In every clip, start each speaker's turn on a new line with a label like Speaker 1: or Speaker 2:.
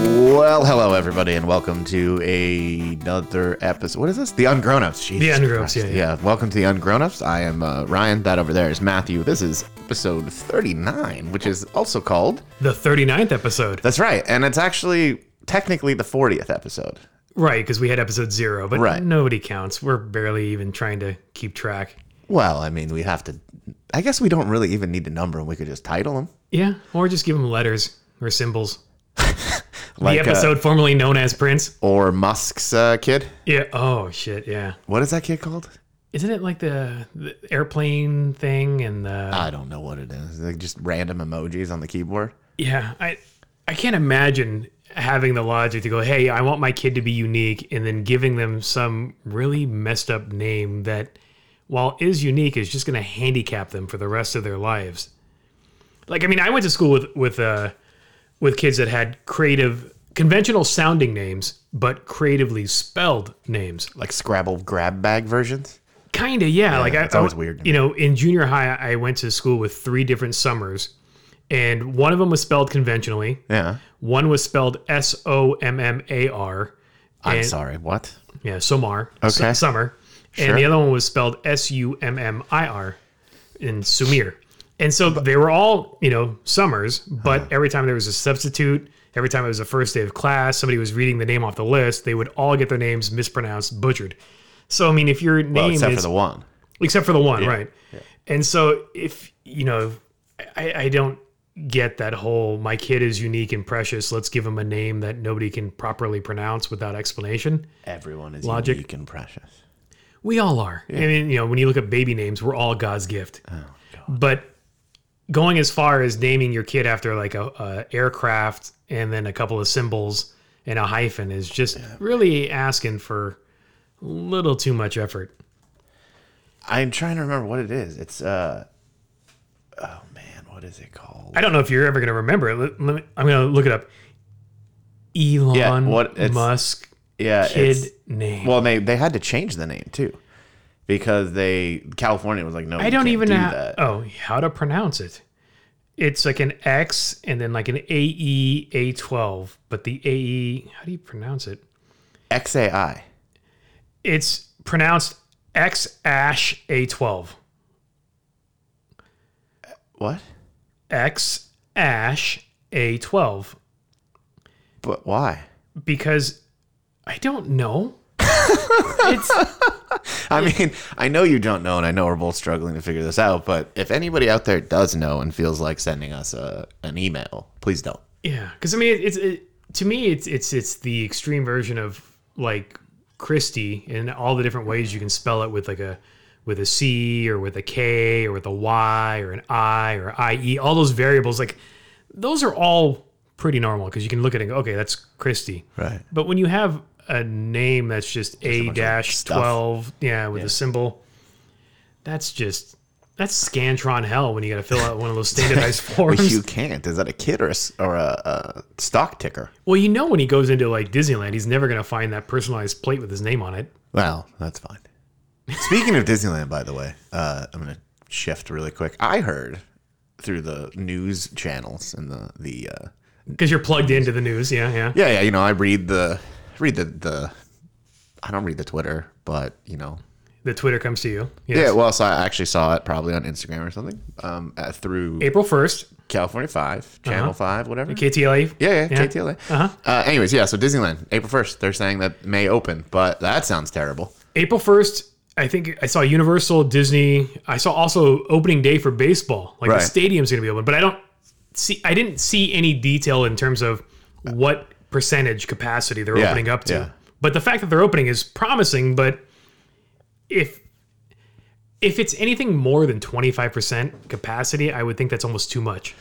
Speaker 1: Well, hello everybody, and welcome to another episode. What is this? The Ungrownups. Jesus
Speaker 2: The Ungrownups,
Speaker 1: Christ.
Speaker 2: yeah, yeah.
Speaker 1: Welcome to the Ungrownups. I am uh, Ryan. That over there is Matthew. This is episode thirty-nine, which is also called.
Speaker 2: The 39th episode.
Speaker 1: That's right, and it's actually technically the fortieth episode.
Speaker 2: Right, because we had episode zero, but
Speaker 1: Right.
Speaker 2: nobody counts. We're barely even trying to keep track.
Speaker 1: Well, I mean, we have to. I guess we don't really even need to number them. We could just title them.
Speaker 2: Yeah, or just give them letters or symbols.
Speaker 1: Like, uh,
Speaker 2: the episode formerly known as Prince.
Speaker 1: or Musk's uh, kid.
Speaker 2: Yeah. Oh shit. Yeah.
Speaker 1: What is that kid called?
Speaker 2: Isn't it like the, the airplane thing and the?
Speaker 1: I don't know what it is. Like just random emojis on the keyboard.
Speaker 2: yeah. I I can't imagine having the logic to go, hey, I want my kid to be unique, and then giving them some really messed up name that, while is unique, is just going to handicap them for the rest of their lives. like I mean, I went to school with with uh, with kids that had creative, conventional sounding names, but creatively spelled names.
Speaker 1: Like Scrabble grab bag versions.
Speaker 2: Kinda, yeah. like I,
Speaker 1: that's always
Speaker 2: I-
Speaker 1: weird to
Speaker 2: You know, in junior high, I went to school with three different summers, and one of them was spelled conventionally.
Speaker 1: Yeah.
Speaker 2: One was spelled S O M M A R.
Speaker 1: I'm
Speaker 2: and-
Speaker 1: sorry. What?
Speaker 2: Yeah, Somar. s-
Speaker 1: Okay.
Speaker 2: summer.
Speaker 1: Sure.
Speaker 2: And the other one was spelled S U M M I R in Sumir. And so they were all, you know, summers,
Speaker 1: Uh-huh.
Speaker 2: but every time there was a substitute, every time it was the first day of class, somebody was reading the name off the list, they would all get their names mispronounced, butchered. So, I mean, if your name
Speaker 1: Well, Oh, except
Speaker 2: is
Speaker 1: for the one.
Speaker 2: except for the one, right? And so if you know, I, I don't get that whole my kid is unique and precious. Let's give him a name that nobody can properly pronounce without explanation.
Speaker 1: Everyone is
Speaker 2: Logic.
Speaker 1: unique and precious.
Speaker 2: We all are. I mean, you know, when you look at baby names, we're all God's gift. But going as far as naming your kid after like a, a aircraft and then a couple of symbols and a hyphen is just really asking for a little too much effort.
Speaker 1: I'm trying to remember what it is. It's uh oh man, what is it called?
Speaker 2: I don't know if you're ever going to remember it. Let, let me, I'm going to look it up. Elon
Speaker 1: what- it's-
Speaker 2: Musk
Speaker 1: yeah, it's
Speaker 2: kid name.
Speaker 1: well they they had to change the name too. Because they California was like, no,
Speaker 2: I don't even
Speaker 1: do
Speaker 2: know.
Speaker 1: that.
Speaker 2: Oh, how to pronounce it? It's like an X and then like an AE A12, but the AE, how do you pronounce it?
Speaker 1: XAI.
Speaker 2: It's pronounced X ash A12.
Speaker 1: What?
Speaker 2: X ash A12
Speaker 1: But why?
Speaker 2: because I don't know.
Speaker 1: I mean, I know you don't know, and I know we're both struggling to figure this out. But if anybody out there does know and feels like sending us a, an email, please don't.
Speaker 2: Yeah, because I mean, it- it's it, to me, it's it's it's the extreme version of like Christie in all the different ways you can spell it with like a with a C or with a K or with a Y or an I or IE. All those variables, like those are all pretty normal because you can look at it and go, okay, that's Christie.
Speaker 1: Right.
Speaker 2: But when you have a name that's just a dash
Speaker 1: stuff.
Speaker 2: twelve, yeah, with a symbol, that's just that's Scantron hell when you got to fill out one of those standardized forms.
Speaker 1: But you can't. Is that a kid or a, s- or a, a stock ticker?
Speaker 2: Well, you know when he goes into like Disneyland, he's never going to find that personalized plate with his name on it.
Speaker 1: Well, that's fine. Speaking of Disneyland, by the way, uh, I'm going to shift really quick. I heard through the news channels and the the uh,
Speaker 2: Because you're plugged into the news, yeah, yeah.
Speaker 1: yeah yeah you know I read the read the the I don't read the Twitter, but you know
Speaker 2: The Twitter comes to you.
Speaker 1: yeah.
Speaker 2: Yes.
Speaker 1: Well, so I actually saw it probably on Instagram or something um, uh, through
Speaker 2: April first,
Speaker 1: California Five, Channel Five, whatever.
Speaker 2: KTLA.
Speaker 1: Yeah, yeah,
Speaker 2: Yeah.
Speaker 1: KTLA. Uh-huh. Anyways, yeah. So Disneyland, April first. They're saying that may open, but that sounds terrible.
Speaker 2: April first, I think I saw Universal, Disney. I saw also opening day for baseball. Like
Speaker 1: Right.
Speaker 2: the stadium's going to be open, but I don't see. I didn't see any detail in terms of what percentage capacity they're
Speaker 1: Yeah,
Speaker 2: opening up to.
Speaker 1: yeah.
Speaker 2: But the fact that they're opening is promising. But if if it's anything more than twenty five percent capacity, I would think that's almost too much.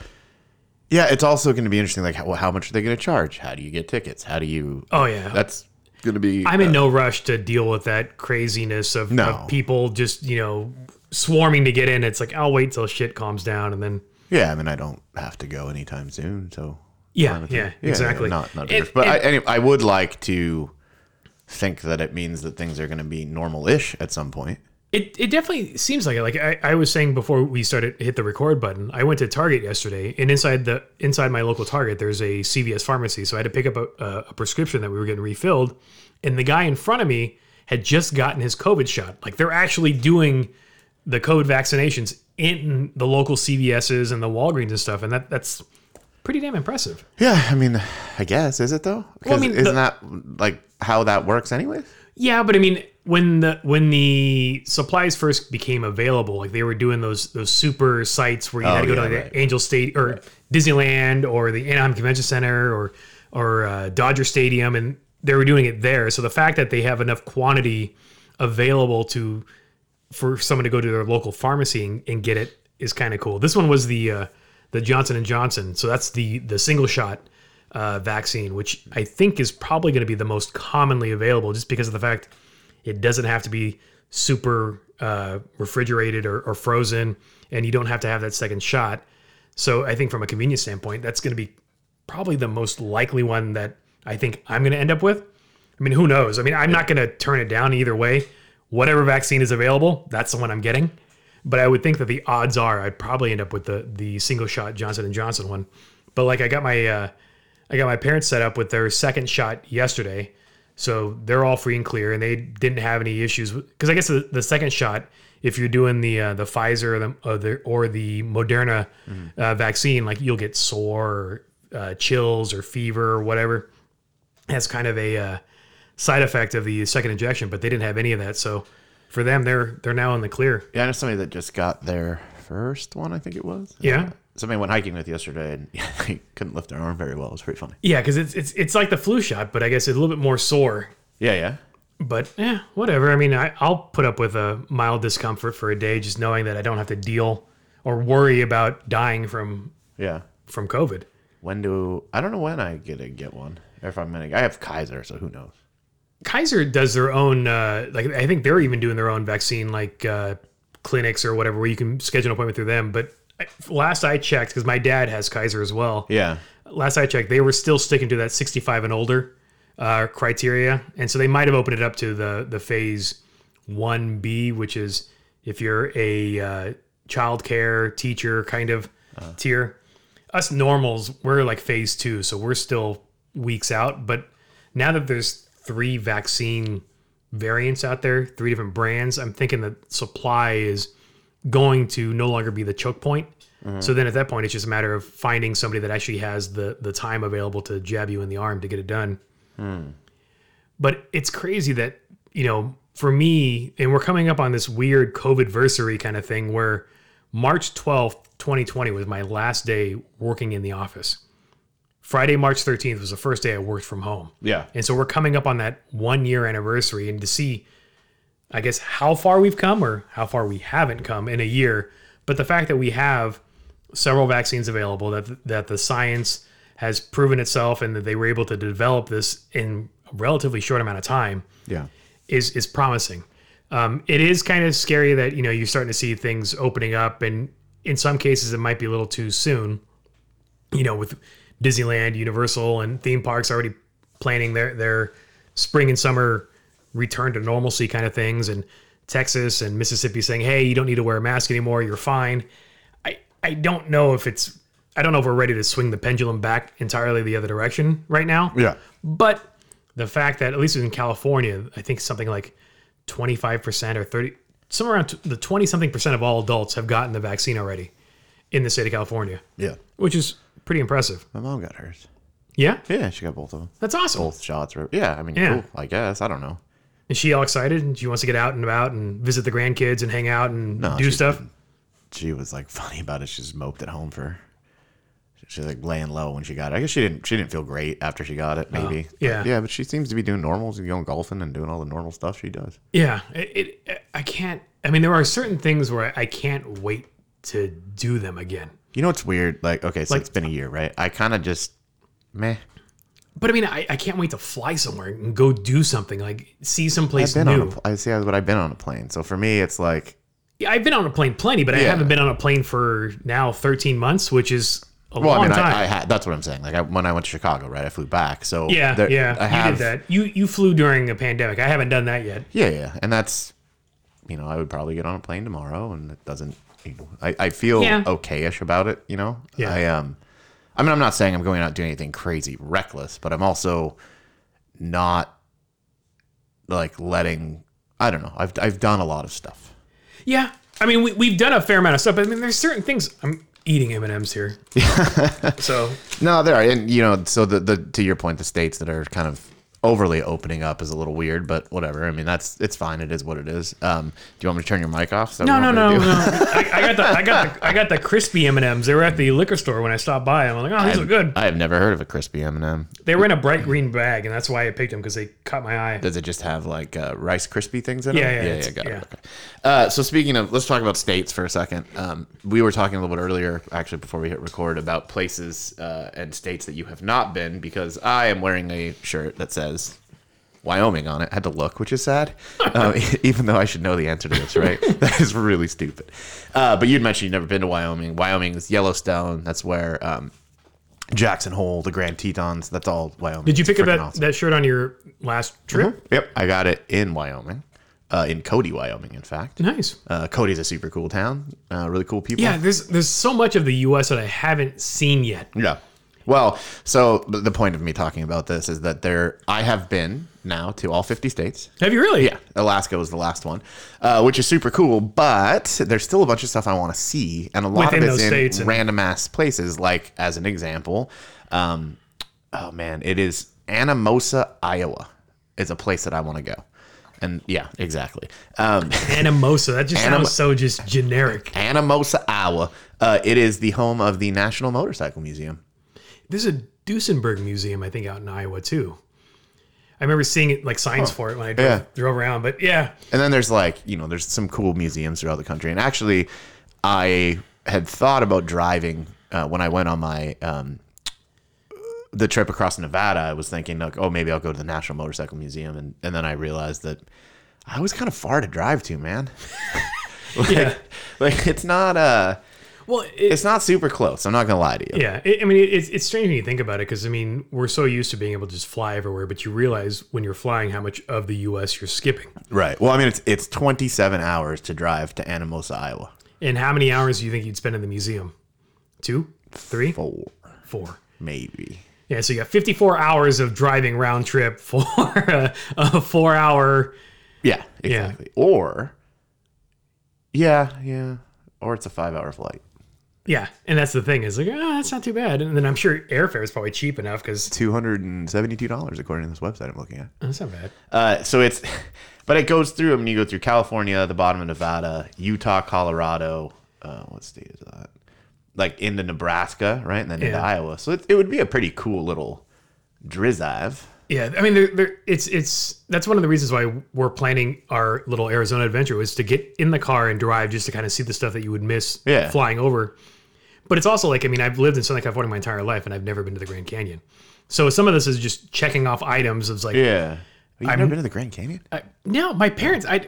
Speaker 1: Yeah, it's also going to be interesting. Like, how, how much are they going to charge? How do you get tickets? How do you?
Speaker 2: Oh yeah,
Speaker 1: That's going to be.
Speaker 2: I'm in no rush to deal with that craziness of,
Speaker 1: Uh, No.
Speaker 2: of people just you know swarming to get in. It's like I'll wait till shit calms down and then.
Speaker 1: yeah, I mean, I don't have to go anytime soon, so
Speaker 2: Yeah, yeah,
Speaker 1: Yeah,
Speaker 2: exactly.
Speaker 1: yeah, not not a
Speaker 2: And-
Speaker 1: rush. but I,
Speaker 2: and-
Speaker 1: anyway, I would like to think that it means that things are going to be normal-ish at some point.
Speaker 2: It, it definitely seems like it. Like I, I was saying before we started hit the record button, I went to Target yesterday, and inside the inside my local Target, there's a CVS pharmacy. So I had to pick up a, a, a prescription that we were getting refilled, and the guy in front of me had just gotten his COVID shot. Like they're actually doing the COVID vaccinations in the local CVSs and the Walgreens and stuff, and that that's pretty damn impressive.
Speaker 1: Yeah, I mean, I guess is it though? Because
Speaker 2: mean,
Speaker 1: isn't
Speaker 2: the-
Speaker 1: that like how that works anyway?
Speaker 2: Yeah, but I mean, when the when the supplies first became available, like they were doing those those super sites where you had to go
Speaker 1: Oh, yeah,
Speaker 2: to like
Speaker 1: right.
Speaker 2: the Angel State or Disneyland or the Anaheim Convention Center or or uh, Dodger Stadium, and they were doing it there. So the fact that they have enough quantity available to for someone to go to their local pharmacy and, and get it is kind of cool. This one was the uh, the Johnson and Johnson, so that's the the single shot uh, vaccine, which I think is probably going to be the most commonly available, just because of the fact it doesn't have to be super uh, refrigerated or, or frozen, and you don't have to have that second shot. So I think from a convenience standpoint, that's going to be probably the most likely one that I think I'm going to end up with. I mean, who knows? I mean, I'm not going to turn it down either way. Whatever vaccine is available, that's the one I'm getting. But I would think that the odds are I'd probably end up with the the single shot Johnson and Johnson one. But like I got my uh, I got my parents set up with their second shot yesterday, so they're all free and clear, and they didn't have any issues because I guess the, the second shot, if you're doing the uh, the Pfizer or the, or the or the Moderna uh, vaccine, like you'll get sore, or, uh, chills, or fever, or whatever. That's kind of a uh, side effect of the second injection, but they didn't have any of that. So for them, they're they're now in the clear.
Speaker 1: Yeah, I know somebody that just got their first one. I think it was.
Speaker 2: Yeah.
Speaker 1: Somebody went hiking with yesterday and they couldn't lift their arm very well. It was pretty funny.
Speaker 2: Yeah, because it's it's it's like the flu shot, but I guess it's a little bit more sore.
Speaker 1: Yeah, yeah.
Speaker 2: But yeah, whatever. I mean, I, I'll put up with a mild discomfort for a day, just knowing that I don't have to deal or worry about dying from
Speaker 1: Yeah.
Speaker 2: from COVID.
Speaker 1: When do I don't know when I get to get one. Or if I'm gonna I have Kaiser, so who knows?
Speaker 2: Kaiser does their own. Uh, like I think they're even doing their own vaccine, like uh, clinics or whatever, where you can schedule an appointment through them. But I, last I checked, because my dad has Kaiser as well.
Speaker 1: Yeah.
Speaker 2: last I checked, they were still sticking to that 65 and older uh, criteria, and so they might have opened it up to the the phase one B, which is if you're a uh, childcare teacher kind of tier. Us normals, we're like phase two, so we're still weeks out. But now that there's three vaccine variants out there, three different brands, I'm thinking that supply is going to no longer be the choke point. So then at that point, it's just a matter of finding somebody that actually has the the time available to jab you in the arm to get it done. But it's crazy that you know for me, and we're coming up on this weird COVID versary kind of thing where March twelfth, twenty twenty, was my last day working in the office. Friday, March thirteenth, was the first day I worked from home.
Speaker 1: Yeah.
Speaker 2: And so we're coming up on that one year anniversary, and to see, I guess, how far we've come or how far we haven't come in a year. But the fact that we have several vaccines available, that that the science has proven itself, and that they were able to develop this in a relatively short amount of time,
Speaker 1: Yeah.
Speaker 2: is is promising. Um, it is kind of scary that you know you're starting to see things opening up, and in some cases it might be a little too soon. You know, with Disneyland, Universal, and theme parks already planning their their spring and summer return to normalcy kind of things, and Texas and Mississippi saying, "Hey, you don't need to wear a mask anymore. You're fine." I I don't know if it's I don't know if we're ready to swing the pendulum back entirely the other direction right now.
Speaker 1: Yeah.
Speaker 2: But the fact that at least in California, I think something like 25% or 30 somewhere around t- the 20 something percent of all adults have gotten the vaccine already in the state of California,
Speaker 1: Yeah.
Speaker 2: which is pretty impressive.
Speaker 1: My mom got hers.
Speaker 2: Yeah,
Speaker 1: Yeah, she got both of them.
Speaker 2: that's awesome.
Speaker 1: Both shots. Or, yeah, I mean,
Speaker 2: Yeah.
Speaker 1: cool. I guess I don't know.
Speaker 2: Is she all excited? and She wants to get out and about and visit the grandkids and hang out and do
Speaker 1: she
Speaker 2: stuff.
Speaker 1: She was like funny about it. She just moped at home for. She's like laying low when she got it. I guess she didn't. She didn't feel great after she got it. Maybe.
Speaker 2: Oh, yeah.
Speaker 1: Yeah, but she seems to be doing normal. She's going golfing and doing all the normal stuff she does.
Speaker 2: Yeah, it, it. I can't. I mean, there are certain things where I, I can't wait to do them again.
Speaker 1: You know what's weird? Like, okay, so it's been a year, right? I kind of just meh.
Speaker 2: But I mean, I, I can't wait to fly somewhere and go do something like see someplace
Speaker 1: I've been on.
Speaker 2: new.
Speaker 1: A, pl- I see, but I've been on a plane. So for me, it's like
Speaker 2: Yeah, I've been on a plane plenty, but I
Speaker 1: Yeah.
Speaker 2: haven't been on a plane for now 13 months, which is a
Speaker 1: well,
Speaker 2: long
Speaker 1: I mean,
Speaker 2: time.
Speaker 1: I, I had. That's what I'm saying. Like I, when I went to Chicago, right? I flew back. So
Speaker 2: yeah,
Speaker 1: there-
Speaker 2: yeah,
Speaker 1: I have,
Speaker 2: you did that. You you flew during a pandemic. I haven't done that yet.
Speaker 1: Yeah, yeah, and that's you know, I would probably get on a plane tomorrow, and it doesn't. You know, I, I feel
Speaker 2: Yeah.
Speaker 1: okayish about it. You know,
Speaker 2: Yeah.
Speaker 1: I um, I mean, I'm not saying I'm going out doing anything crazy, reckless, but I'm also not like letting. I don't know. I've I've done a lot of stuff.
Speaker 2: Yeah, I mean, we, we've done a fair amount of stuff. But I mean, there's certain things. I'm eating M and M's here, so
Speaker 1: No, there are, and you know, so the the to your point, the states that are kind of overly opening up is a little weird, but whatever. I mean, that's it's fine. It is what it is. Um, do you want me to turn your mic off? Is that
Speaker 2: no,
Speaker 1: what
Speaker 2: no,
Speaker 1: you want
Speaker 2: no,
Speaker 1: me to
Speaker 2: no.
Speaker 1: do?
Speaker 2: I, I got the I got the I got the crispy M and M's. They were at the liquor store when I stopped by, and I'm like, oh, these are good.
Speaker 1: I have never heard of a crispy M and m
Speaker 2: They were in a bright green bag, and that's why I picked them because they caught my eye.
Speaker 1: Does it just have like uh, Rice crispy things in
Speaker 2: Yeah,
Speaker 1: it?
Speaker 2: yeah,
Speaker 1: yeah,
Speaker 2: it's-
Speaker 1: got
Speaker 2: yeah.
Speaker 1: it. Okay. Uh, so speaking of, let's talk about states for a second. Um, we were talking a little bit earlier, actually, before we hit record, about places uh, and states that you have not been, because I am wearing a shirt that says Wyoming on it. had to look, which is sad, uh, even though I should know the answer to this, right? that is really stupid. Uh, but you'd mentioned you've never been to Wyoming. Wyoming is Yellowstone. That's where. Um, Jackson Hole, the Grand Tetons, that's all Wyoming.
Speaker 2: Did you
Speaker 1: It's
Speaker 2: pick up
Speaker 1: freaking
Speaker 2: that,
Speaker 1: awesome.
Speaker 2: that shirt on your last trip?
Speaker 1: Yep, I got it in Wyoming, uh, in Cody, Wyoming. In fact,
Speaker 2: Nice.
Speaker 1: uh, Cody's a super cool town. Uh, really cool people.
Speaker 2: Yeah, there's there's so much of the U.S. that I haven't seen yet.
Speaker 1: Yeah. Well, so th- the point of me talking about this is that there, I have been now to all 50 states.
Speaker 2: Have you really?
Speaker 1: Yeah, Alaska was the last one, uh, which is super cool. But there's still a bunch of stuff I want to see, and a lot
Speaker 2: Within
Speaker 1: of
Speaker 2: those
Speaker 1: it's
Speaker 2: states
Speaker 1: in
Speaker 2: and-
Speaker 1: random ass places. Like as an example, um, oh man, it is Anamosa, Iowa, is a place that I want to go. And yeah, exactly. Um,
Speaker 2: Anamosa. That just
Speaker 1: Anam-
Speaker 2: sounds so just generic.
Speaker 1: Anamosa, Iowa. Uh, it is the home of the National Motorcycle Museum.
Speaker 2: There's a Duesenberg Museum, I think, out in Iowa too. I remember seeing it like signs for it when I drove,
Speaker 1: yeah.
Speaker 2: drove around. But yeah,
Speaker 1: And then there's like, you know, there's some cool museums throughout the country. And actually, I had thought about driving uh, when I went on my um, the trip across Nevada. I was thinking, like, oh, maybe I'll go to the National Motorcycle Museum, and, and then I realized that I was kind of far to drive to, man.
Speaker 2: yeah.
Speaker 1: like, it's not uh,
Speaker 2: Well, it,
Speaker 1: it's not super close. I'm not gonna lie to you.
Speaker 2: yeah. It, I mean, it, it's it's strange when you think about it because I mean we're so used to being able to just fly everywhere, but you realize when you're flying how much of the U.S. you're skipping,
Speaker 1: Right. Well, I mean, it's it's 27 hours to drive to Anamosa, Iowa.
Speaker 2: and how many hours do you think you'd spend in the museum? Two, three, four.
Speaker 1: Four, maybe.
Speaker 2: Yeah, so you got 54 hours of driving round trip for a, a four hour.
Speaker 1: Yeah, exactly. Or, yeah, yeah. Or it's a five hour flight.
Speaker 2: Yeah, and that's the thing is like, oh, that's not too bad. And then I'm sure airfare is probably cheap enough because
Speaker 1: $272, according to this website I'm looking at.
Speaker 2: that's not bad.
Speaker 1: Uh, so it's, but it goes through, I mean, you go through California, the bottom of Nevada, Utah, Colorado. Uh, what state is that? Like into Nebraska, right? And then into
Speaker 2: Yeah.
Speaker 1: Iowa. So it, it would be a pretty cool little drizive.
Speaker 2: Yeah, I mean, there, there, it's it's that's one of the reasons why we're planning our little Arizona adventure was to get in the car and drive just to kind of see the stuff that you would miss
Speaker 1: Yeah.
Speaker 2: flying over. But it's also like, I mean, I've lived in Southern California my entire life, and I've never been to the Grand Canyon. So some of this is just checking off items of like,
Speaker 1: Yeah. You've never been to the Grand Canyon?
Speaker 2: I, no, my parents, I,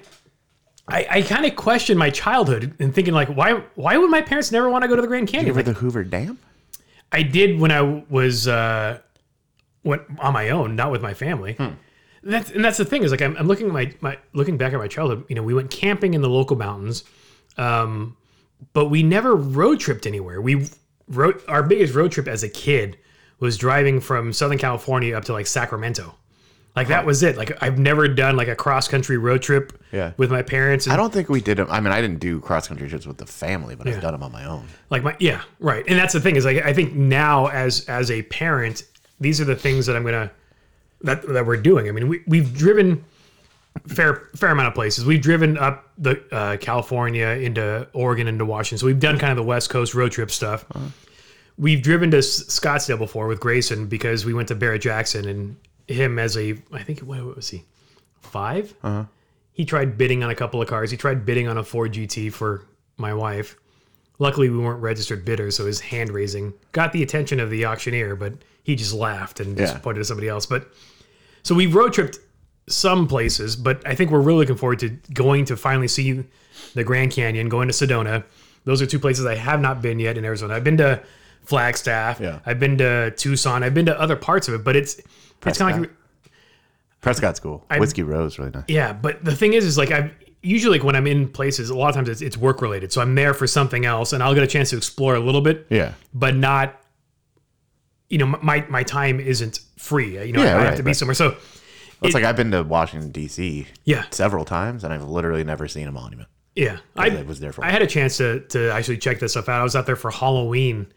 Speaker 2: I, I kind of questioned my childhood and thinking like, why, why would my parents never want to go to the Grand Canyon?
Speaker 1: Over the Hoover Dam?
Speaker 2: I did when I was uh, went on my own, not with my family.
Speaker 1: Hmm.
Speaker 2: That's and that's the thing is like I'm, I'm looking at my, my looking back at my childhood. You know, we went camping in the local mountains, um, but we never road tripped anywhere. We wrote our biggest road trip as a kid was driving from Southern California up to like Sacramento. Like that was it. Like I've never done like a cross country road trip
Speaker 1: Yeah.
Speaker 2: with my parents. And
Speaker 1: I don't think we did them. I mean, I didn't do cross country trips with the family, but I've done them on my own.
Speaker 2: like my yeah right and that's the thing is like i think now as as a parent these are the things that i'm gonna that that we're doing i mean we, we've driven fair fair amount of places we've driven up the uh, california into oregon into washington so we've done kind of the west coast road trip stuff we've driven to S- scottsdale before with grayson because we went to barrett jackson and him as a i think what, what was he 5 he tried bidding on a couple of cars he tried bidding on a ford gt for my wife Luckily, we weren't registered bidders, so his hand raising got the attention of the auctioneer, but he just laughed and just
Speaker 1: Yeah.
Speaker 2: pointed to somebody else. But so we road tripped some places, but I think we're really looking forward to going to finally see the Grand Canyon, going to Sedona. Those are two places I have not been yet in Arizona. I've been to Flagstaff.
Speaker 1: Yeah.
Speaker 2: I've been to Tucson. I've been to other parts of it, but it's it's kind of like
Speaker 1: Prescott's cool. Whiskey Row's really nice.
Speaker 2: yeah, but the thing is, is like I've usually like, when I'm in places, a lot of times it's, it's work related. So I'm there for something else, and I'll get a chance to explore a little bit,
Speaker 1: Yeah.
Speaker 2: but not. You know, my my time isn't free. You know,
Speaker 1: Yeah,
Speaker 2: I, I
Speaker 1: right,
Speaker 2: have to be
Speaker 1: right.
Speaker 2: somewhere. So
Speaker 1: It's like I've been to Washington D.C.
Speaker 2: yeah,
Speaker 1: several times, and I've literally never seen a monument.
Speaker 2: yeah.
Speaker 1: I
Speaker 2: I
Speaker 1: was there for.
Speaker 2: I had a chance to to actually check this stuff out. I was out there for Halloween,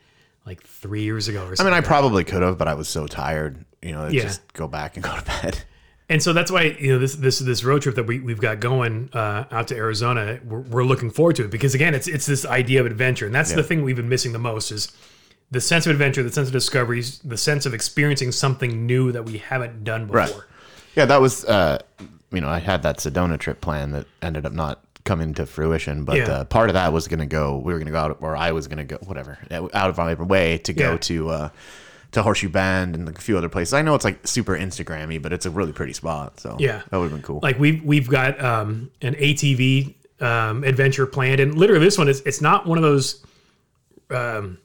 Speaker 2: like three years ago or
Speaker 1: I
Speaker 2: something.
Speaker 1: mean, I probably could have, but I was so tired. You know, I'd
Speaker 2: Yeah.
Speaker 1: just go back and go to bed.
Speaker 2: And so that's why you know this this this road trip that we we've got going uh, out to Arizona, we're, we're looking forward to it because again, it's it's this idea of adventure, and that's the thing we've been missing the most is the sense of adventure, the sense of discoveries, the sense of experiencing something new that we haven't done before.
Speaker 1: Yeah, that was. Uh, you know, I had that Sedona trip plan that ended up not coming to fruition, but
Speaker 2: Yeah.
Speaker 1: uh, part of that was going to go. We were going to go out, or I was going to go, whatever, uh, out of our way to go
Speaker 2: Yeah.
Speaker 1: to. Uh, to Horseshoe Bend and a few other places. I know it's like super Instagrammy, but it's a really pretty spot. So
Speaker 2: Yeah.
Speaker 1: that would have been cool.
Speaker 2: Like we've we've got um, an ATV um, adventure planned, and literally this one is it's not one of those um,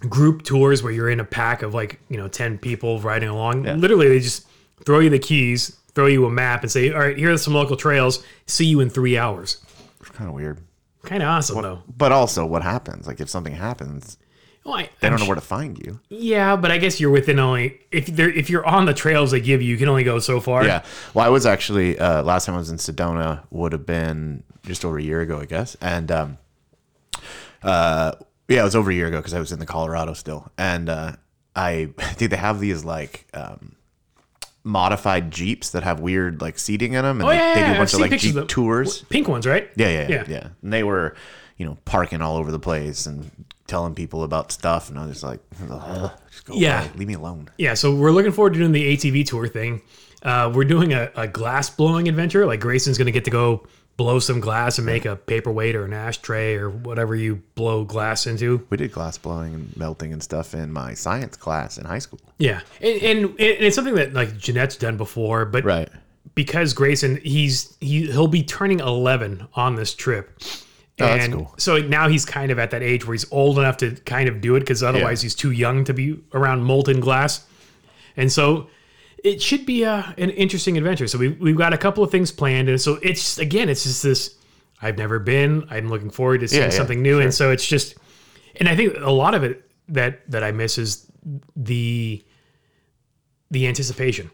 Speaker 2: group tours where you're in a pack of like you know ten people riding along. Literally, they just throw you the keys, throw you a map, and say, "All right, here are some local trails. See you in three hours."
Speaker 1: it's kind of weird,
Speaker 2: Kind of awesome though.
Speaker 1: but also what happens? Like if something happens,
Speaker 2: Well, I,
Speaker 1: they don't know where to find you.
Speaker 2: yeah, but I guess you're within only if they're if you're on the trails they give you, you can only go so far.
Speaker 1: Yeah. Well, I was actually uh, last time I was in Sedona would have been just over a year ago, I guess. And um, uh, yeah, it was over a year ago because I was in the Colorado still. And uh, I dude, they have these like um, modified Jeeps that have weird like seating in them, and
Speaker 2: Oh,
Speaker 1: they,
Speaker 2: yeah,
Speaker 1: they do
Speaker 2: yeah,
Speaker 1: a
Speaker 2: I've
Speaker 1: bunch of
Speaker 2: seen
Speaker 1: like
Speaker 2: pictures
Speaker 1: Jeep
Speaker 2: of them.
Speaker 1: tours.
Speaker 2: Pink ones, right?
Speaker 1: Yeah, yeah, yeah,
Speaker 2: Yeah.
Speaker 1: yeah. And they were, you know, parking all over the place and telling people about stuff, and I was just like, "Ugh, just go
Speaker 2: Yeah.
Speaker 1: away. leave me alone.
Speaker 2: Yeah, so we're looking forward to doing the ATV tour thing. Uh, we're doing a, a glass blowing adventure. Like Grayson's going to get to go blow some glass and make a paperweight or an ashtray or whatever you blow glass into.
Speaker 1: We did glass blowing and melting and stuff in my science class in high school.
Speaker 2: Yeah, and and, and it's something that like Jeanette's done before, but
Speaker 1: Right.
Speaker 2: because Grayson he's he he'll be turning eleven on this trip.
Speaker 1: Oh, that's
Speaker 2: and
Speaker 1: cool.
Speaker 2: So now he's kind of at that age where he's old enough to kind of do it because otherwise he's too young to be around molten glass. And so it should be a, an interesting adventure. So we've, we've got a couple of things planned. And so it's just- again, it's just this I've never been. I'm looking forward to seeing
Speaker 1: Yeah, yeah,
Speaker 2: something new. And so it's just, and I think a lot of it that, that I miss is the, the anticipation.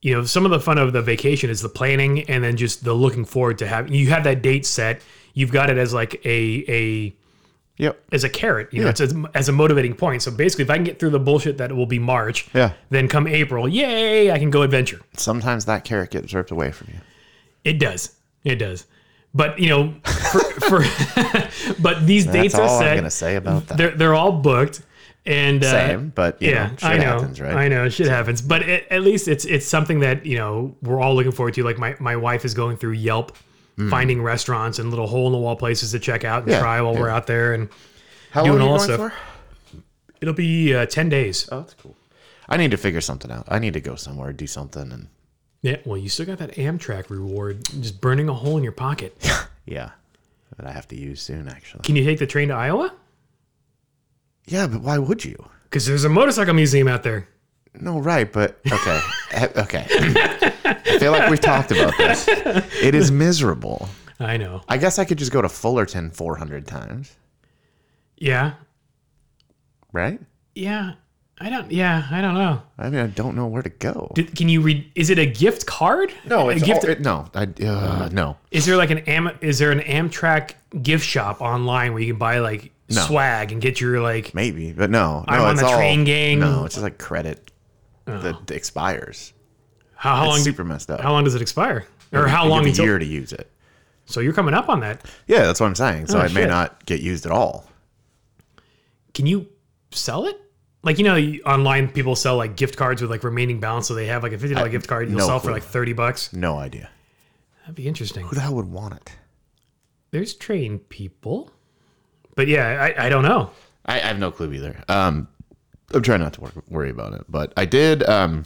Speaker 2: You know, some of the fun of the vacation is the planning and then just the looking forward to having, you have that date set. You've got it as like a, a,
Speaker 1: Yep.
Speaker 2: as a carrot, you know, it's as, as a motivating point. So basically, if I can get through the bullshit that it will be March,
Speaker 1: Yeah.
Speaker 2: then come April, yay, I can go adventure.
Speaker 1: Sometimes that carrot gets ripped away from you.
Speaker 2: It does. It does. But, you know, for, for but these
Speaker 1: That's
Speaker 2: dates are
Speaker 1: all I'm
Speaker 2: set.
Speaker 1: gonna say about that.
Speaker 2: they're, they're all booked. And, uh,
Speaker 1: Same, but you
Speaker 2: yeah,
Speaker 1: know, shit
Speaker 2: I know.
Speaker 1: happens, right?
Speaker 2: I know shit happens, but at, at least it's it's something that you know we're all looking forward to. Like my, my wife is going through Yelp, finding restaurants and little hole in the wall places to check out and
Speaker 1: Hmm. Yeah,
Speaker 2: try while
Speaker 1: yeah.
Speaker 2: we're out there, and
Speaker 1: How
Speaker 2: doing
Speaker 1: long are
Speaker 2: all
Speaker 1: you going
Speaker 2: stuff.
Speaker 1: for?
Speaker 2: it'll be uh, ten days.
Speaker 1: Oh, that's cool. I need to figure something out. I need to go somewhere, do something, and
Speaker 2: Yeah, well, you still got that Amtrak reward just burning a hole in your pocket.
Speaker 1: yeah, that I have to use soon, actually.
Speaker 2: Can you take the train to Iowa?
Speaker 1: Yeah, but why would you?
Speaker 2: Because there's a motorcycle museum out there.
Speaker 1: No, right, but okay, Eh, okay. I feel like we've talked about this. It is miserable.
Speaker 2: I know.
Speaker 1: I guess I could just go to Fullerton 400 times,
Speaker 2: Yeah.
Speaker 1: right?
Speaker 2: Yeah. I don't. Yeah. I don't know.
Speaker 1: I mean, I don't know where to go.
Speaker 2: Do, can you read? Is it a gift card?
Speaker 1: no,
Speaker 2: A
Speaker 1: it's
Speaker 2: gift.
Speaker 1: all- it- no, I, uh, no.
Speaker 2: is there like an Am? Is there an Amtrak gift shop online where you can buy like swag and get your like?
Speaker 1: Maybe, but no.
Speaker 2: I'm
Speaker 1: no,
Speaker 2: on
Speaker 1: it's
Speaker 2: the
Speaker 1: all-
Speaker 2: train gang.
Speaker 1: No, it's just like credit that expires.
Speaker 2: How, how long?
Speaker 1: It's super messed up.
Speaker 2: how long does it expire? Or how long
Speaker 1: you have a
Speaker 2: until?
Speaker 1: year to use it?
Speaker 2: So you're coming up on that.
Speaker 1: Yeah, that's what I'm saying. So
Speaker 2: Oh,
Speaker 1: it may
Speaker 2: shit.
Speaker 1: not get used at all.
Speaker 2: Can you sell it? Like you know, you- online people sell like gift cards with like remaining balance, so they have like a fifty dollar gift card. You'll
Speaker 1: no
Speaker 2: sell
Speaker 1: clue.
Speaker 2: for like thirty bucks.
Speaker 1: No idea.
Speaker 2: That'd be interesting.
Speaker 1: Who the hell would want it?
Speaker 2: There's train people, but yeah, I, I don't know.
Speaker 1: I, I have no clue either. Um, I'm trying not to wor- worry about it, but I did. Um,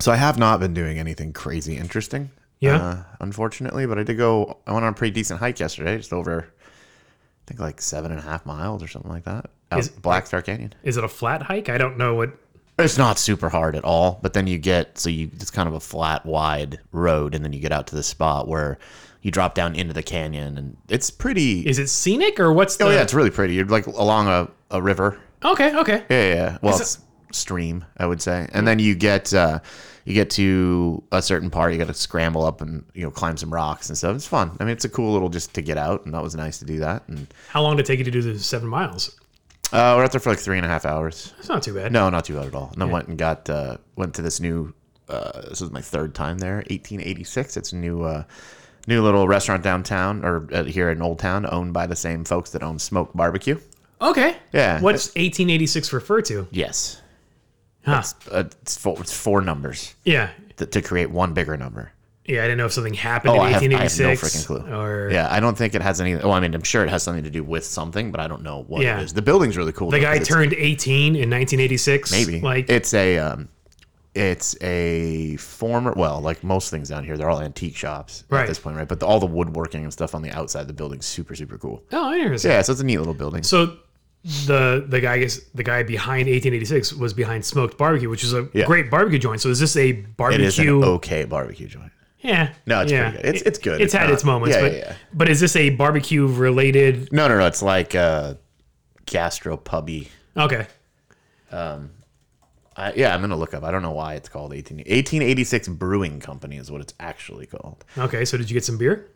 Speaker 1: so I have not been doing anything crazy interesting.
Speaker 2: Yeah.
Speaker 1: Uh, unfortunately, but I did go. I went on a pretty decent hike yesterday, just over, I think like seven and a half miles or something like that. Out
Speaker 2: Is-
Speaker 1: Black Star Canyon.
Speaker 2: Is it a flat hike? I don't know what.
Speaker 1: It's not super hard at all, but then you get so you it's kind of a flat, wide road, and then you get out to the spot where you drop down into the canyon, and it's pretty.
Speaker 2: Is it scenic or what's the?
Speaker 1: oh yeah, it's really pretty. You're like along a, a river.
Speaker 2: Okay, okay.
Speaker 1: Yeah, yeah, yeah. Well, it's stream, I would say, and then you get uh, you get to a certain part. You got to scramble up and you know climb some rocks and stuff. It's fun. I mean, it's a cool little just to get out, and that was nice to do that. And
Speaker 2: How long did it take you to do the seven miles?
Speaker 1: uh, we're out there for like three and a half hours.
Speaker 2: It's not too bad.
Speaker 1: No, not too bad at all. And I went and got uh, went to this new. Uh, this was my third time there. 1886. It's a new uh, new little restaurant downtown or uh, here in Old Town, owned by the same folks that own Smoke Barbecue.
Speaker 2: Okay.
Speaker 1: Yeah.
Speaker 2: What's 1886 refer to?
Speaker 1: Yes,
Speaker 2: Huh.
Speaker 1: uh, it's, four, it's four numbers
Speaker 2: Yeah.
Speaker 1: to, to create one bigger number.
Speaker 2: Yeah, I didn't know if something happened
Speaker 1: Oh,
Speaker 2: in
Speaker 1: I have, I have no
Speaker 2: 1886.
Speaker 1: freaking clue.
Speaker 2: Or
Speaker 1: yeah, I don't think it has any. Well, I mean, I'm sure it has something to do with something, but I don't know what
Speaker 2: Yeah.
Speaker 1: it is. The building's really cool.
Speaker 2: the
Speaker 1: though,
Speaker 2: guy
Speaker 1: 'cause it's-
Speaker 2: turned 18 in 1986.
Speaker 1: Maybe
Speaker 2: Like,
Speaker 1: it's a um, it's a former. Well, like most things down here, they're all antique shops
Speaker 2: Right.
Speaker 1: at this point, right? But the, all the woodworking and stuff on the outside of the building's super super cool.
Speaker 2: oh, interesting.
Speaker 1: Yeah, so it's a neat little building.
Speaker 2: So the the guy I guess the guy behind 1886 was behind Smoked Barbecue, which is a
Speaker 1: Yeah.
Speaker 2: great barbecue joint. So is this a
Speaker 1: it is an
Speaker 2: barbecue?
Speaker 1: okay barbecue joint.
Speaker 2: yeah.
Speaker 1: No, it's
Speaker 2: yeah.
Speaker 1: pretty good. It's- it's good.
Speaker 2: It's,
Speaker 1: It's
Speaker 2: had
Speaker 1: not-
Speaker 2: its moments,
Speaker 1: yeah,
Speaker 2: but
Speaker 1: yeah, yeah.
Speaker 2: but is this a barbecue related?
Speaker 1: No, no, no. It's like a gastro pubby.
Speaker 2: Okay.
Speaker 1: I, yeah, I'm gonna look up. I don't know why it's called 18, 1886 Brewing Company is what it's actually called.
Speaker 2: Okay. So did you get some beer?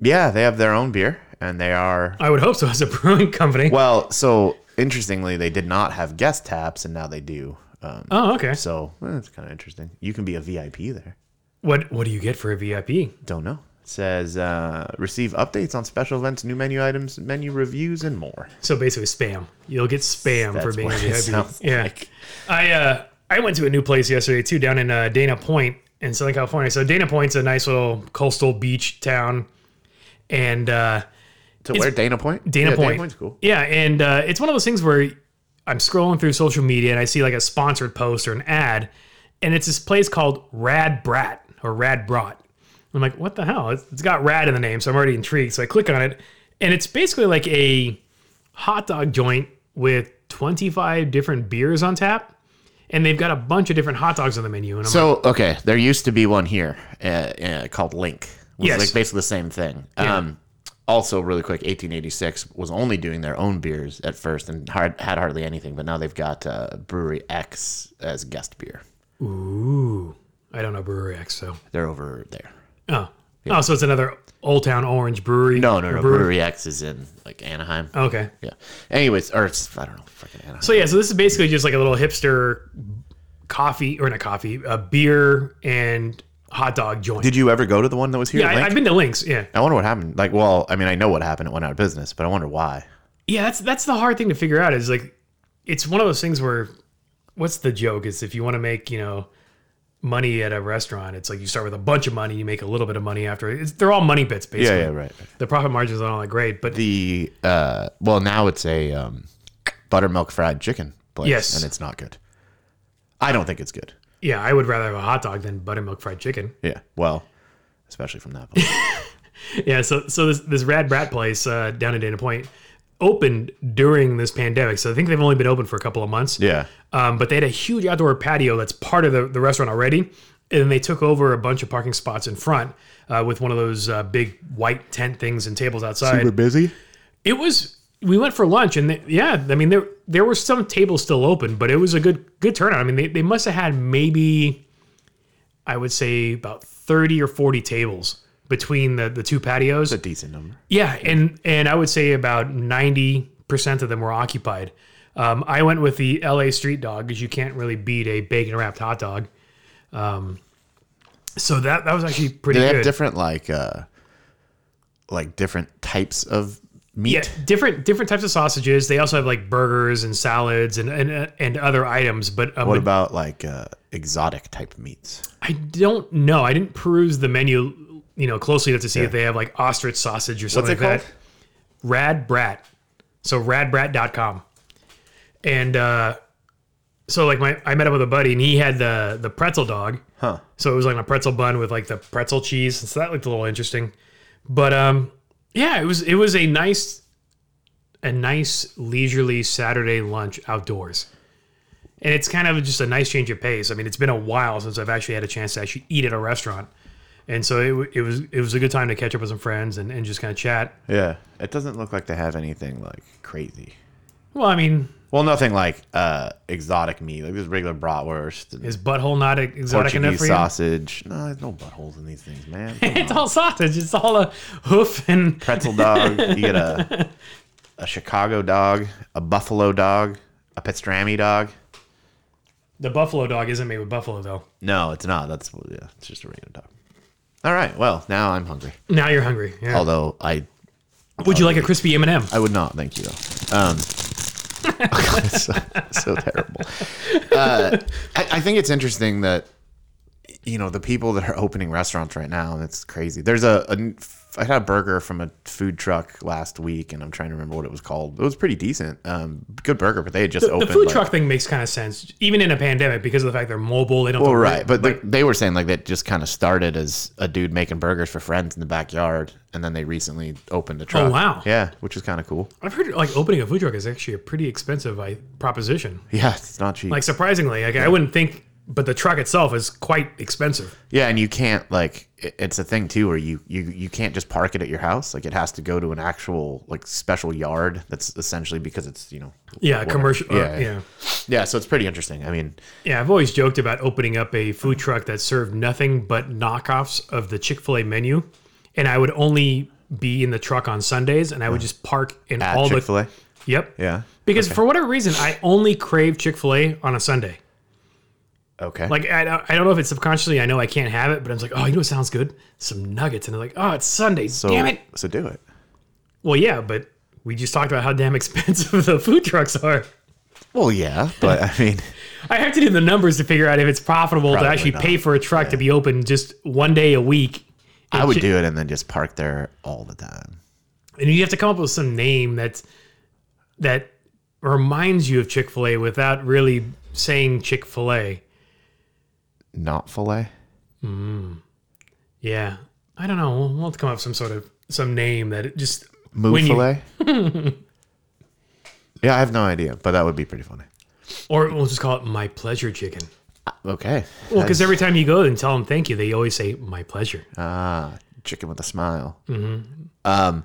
Speaker 1: Yeah, they have their own beer, and they are
Speaker 2: I would hope so. As a brewing company.
Speaker 1: well. So interestingly, they did not have guest taps, and now they do. Um,
Speaker 2: Oh, okay.
Speaker 1: So eh, that's kind of interesting. You can be a VIP there.
Speaker 2: What what do you get for a VIP?
Speaker 1: Don't know. It says uh, receive updates on special events, new menu items, menu reviews, and more.
Speaker 2: So basically, spam. You'll get spam for
Speaker 1: That's
Speaker 2: being a
Speaker 1: what it
Speaker 2: VIP.
Speaker 1: sounds
Speaker 2: yeah.
Speaker 1: like.
Speaker 2: I uh, I went to a new place yesterday too, down in uh, Dana Point in Southern California. So Dana Point's a nice little coastal beach town, and uh,
Speaker 1: To where Dana Point?
Speaker 2: Dana
Speaker 1: yeah,
Speaker 2: Point.
Speaker 1: Dana Point's cool.
Speaker 2: Yeah, and uh, it's one of those things where I'm scrolling through social media and I see like a sponsored post or an ad, and it's this place called Rad Brat or Rad Brat. I'm like, what the hell? It's- it's got rad in the name, so I'm already intrigued. So I click on it, and it's basically like a hot dog joint with 25 different beers on tap, and they've got a bunch of different hot dogs on the menu. And I'm
Speaker 1: So okay, there used to be one here uh, uh, called Link. Was
Speaker 2: Yes.
Speaker 1: like basically the same thing. Um, also, really quick, 1886 was only doing their own beers at first and hard, had hardly anything, but now they've got uh, Brewery X as guest beer.
Speaker 2: like, ooh, I don't know Brewery X, so
Speaker 1: They're over there.
Speaker 2: oh, oh, so it's another Old Town Orange Brewery.
Speaker 1: No, no, no.
Speaker 2: brewery.
Speaker 1: Brewery Oh. X is in like Anaheim.
Speaker 2: Okay.
Speaker 1: Yeah. Anyways, or it's, I don't know, fucking Anaheim.
Speaker 2: So yeah, so this is basically just like a little hipster coffee or not coffee, a beer and hot dog joint.
Speaker 1: Did you ever go to the one that was here?
Speaker 2: yeah, I,
Speaker 1: Link?
Speaker 2: I've been to Links. Yeah,
Speaker 1: I, wonder what happened. Like, well, I mean, I know what happened. It went out of business, but I wonder why.
Speaker 2: yeah. That's that's the hard thing to figure out. Is like, it's one of those things where, what's the joke? Is if you want to make you know money at a restaurant, it's like you start with a bunch of money, you make a little bit of money after. It's, they're all money bits basically.
Speaker 1: right.
Speaker 2: The profit margins aren't all that great, but
Speaker 1: The uh, well, now it's a um, buttermilk fried chicken place,
Speaker 2: Yes.
Speaker 1: and it's not good. I don't think it's good.
Speaker 2: yeah, I would rather have a hot dog than buttermilk fried chicken.
Speaker 1: Yeah. Well, especially from that. Point.
Speaker 2: Yeah, so so this this rad brat place uh, down in Dana Point opened during this pandemic. So I think they've only been open for a couple of months.
Speaker 1: yeah.
Speaker 2: Um, but they had a huge outdoor patio that's part of the, the restaurant already. And then they took over a bunch of parking spots in front uh, with one of those uh, big white tent things and tables outside.
Speaker 1: busy.
Speaker 2: It was we went for lunch and they, yeah, I mean there there were some tables still open, but it was a good good turnout. I mean they, they must have had maybe I would say about thirty or forty tables between the the two patios.
Speaker 1: A decent number.
Speaker 2: Yeah, and and I would say about ninety percent of them were occupied. Um, I went with the L.A. street dog because you can't really beat a bacon wrapped hot dog. Um, so that that was actually pretty
Speaker 1: Do they
Speaker 2: good.
Speaker 1: have different like uh, like different types of meat?
Speaker 2: yeah, different different types of sausages. They also have like burgers and salads and and, and other items. But um,
Speaker 1: What about like uh, exotic type meats?
Speaker 2: I don't know. I didn't peruse the menu, you know, closely enough to see if they have like ostrich sausage or something
Speaker 1: it
Speaker 2: like
Speaker 1: called?
Speaker 2: that. Rad Brat. So radbrat.com. And uh so like my I met up with a buddy and he had the the pretzel dog. Huh. So it was like a pretzel bun with like the pretzel cheese. So that looked a little interesting. But um yeah, it was it was a nice a nice leisurely Saturday lunch outdoors. and it's kind of just a nice change of pace. I mean, it's been a while since I've actually had a chance to actually eat at a restaurant, and so it, w- it was it was a good time to catch up with some friends and, and just kind of chat.
Speaker 1: Yeah. It doesn't look like they have anything like crazy.
Speaker 2: Well, I mean,
Speaker 1: Well, nothing like uh exotic meat, like this regular bratwurst and
Speaker 2: is butthole not e- exotic enough
Speaker 1: Portuguese
Speaker 2: for you?
Speaker 1: sausage. No, there's no buttholes in these things, man. Come
Speaker 2: It's
Speaker 1: on.
Speaker 2: all sausage. It's all a hoof and
Speaker 1: Pretzel dog. You get a a Chicago dog, a buffalo dog, a pastrami dog.
Speaker 2: the buffalo dog isn't made with buffalo though.
Speaker 1: No, it's not. That's yeah, it's just a regular dog. All right. Well, now I'm hungry.
Speaker 2: Now you're hungry. Yeah.
Speaker 1: Although I
Speaker 2: Would you like a crispy M and m
Speaker 1: I would not. Thank you, though. Um, so, so terrible. Uh, I, I think it's interesting that you know the people that are opening restaurants right now, and it's crazy. There's a, a n- I had a burger from a food truck last week, and I'm trying to remember what it was called. It was pretty decent, um, good burger, but they had just
Speaker 2: The
Speaker 1: opened.
Speaker 2: food
Speaker 1: like-
Speaker 2: truck thing makes kind of sense, even in a pandemic, because of the fact they're mobile. They don't.
Speaker 1: Well, Oh, right, but they, they were saying like that just kind of started as a dude making burgers for friends in the backyard, and then they recently opened a truck.
Speaker 2: Oh, wow.
Speaker 1: Yeah, which is kind of cool.
Speaker 2: I've heard like opening a food truck is actually a pretty expensive I, proposition.
Speaker 1: Yeah, it's not cheap.
Speaker 2: Like surprisingly, like I wouldn't think, but the truck itself is quite expensive.
Speaker 1: Yeah, and you can't like it- it's a thing too where you you you can't just park it at your house. Like it has to go to an actual like special yard that's essentially because it's, you know.
Speaker 2: Yeah, commercial. uh,
Speaker 1: Yeah, yeah.
Speaker 2: yeah,
Speaker 1: Yeah, so it's pretty interesting. I mean,
Speaker 2: yeah. I've always joked about opening up a food truck that served nothing but knockoffs of the Chick Fil A menu, and I would only be in the truck on Sundays, and I would just park in
Speaker 1: Hmm. at
Speaker 2: all
Speaker 1: Chick-fil-A.
Speaker 2: the yep.
Speaker 1: yeah.
Speaker 2: Because for whatever reason, I only crave Chick Fil A on a Sunday.
Speaker 1: Okay.
Speaker 2: Like I, don't- I don't know if it's subconsciously. I know I can't have it, but I'm just like, oh, you know what sounds good? Some nuggets, and they're like, oh, it's Sunday.
Speaker 1: so,
Speaker 2: damn it.
Speaker 1: So do it.
Speaker 2: Well, yeah, but we just talked about how damn expensive the food trucks are.
Speaker 1: Well, yeah, but I mean,
Speaker 2: I have to do the numbers to figure out if it's profitable
Speaker 1: Probably
Speaker 2: to actually
Speaker 1: not.
Speaker 2: pay for a truck to be open just one day a week.
Speaker 1: I would do it and then just park there all the time.
Speaker 2: And you have to come up with some name that's that reminds you of Chick Fil A without really saying Chick Fil A.
Speaker 1: Not filet.
Speaker 2: Yeah, I don't know. We'll, we'll have to come up with some sort of some name that it just
Speaker 1: Move
Speaker 2: When you-
Speaker 1: filet. yeah, I have no idea, but that would be pretty funny.
Speaker 2: or we'll just call it my pleasure chicken.
Speaker 1: Okay.
Speaker 2: Well, because every time you go and tell them thank you, they always say my pleasure.
Speaker 1: Ah, chicken with a smile. Mm-hmm. Um,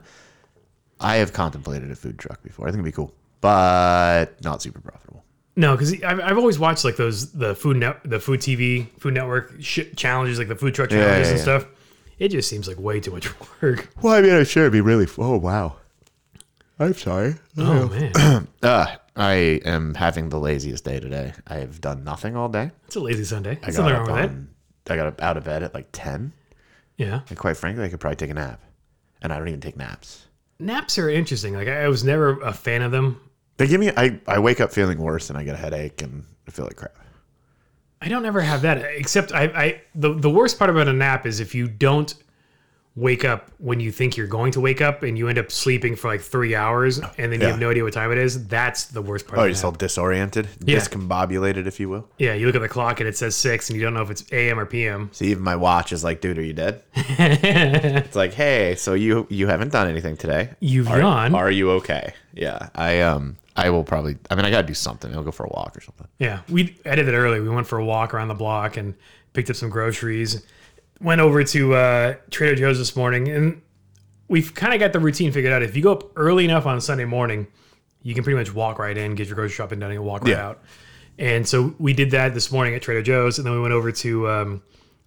Speaker 1: I have contemplated a food truck before. I think it'd be cool, but not super profitable.
Speaker 2: No, because I've, I've always watched like those the food net the food TV food network sh- challenges like the food truck challenges
Speaker 1: yeah,
Speaker 2: and
Speaker 1: yeah.
Speaker 2: stuff. It just seems like way too much work.
Speaker 1: Well, I mean, I'm sure it'd be really. Oh wow. I'm sorry.
Speaker 2: Oh man,
Speaker 1: Uh, I am having the laziest day today. I have done nothing all day.
Speaker 2: it's a lazy Sunday. There's nothing wrong with that.
Speaker 1: on- I got up out of bed at like ten,
Speaker 2: Yeah,
Speaker 1: and quite frankly, I could probably take a nap, and I don't even take naps.
Speaker 2: naps are interesting. Like I, I was never a fan of them.
Speaker 1: They give me. I I wake up feeling worse, and I get a headache, and I feel like crap.
Speaker 2: I don't ever have that. Except I, I the the worst part about a nap is if you don't wake up when you think you're going to wake up and you end up sleeping for like three hours and then you
Speaker 1: Yeah.
Speaker 2: have no idea what time it is. That's the worst part.
Speaker 1: Oh,
Speaker 2: of
Speaker 1: you're
Speaker 2: a
Speaker 1: just
Speaker 2: nap.
Speaker 1: all disoriented,
Speaker 2: Yeah.
Speaker 1: discombobulated, if you will.
Speaker 2: yeah. You look at the clock and it says six and you don't know if it's a.m. or p.m.
Speaker 1: So even my watch is like, dude, are you dead? it's like, hey, so you you haven't done anything today.
Speaker 2: You've
Speaker 1: are,
Speaker 2: yawned.
Speaker 1: Are you okay? Yeah, I um, I will probably. I mean, I gotta do something. I'll go for a walk or something.
Speaker 2: Yeah, we I did that earlier. We went for a walk around the block and picked up some groceries. Went over to uh, Trader Joe's this morning, and we've kind of got the routine figured out. If you go up early enough on Sunday morning, you can pretty much walk right in, get your grocery shopping done, and walk right
Speaker 1: Yeah.
Speaker 2: out. And so we did that this morning at Trader Joe's, and then we went over to um,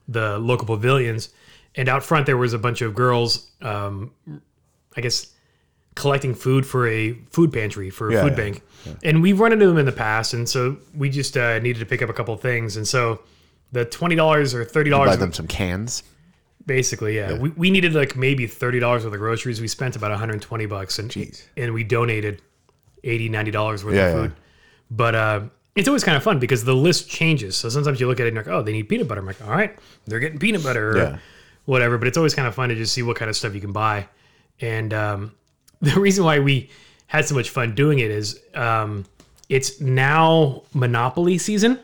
Speaker 2: the local pavilions. And out front, there was a bunch of girls, um, I guess, collecting food for a food pantry for a
Speaker 1: Yeah,
Speaker 2: food
Speaker 1: yeah.
Speaker 2: bank. And we've run into them in the past, and so we just uh, needed to pick up a couple things. And so the twenty dollars or thirty
Speaker 1: Buy
Speaker 2: dollars,
Speaker 1: them some cans.
Speaker 2: basically, yeah, We, we needed like maybe thirty dollars worth of groceries. We spent about one hundred twenty bucks, and and we donated 80 dollars worth
Speaker 1: Yeah,
Speaker 2: of
Speaker 1: yeah.
Speaker 2: food. But uh, it's always kind of fun because the list changes. So sometimes you look at it and you're like, oh, they need peanut butter. I'm like, all right, they're getting peanut butter or
Speaker 1: Yeah.
Speaker 2: whatever. But it's always kind of fun to just see what kind of stuff you can buy. And um, the reason why we had so much fun doing it is um, it's now Monopoly season.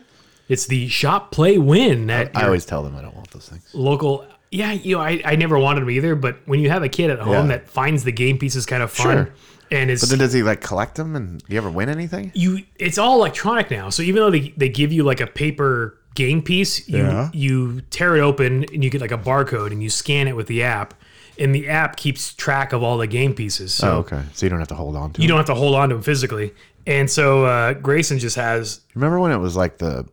Speaker 2: It's the shop, play, win at
Speaker 1: I
Speaker 2: your
Speaker 1: always tell them I don't want those things.
Speaker 2: local. Yeah, you know, I, I never wanted them either, but when you have a kid at home
Speaker 1: Yeah.
Speaker 2: that finds the game pieces kind of fun,
Speaker 1: Sure.
Speaker 2: and it's
Speaker 1: But then does he like collect them and do you ever win anything?
Speaker 2: you it's all electronic now. So even though they, they give you like a paper game piece, you
Speaker 1: Yeah.
Speaker 2: you tear it open and you get like a barcode and you scan it with the app, and the app keeps track of all the game pieces. So
Speaker 1: Oh, okay. So you don't have to hold on to
Speaker 2: you
Speaker 1: it.
Speaker 2: don't have to hold on to them physically. And so uh, Grayson just has
Speaker 1: Remember when it was like the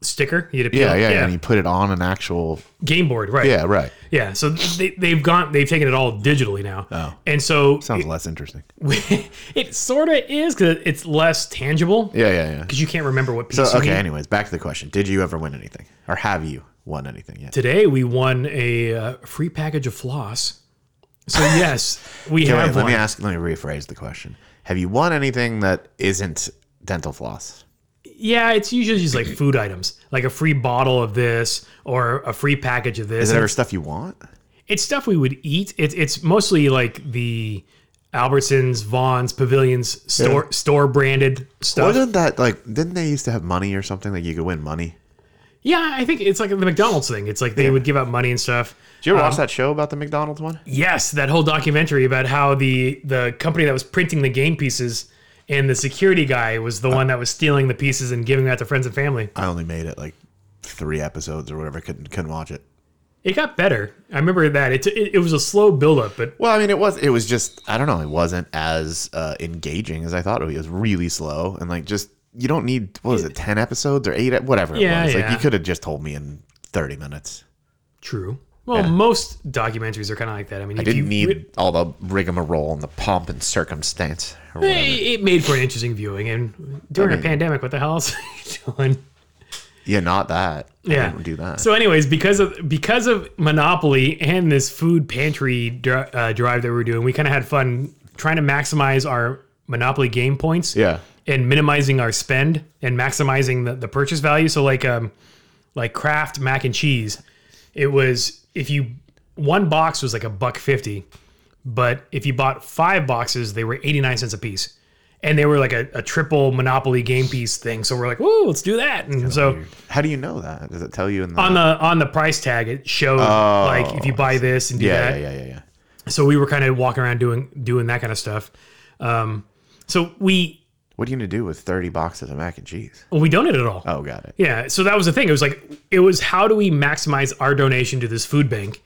Speaker 2: sticker. You had to
Speaker 1: yeah,
Speaker 2: peel-
Speaker 1: yeah, yeah, and you put it on an actual
Speaker 2: game board, right?
Speaker 1: Yeah, right.
Speaker 2: yeah. So they, they've gone, they've taken it all digitally now.
Speaker 1: Oh.
Speaker 2: and so
Speaker 1: Sounds less interesting.
Speaker 2: it, sort of is because it's less tangible
Speaker 1: Yeah, yeah, yeah.
Speaker 2: because you can't remember what piece.
Speaker 1: So
Speaker 2: you
Speaker 1: okay,
Speaker 2: need.
Speaker 1: anyways, back to the question. Did you ever win anything? Or have you won anything yet?
Speaker 2: Today we won a uh, free package of floss. So yes, we
Speaker 1: Okay,
Speaker 2: have
Speaker 1: wait, let me
Speaker 2: one.
Speaker 1: ask let me rephrase the question. Have you won anything that isn't dental floss?
Speaker 2: Yeah, it's usually just like food items, like a free bottle of this or a free package of this.
Speaker 1: Is it ever stuff you want?
Speaker 2: It's stuff we would eat. It's it's mostly like the Albertsons, Vaughn's, Pavilions store store branded stuff.
Speaker 1: Wasn't that like didn't they used to have money or something that you could win money?
Speaker 2: Yeah, I think it's like the McDonald's thing. It's like they would give out money and stuff.
Speaker 1: Did you ever watch that show about the McDonald's one?
Speaker 2: Yes, that whole documentary about how the the company that was printing the game pieces and the security guy was the one that was stealing the pieces and giving that to friends and family.
Speaker 1: I only made it like three episodes or whatever. Couldn't couldn't watch it.
Speaker 2: It got better. I remember that. It it, it was a slow buildup, but
Speaker 1: Well, I mean, it was it was just I don't know. It wasn't as uh, engaging as I thought. It would be. It was really slow and like just you don't need what was it ten episodes or eight ep- whatever it
Speaker 2: Yeah,
Speaker 1: was. Like
Speaker 2: yeah.
Speaker 1: you could have just told me in thirty minutes.
Speaker 2: true. Well, most documentaries are kind of like that. I mean,
Speaker 1: I
Speaker 2: if
Speaker 1: didn't
Speaker 2: you
Speaker 1: need
Speaker 2: re-
Speaker 1: all the rigmarole and the pomp and circumstance. Or
Speaker 2: Hey,
Speaker 1: whatever.
Speaker 2: it made for an interesting viewing, and during a pandemic, what the hell else are you doing?
Speaker 1: Yeah, not that. I
Speaker 2: Yeah,
Speaker 1: didn't do that.
Speaker 2: So, anyways, because of because of Monopoly and this food pantry dri- uh, drive that we were doing, we kind of had fun trying to maximize our Monopoly game points.
Speaker 1: yeah,
Speaker 2: and minimizing our spend and maximizing the, the purchase value. So like um like Kraft mac and cheese, it was if you one box was like a buck fifty, but if you bought five boxes, they were eighty nine cents a piece. And they were like a, a triple Monopoly game piece thing. So we're like, whoa, let's do that. And so
Speaker 1: how do you know that? Does it tell you in the?
Speaker 2: on the on the price tag it showed like if you buy this and do
Speaker 1: Oh, yeah,
Speaker 2: that
Speaker 1: yeah, yeah, yeah, yeah.
Speaker 2: so we were kind of walking around doing doing that kind of stuff um so we
Speaker 1: What are you gonna do with thirty boxes of mac and cheese?
Speaker 2: well, we donated it all
Speaker 1: Oh, got it.
Speaker 2: Yeah, so that was the thing. It was like it was how do we maximize our donation to this food bank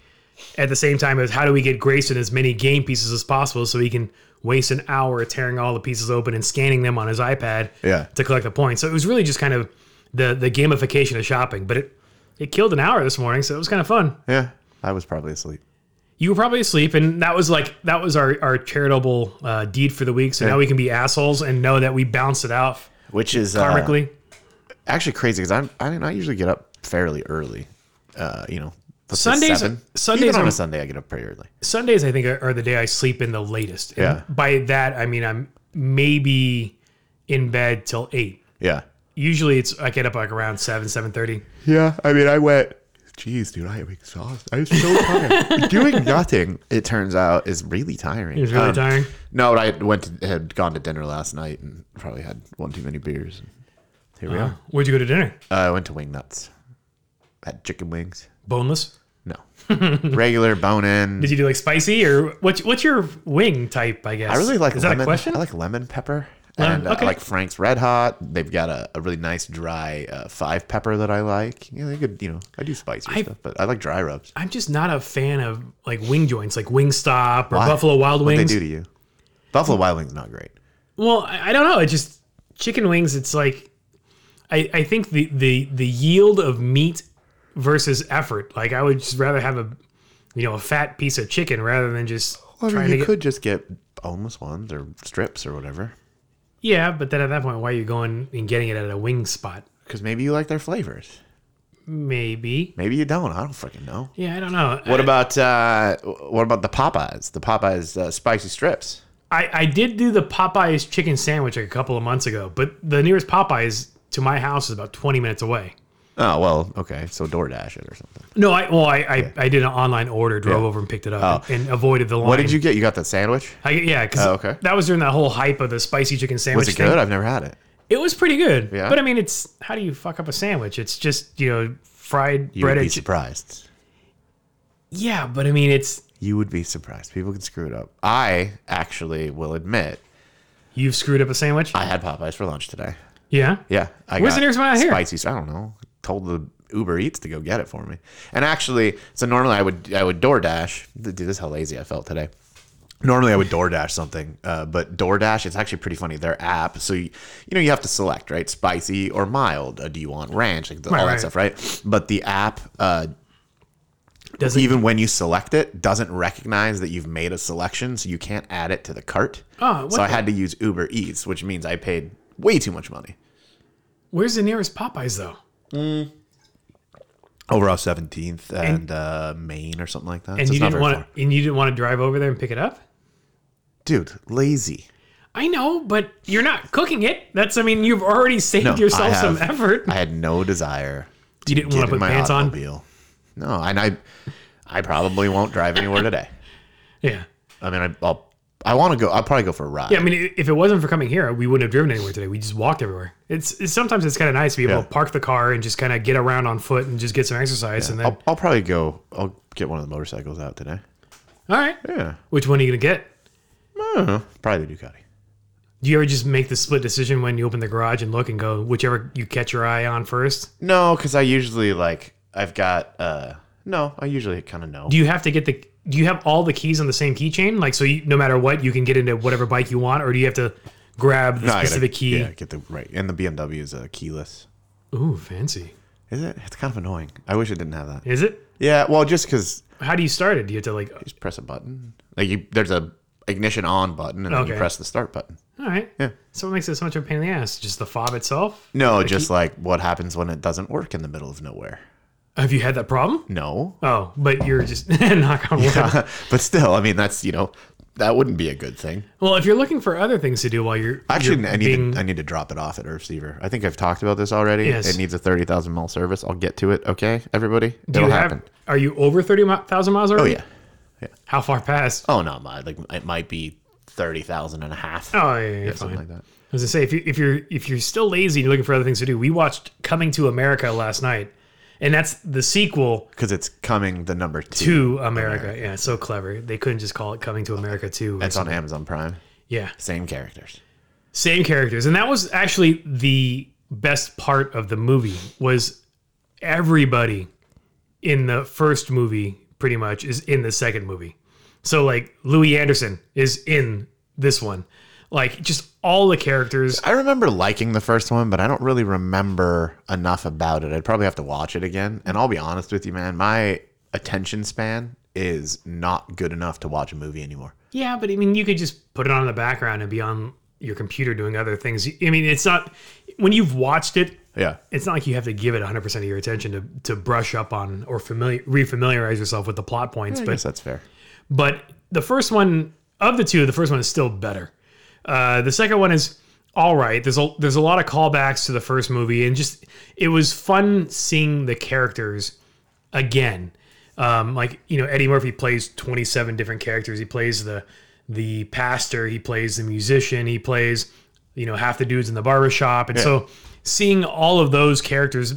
Speaker 2: at the same time as how do we get Grayson as many game pieces as possible so he can waste an hour tearing all the pieces open and scanning them on his iPad
Speaker 1: Yeah.
Speaker 2: to collect the points. So it was really just kind of the the gamification of shopping, but it it killed an hour this morning, so it was kind of fun.
Speaker 1: Yeah, I was probably asleep.
Speaker 2: You were probably asleep, and that was like that was our our charitable uh, deed for the week. So now we can be assholes and know that we bounced it out
Speaker 1: Which is uh,
Speaker 2: karmically.
Speaker 1: actually crazy because I'm I mean I usually get up fairly early. Uh, you know, let's say
Speaker 2: Sundays-
Speaker 1: seven.
Speaker 2: Sundays
Speaker 1: Even on
Speaker 2: are-
Speaker 1: a Sunday I get up pretty early.
Speaker 2: Sundays, I think, are, are the day I sleep in the latest. And
Speaker 1: Yeah.
Speaker 2: By that, I mean I'm maybe in bed till eight.
Speaker 1: Yeah,
Speaker 2: Usually, it's I get up like around seven, seven thirty.
Speaker 1: yeah. I mean I went. Jeez, dude, I am exhausted. I was so tired. Doing nothing, it turns out, is really tiring.
Speaker 2: It's really
Speaker 1: Um,
Speaker 2: tiring.
Speaker 1: No, I went to, had gone to dinner last night and probably had one too many beers. And here we are.
Speaker 2: Where'd you go to dinner?
Speaker 1: Uh, I went to Wing Nuts. Had chicken wings.
Speaker 2: Boneless.
Speaker 1: No, regular bone in.
Speaker 2: Did you do like spicy or what's what's your wing type? I guess.
Speaker 1: I really like
Speaker 2: Is that
Speaker 1: lemon.
Speaker 2: a question?
Speaker 1: I like lemon pepper.
Speaker 2: Lemon,
Speaker 1: and uh,
Speaker 2: okay.
Speaker 1: I like Frank's Red Hot. They've got a, a really nice dry uh, five pepper that I like. You know, they could, you know, I do spicy stuff, but I like dry rubs.
Speaker 2: I'm just not a fan of like wing joints, like Wingstop or
Speaker 1: Why?
Speaker 2: Buffalo Wild
Speaker 1: What they
Speaker 2: Wings.
Speaker 1: do to you? Buffalo Wild Wings not great.
Speaker 2: Well, I, I don't know. It's just chicken wings. It's like I, I think the, the the yield of meat versus effort. Like I would just rather have a you know a fat piece of chicken rather than just
Speaker 1: Well, I
Speaker 2: trying
Speaker 1: mean,
Speaker 2: to
Speaker 1: you
Speaker 2: get.
Speaker 1: could just get boneless ones or strips or whatever.
Speaker 2: Yeah, but then at that point, why are you going and getting it at a wing spot?
Speaker 1: Because maybe you like their flavors.
Speaker 2: Maybe.
Speaker 1: Maybe you don't. I don't freaking know.
Speaker 2: Yeah, I don't know.
Speaker 1: What about uh, what about the Popeyes? The Popeyes uh, spicy strips.
Speaker 2: I, I did do the Popeyes chicken sandwich like a couple of months ago, but the nearest Popeyes to my house is about twenty minutes away.
Speaker 1: Oh well, okay. So DoorDash it or something.
Speaker 2: No, I well, I, I, I did an online order, drove over and picked it up, and, and avoided the line.
Speaker 1: Oh. What did you get? You got that sandwich?
Speaker 2: I, yeah, because
Speaker 1: Oh, okay.
Speaker 2: that was during that whole hype of the spicy chicken sandwich
Speaker 1: Was it
Speaker 2: thing.
Speaker 1: good? I've never had it.
Speaker 2: It was pretty good.
Speaker 1: Yeah?
Speaker 2: But I mean, it's how do you fuck up a sandwich? It's just you know fried
Speaker 1: You
Speaker 2: bread.
Speaker 1: would be
Speaker 2: And chi-
Speaker 1: surprised.
Speaker 2: yeah, but I mean, it's
Speaker 1: You would be surprised. People can screw it up. I actually will admit
Speaker 2: You've screwed up a sandwich?
Speaker 1: I had Popeyes for lunch today.
Speaker 2: yeah.
Speaker 1: Yeah, I
Speaker 2: Where's
Speaker 1: got
Speaker 2: the nearest one out here?
Speaker 1: Spicy. I don't know. Told the Uber Eats to go get it for me. And actually, so normally I would I would DoorDash. Dude, this is how lazy I felt today. Normally I would DoorDash something, uh, but DoorDash it's actually pretty funny. Their app, so you, you know you have to select right, spicy or mild. Uh, do you want ranch? Like the, all that
Speaker 2: right.
Speaker 1: stuff, right? But the app uh,
Speaker 2: Doesn't-
Speaker 1: even when you select it doesn't recognize that you've made a selection, so you can't add it to the cart.
Speaker 2: Oh, what
Speaker 1: so I
Speaker 2: the-
Speaker 1: had to use Uber Eats, which means I paid way too much money.
Speaker 2: Where's the nearest Popeyes though?
Speaker 1: overall 17th and, uh, Maine or something like that.
Speaker 2: And
Speaker 1: So
Speaker 2: you
Speaker 1: it's not
Speaker 2: didn't
Speaker 1: very
Speaker 2: want
Speaker 1: far.
Speaker 2: to, and you didn't want to drive over there and pick it up?
Speaker 1: dude, lazy.
Speaker 2: I know, but you're not cooking it. That's I mean, you've already saved
Speaker 1: No,
Speaker 2: yourself
Speaker 1: I
Speaker 2: some
Speaker 1: have-
Speaker 2: effort.
Speaker 1: I had no desire.
Speaker 2: you didn't
Speaker 1: to
Speaker 2: want
Speaker 1: get
Speaker 2: to put
Speaker 1: in my
Speaker 2: pants on.
Speaker 1: automobile. No, and I, I probably won't drive anywhere today.
Speaker 2: Yeah.
Speaker 1: I mean, I, I'll, I want to go. I'll probably go for a ride.
Speaker 2: Yeah, I mean, i- if it wasn't for coming here, we wouldn't have driven anywhere today. We just walked everywhere. It's, it's sometimes it's kind of nice to be able
Speaker 1: Yeah.
Speaker 2: to park the car and just kind of get around on foot and just get some exercise. And then,
Speaker 1: I'll, I'll probably go. I'll get one of the motorcycles out today.
Speaker 2: all right,
Speaker 1: Yeah,
Speaker 2: which one are you gonna get?
Speaker 1: I don't know. Probably the Ducati.
Speaker 2: Do you ever just make the split decision when you open the garage and look and go whichever you catch your eye on first?
Speaker 1: No, because I usually like I've got. uh No, I usually kind of know.
Speaker 2: Do you have to get the? Do you have all the keys on the same keychain? Like, so you, no matter what, you can get into whatever bike you want, or do you have to grab the
Speaker 1: No, I gotta-
Speaker 2: specific key?
Speaker 1: Yeah, get the right. And the BMW is uh, keyless.
Speaker 2: Ooh, fancy.
Speaker 1: Is it? It's kind of annoying. I wish it didn't have that.
Speaker 2: Is it?
Speaker 1: Yeah, well, just because
Speaker 2: How do you start it? Do you have to like?
Speaker 1: just press a button. Like you, there's a ignition on button, and then you
Speaker 2: Okay.
Speaker 1: press the start button.
Speaker 2: All right. Yeah. So what makes it so much of a pain in the ass? Just the fob itself?
Speaker 1: No, just like what happens when it doesn't work in the middle of nowhere.
Speaker 2: Have you had that problem?
Speaker 1: No,
Speaker 2: Oh, but you're just knock on wood.
Speaker 1: but still, I mean, that's you know, that wouldn't be a good thing.
Speaker 2: Well, if you're looking for other things to do while you're
Speaker 1: Actually,
Speaker 2: you're
Speaker 1: I need
Speaker 2: being-
Speaker 1: to, I need to drop it off at Earth Seaver. I think I've talked about this already.
Speaker 2: Yes.
Speaker 1: It needs a thirty thousand mile service. I'll get to it. Okay, everybody,
Speaker 2: do
Speaker 1: it'll
Speaker 2: you have,
Speaker 1: happen.
Speaker 2: Are you over thirty thousand miles
Speaker 1: Oh
Speaker 2: already?
Speaker 1: yeah.
Speaker 2: How far past?
Speaker 1: Oh no, my like it might be thirty thousand and a half.
Speaker 2: Oh, yeah, yeah, you're fine.
Speaker 1: something like that.
Speaker 2: I was gonna say if you if you're if you're still lazy and you're looking for other things to do, we watched Coming to America last night, and that's the sequel
Speaker 1: Because it's coming the number two.
Speaker 2: to America. Yeah, so clever. They couldn't just call it Coming to America too.
Speaker 1: It's on Amazon Prime.
Speaker 2: Yeah,
Speaker 1: Same characters.
Speaker 2: same characters, and that was actually the best part of the movie was everybody in the first movie pretty much is in the second movie. So like Louis Anderson is in this one, like just all the characters.
Speaker 1: I remember liking the first one, but I don't really remember enough about it. I'd probably have to watch it again. And I'll be honest with you, man, my attention span is not good enough to watch a movie anymore.
Speaker 2: Yeah, but I mean, you could just put it on in the background and be on your computer doing other things. I mean, it's not when you've watched it.
Speaker 1: Yeah.
Speaker 2: It's not like you have to give it 100% of your attention to, to brush up on or familiar, refamiliarize yourself with the plot points.
Speaker 1: I
Speaker 2: but
Speaker 1: guess that's fair.
Speaker 2: but the first one of the two, the first one is still better. Uh, the second one is all right. There's a there's a lot of callbacks to the first movie, and just it was fun seeing the characters again. Um, like you know, Eddie Murphy plays 27 different characters. He plays the the pastor, he plays the musician, he plays you know half the dudes in the barbershop, and so seeing all of those characters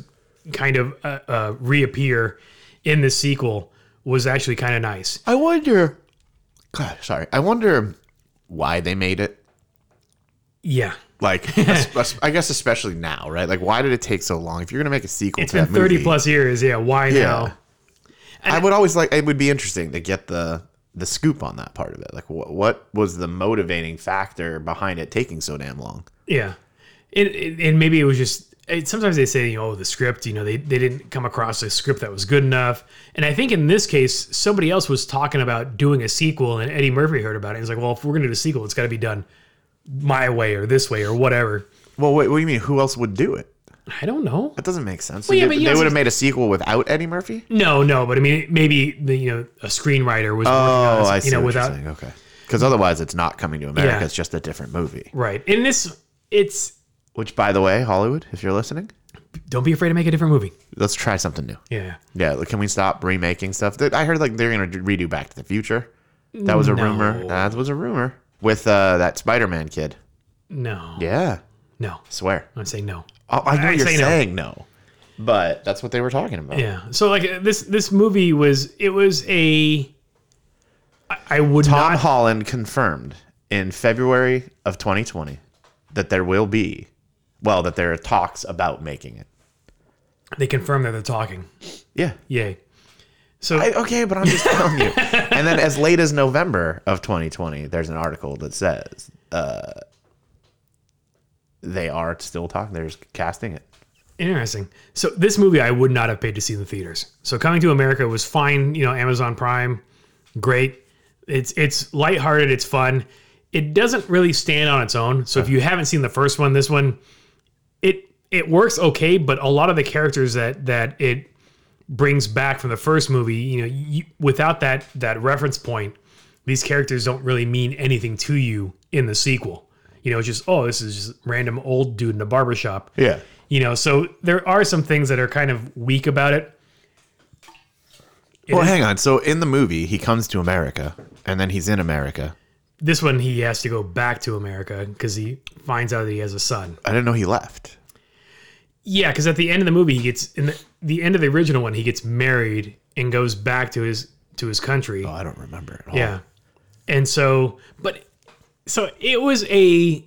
Speaker 2: kind of uh, uh, reappear in the sequel was actually kind of nice.
Speaker 1: I wonder. God, sorry. I wonder why they made it.
Speaker 2: Yeah.
Speaker 1: Like, es- es- I guess especially now, right? Like, why did it take so long? If you're going to make a sequel
Speaker 2: It's
Speaker 1: to
Speaker 2: been
Speaker 1: that
Speaker 2: 30
Speaker 1: movie,
Speaker 2: plus years. Yeah. Why
Speaker 1: Yeah.
Speaker 2: now?
Speaker 1: I would always like. It would be interesting to get the the scoop on that part of it. Like, what what was the motivating factor behind it taking so damn long?
Speaker 2: Yeah. It, it, and maybe it was just, it, sometimes they say, you know, oh, the script, you know, they, they didn't come across a script that was good enough. And I think in this case, somebody else was talking about doing a sequel and Eddie Murphy heard about it. And he's like, well, if we're going to do a sequel, it's got to be done my way or this way or whatever.
Speaker 1: Well, wait, what do you mean? Who else would do it?
Speaker 2: I don't know.
Speaker 1: That doesn't make sense.
Speaker 2: yeah,
Speaker 1: they
Speaker 2: but you also-
Speaker 1: would have made a sequel without Eddie Murphy.
Speaker 2: No, no. But I mean, maybe, the, you know, a screenwriter was, working on
Speaker 1: Oh,
Speaker 2: this,
Speaker 1: I see.
Speaker 2: you know,
Speaker 1: what
Speaker 2: without,
Speaker 1: you're saying. okay, because otherwise it's not coming to America.
Speaker 2: Yeah.
Speaker 1: It's just a different movie.
Speaker 2: right. In this, it's,
Speaker 1: Which, by the way, Hollywood, if you're listening,
Speaker 2: don't be afraid to make a different movie.
Speaker 1: let's try something new.
Speaker 2: Yeah.
Speaker 1: Yeah, like, can we stop remaking stuff? That- I heard like they're gonna redo Back to the Future. That was a rumor.
Speaker 2: No.
Speaker 1: That was a rumor with uh, that Spider-Man kid.
Speaker 2: No,
Speaker 1: Yeah,
Speaker 2: no.
Speaker 1: swear.
Speaker 2: I'm saying no.
Speaker 1: Oh, I know
Speaker 2: I
Speaker 1: you're
Speaker 2: say no.
Speaker 1: saying no. but
Speaker 2: uh,
Speaker 1: that's what they were talking about.
Speaker 2: Yeah. So like this this movie was it was a I, I would
Speaker 1: Tom
Speaker 2: not.
Speaker 1: Holland confirmed in February of 2020 that there will be, well, that there are talks about making it.
Speaker 2: They confirm that they're talking.
Speaker 1: Yeah.
Speaker 2: Yay. So
Speaker 1: I, okay, but I'm just telling you. And then as late as November of 2020, there's an article that says uh, they are still talking. They're just casting it.
Speaker 2: Interesting. So this movie I would not have paid to see in the theaters. So Coming to America was fine, you know, Amazon Prime, great. It's it's lighthearted, it's fun. It doesn't really stand on its own. So if you haven't seen the first one, this one it it works okay, but a lot of the characters that that it brings back from the first movie, you know, you, without that that reference point, these characters don't really mean anything to you in the sequel. You know, it's just oh, this is just random old dude in a barbershop
Speaker 1: Yeah.
Speaker 2: you know so there are some things that are kind of weak about it
Speaker 1: well,
Speaker 2: is-
Speaker 1: hang on. So in the movie, he comes to America, and then he's in America.
Speaker 2: this one he has to go back to america because he finds out that he has a son
Speaker 1: I didn't know he left.
Speaker 2: yeah because at the end of the movie he gets in the, the end of the original one he gets married and goes back to his to his country
Speaker 1: Oh, I don't remember at all.
Speaker 2: yeah and so but so it was a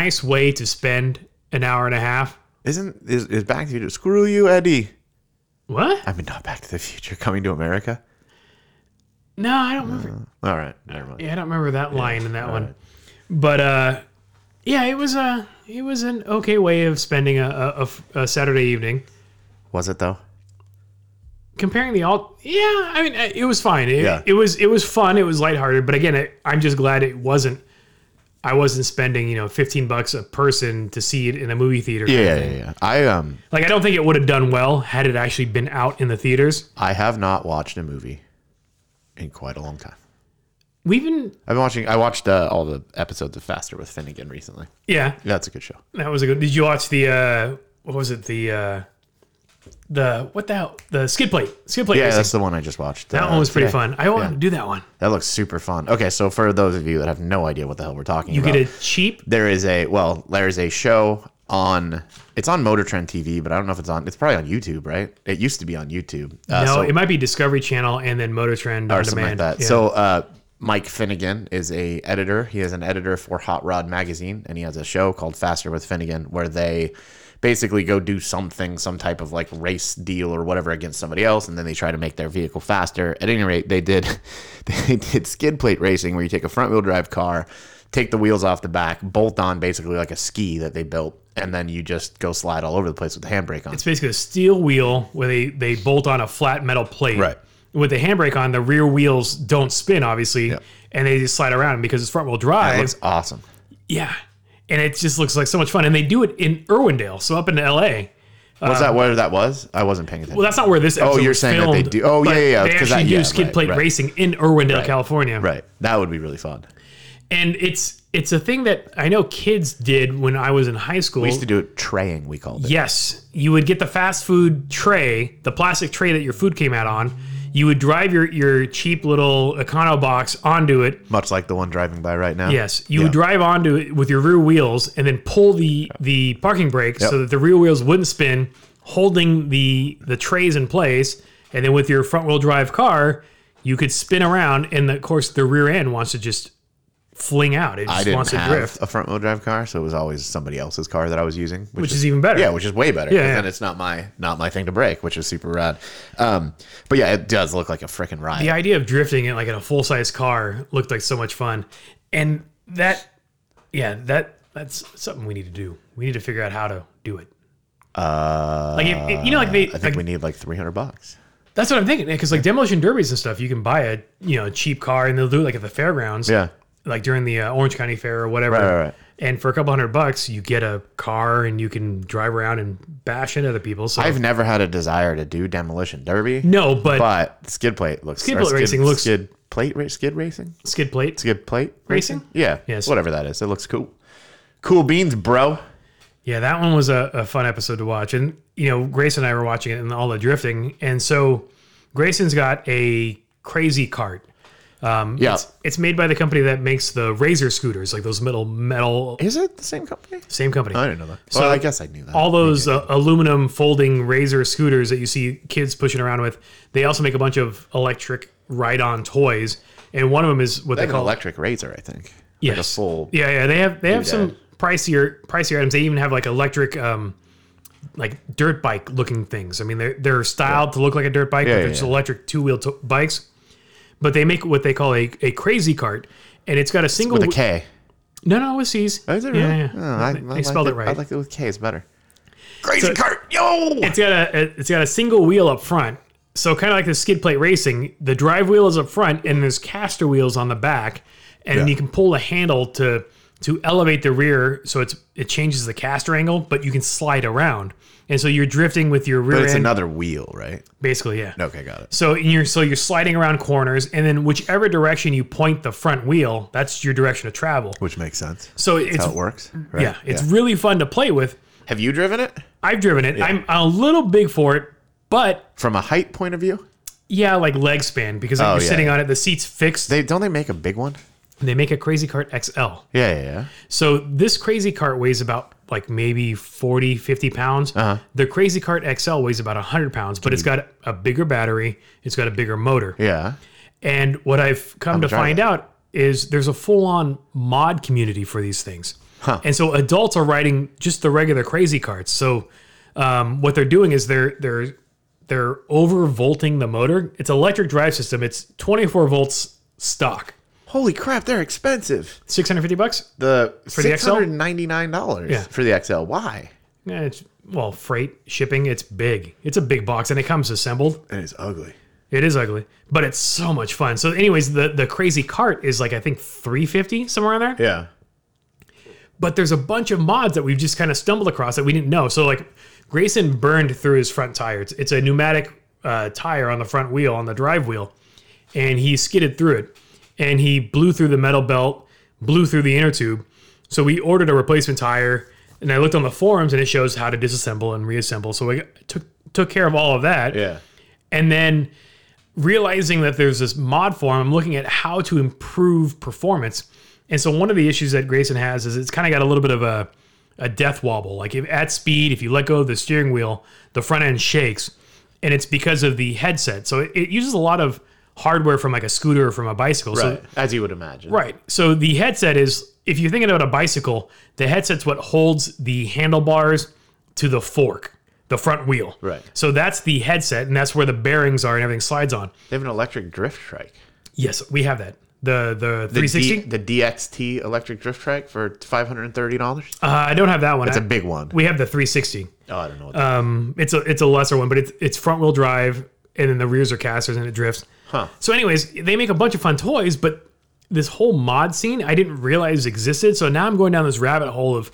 Speaker 2: nice way to spend an hour and a half
Speaker 1: Isn't is, is Back to the Future? Screw you, Eddie.
Speaker 2: what
Speaker 1: I mean, not Back to the Future. Coming to America.
Speaker 2: no i don't remember
Speaker 1: All right, never mind.
Speaker 2: Yeah, I don't remember that line in that one. But uh, yeah, it was a it was an okay way of spending a, a- a f- a Saturday evening.
Speaker 1: Was it though?
Speaker 2: Comparing the all, yeah, I mean uh, it was fine. It,
Speaker 1: Yeah.
Speaker 2: it was it was fun. It was lighthearted. But again, I, I'm just glad it wasn't. I wasn't spending you know 15 bucks a person to see it in a movie theater.
Speaker 1: Yeah, yeah, yeah, yeah. I um,
Speaker 2: Like I don't think it would have done well had it actually been out in the theaters.
Speaker 1: I have not watched a movie in quite a long time.
Speaker 2: We've been
Speaker 1: I've been watching. I watched uh, all the episodes of Faster with Finnegan recently.
Speaker 2: yeah.
Speaker 1: That's a good show.
Speaker 2: That was a good. Did you watch the uh what was it the uh the what the hell the skid plate skid plate?
Speaker 1: Yeah,
Speaker 2: racing.
Speaker 1: that's the one I just watched. Uh,
Speaker 2: that one was pretty fun. I want to do that one.
Speaker 1: That looks super fun. Okay, so for those of you that have no idea what the hell we're talking
Speaker 2: You
Speaker 1: about,
Speaker 2: get a cheap.
Speaker 1: there is a well, there is a show on. It's on Motor Trend TV, but I don't know if it's on. It's probably on YouTube, right? It used to be on YouTube. Uh,
Speaker 2: No,
Speaker 1: so-
Speaker 2: it might be Discovery Channel and then Motor Trend on
Speaker 1: or something like
Speaker 2: demand.
Speaker 1: that.
Speaker 2: Yeah.
Speaker 1: So uh, Mike Finnegan is a editor. He is an editor for Hot Rod Magazine, and he has a show called Faster with Finnegan, where they basically go do something, some type of like race deal or whatever against somebody else, and then they try to make their vehicle faster. At any rate, they did they did skid plate racing, where you take a front wheel drive car, take the wheels off the back, bolt on basically like a ski that they built, and then you just go slide all over the place with the handbrake on.
Speaker 2: it's basically a steel wheel where they they bolt on a flat metal plate.
Speaker 1: Right.
Speaker 2: With the handbrake on, the rear wheels don't spin obviously, and they just slide around. And because it's front wheel drive,
Speaker 1: It looks awesome.
Speaker 2: yeah, and it just looks like so much fun. And they do it in Irwindale, so up in L.A.
Speaker 1: Was that where that was? I wasn't paying attention.
Speaker 2: Um, Well, that's not where this. Episode
Speaker 1: you're
Speaker 2: was
Speaker 1: saying that
Speaker 2: filmed,
Speaker 1: they do- oh,
Speaker 2: but
Speaker 1: yeah, yeah, yeah,
Speaker 2: They
Speaker 1: 'cause
Speaker 2: actually
Speaker 1: that-
Speaker 2: do
Speaker 1: yeah,
Speaker 2: skid
Speaker 1: right,
Speaker 2: plate
Speaker 1: right.
Speaker 2: racing in Irwindale, California,
Speaker 1: Right. That would be really fun.
Speaker 2: and it's it's a thing that I know kids did when I was in high school.
Speaker 1: used to do it traying, we called it.
Speaker 2: yes, you would get the fast food tray, the plastic tray that your food came out on. You would drive your your cheap little econo box onto it.
Speaker 1: Much like the one driving by right now.
Speaker 2: Yes, you would drive onto it with your rear wheels and then pull the the parking brake so that the rear wheels wouldn't spin, holding the the trays in place. And then with your front wheel drive car, you could spin around, and of course the rear end wants to just fling out. It just
Speaker 1: I didn't
Speaker 2: wants to
Speaker 1: have
Speaker 2: drift,
Speaker 1: a front wheel drive car, so it was always somebody else's car that I was using. Which,
Speaker 2: which is even better.
Speaker 1: yeah, which is way better. 'cause
Speaker 2: yeah.
Speaker 1: Then it's not my not my thing to break, which is super rad. Um, but yeah, it does look like a freaking ride.
Speaker 2: the idea of drifting it like in a full size car looked like so much fun, and that, yeah, that that's something we need to do. We need to figure out how to do it.
Speaker 1: Uh,
Speaker 2: Like if, if- you know, like they
Speaker 1: I think
Speaker 2: like,
Speaker 1: we need like three hundred bucks.
Speaker 2: That's what I'm thinking. Because like demolition derbies and stuff, you can buy a you know cheap car and they'll do it like at the fairgrounds,
Speaker 1: Yeah.
Speaker 2: like during the uh, Orange County Fair or whatever.
Speaker 1: Right, right, right.
Speaker 2: And for a couple hundred bucks, you get a car and you can drive around and bash into other people. So
Speaker 1: I've never had a desire to do demolition derby,
Speaker 2: no, but,
Speaker 1: but skid plate looks
Speaker 2: Skid
Speaker 1: or
Speaker 2: plate racing looks-
Speaker 1: skid plate ra- skid racing
Speaker 2: skid plate.
Speaker 1: skid plate
Speaker 2: Racing?
Speaker 1: Yeah,
Speaker 2: Yes.
Speaker 1: whatever that is, it looks cool. Cool beans, bro.
Speaker 2: Yeah, that one was a, a fun episode to watch. And you know, Grace and I were watching it and all the drifting. And so Grayson's got a crazy cart.
Speaker 1: Yeah,
Speaker 2: Mm-hmm. It's, it's made by the company that makes the Razor scooters, like those metal metal.
Speaker 1: Is it the same company?
Speaker 2: Same company.
Speaker 1: I didn't know that. So well, I guess I knew that.
Speaker 2: all those uh, aluminum folding razor scooters that you see kids pushing around with they also make a bunch of electric ride on toys, and one of them is what
Speaker 1: They
Speaker 2: they,
Speaker 1: have an
Speaker 2: call
Speaker 1: electric razor, I think. Like a
Speaker 2: Yes.
Speaker 1: full.
Speaker 2: Yeah, yeah. They have they have some
Speaker 1: that.
Speaker 2: pricier pricier items. They even have like electric um like dirt bike looking things. I mean they're they're styled to look like a dirt bike, but
Speaker 1: Yeah,
Speaker 2: they're
Speaker 1: yeah,
Speaker 2: just
Speaker 1: yeah.
Speaker 2: electric two wheel to bikes. But they make what they call a, a crazy cart. And it's got a single
Speaker 1: With a K.
Speaker 2: No no with C's.
Speaker 1: Oh, is it really?
Speaker 2: yeah, yeah.
Speaker 1: Oh, I,
Speaker 2: they
Speaker 1: I
Speaker 2: they spelled
Speaker 1: like
Speaker 2: it right.
Speaker 1: I like it with K. It's better. Crazy cart, yo!
Speaker 2: it's got a it's got a single wheel up front. So kind of like the skid plate racing, the drive wheel is up front and there's caster wheels on the back, and you can pull a handle to to elevate the rear so it's it changes the caster angle, but you can slide around, and so you're drifting with your rear
Speaker 1: But it's
Speaker 2: end
Speaker 1: another wheel, right?
Speaker 2: basically, yeah.
Speaker 1: Okay, got it.
Speaker 2: So you're so you're sliding around corners, and then whichever direction you point the front wheel, that's your direction of travel.
Speaker 1: Which makes sense.
Speaker 2: So it's
Speaker 1: How it works. Right?
Speaker 2: yeah, it's really fun to play with.
Speaker 1: Have you driven it
Speaker 2: I've driven it. I'm a little big for it, but
Speaker 1: from a height point of view?
Speaker 2: Yeah, like leg span because like,
Speaker 1: Oh,
Speaker 2: you're
Speaker 1: yeah,
Speaker 2: sitting on it. The seat's fixed. They,
Speaker 1: They don't they make a big one?
Speaker 2: make a Crazy Cart XL.
Speaker 1: Yeah, yeah, yeah.
Speaker 2: So this Crazy Cart weighs about like maybe 40, 50 pounds.
Speaker 1: Uh-huh.
Speaker 2: The Crazy Cart XL weighs about 100 pounds, but it's got a bigger battery. It's got a bigger motor.
Speaker 1: Yeah.
Speaker 2: And what I've come to
Speaker 1: try
Speaker 2: find out is there's a full on mod community for these things. And so adults are riding just the regular crazy carts. So um, what they're doing is they're they're they're over volting the motor. It's electric drive system. It's 24 volts stock.
Speaker 1: Holy crap, they're expensive.
Speaker 2: 650 bucks?
Speaker 1: The
Speaker 2: the
Speaker 1: six
Speaker 2: XL?
Speaker 1: hundred and ninety nine dollars
Speaker 2: Yeah.
Speaker 1: for the XL. Why?
Speaker 2: Yeah, it's well, freight, shipping, it's big. It's a big box and it comes assembled.
Speaker 1: And it's ugly.
Speaker 2: It is ugly, but it's so much fun. So anyways, the the crazy cart is like I think 350 somewhere in there.
Speaker 1: Yeah.
Speaker 2: but there's a bunch of mods that we've just kind of stumbled across that we didn't know. So like Grayson burned through his front tire. It's, it's a pneumatic uh, tire on the front wheel on the drive wheel, and he skidded through it, and he blew through the metal belt, blew through the inner tube. So we ordered a replacement tire, and I looked on the forums, and it shows how to disassemble and reassemble. So we took took care of all of that.
Speaker 1: Yeah.
Speaker 2: And then realizing that there's this mod form, I'm looking at how to improve performance. And so one of the issues that Grayson has is it's kind of got a little bit of a, a death wobble. Like if, at speed, if you let go of the steering wheel, the front end shakes. And it's because of the headset. So it, it uses a lot of hardware from like a scooter or from a bicycle. So
Speaker 1: Right. As you would imagine.
Speaker 2: Right. So the headset is, if you're thinking about a bicycle, the headset's what holds the handlebars to the fork, the front wheel.
Speaker 1: Right.
Speaker 2: So that's the headset, and that's where the bearings are and everything slides on.
Speaker 1: They have an electric drift trike.
Speaker 2: Yes, we have that. The the
Speaker 1: The,
Speaker 2: 360.
Speaker 1: D- the DXT electric drift trike for five hundred and thirty dollars.
Speaker 2: uh, I don't have that one.
Speaker 1: It's a
Speaker 2: I-
Speaker 1: big one.
Speaker 2: we have the 360.
Speaker 1: Oh, I don't know. What
Speaker 2: Um, it's a it's a lesser one, but it's it's front wheel drive, and then the rears are casters, and it drifts.
Speaker 1: Huh.
Speaker 2: So, anyways, they make a bunch of fun toys, but this whole mod scene I didn't realize existed. So now I'm going down this rabbit hole of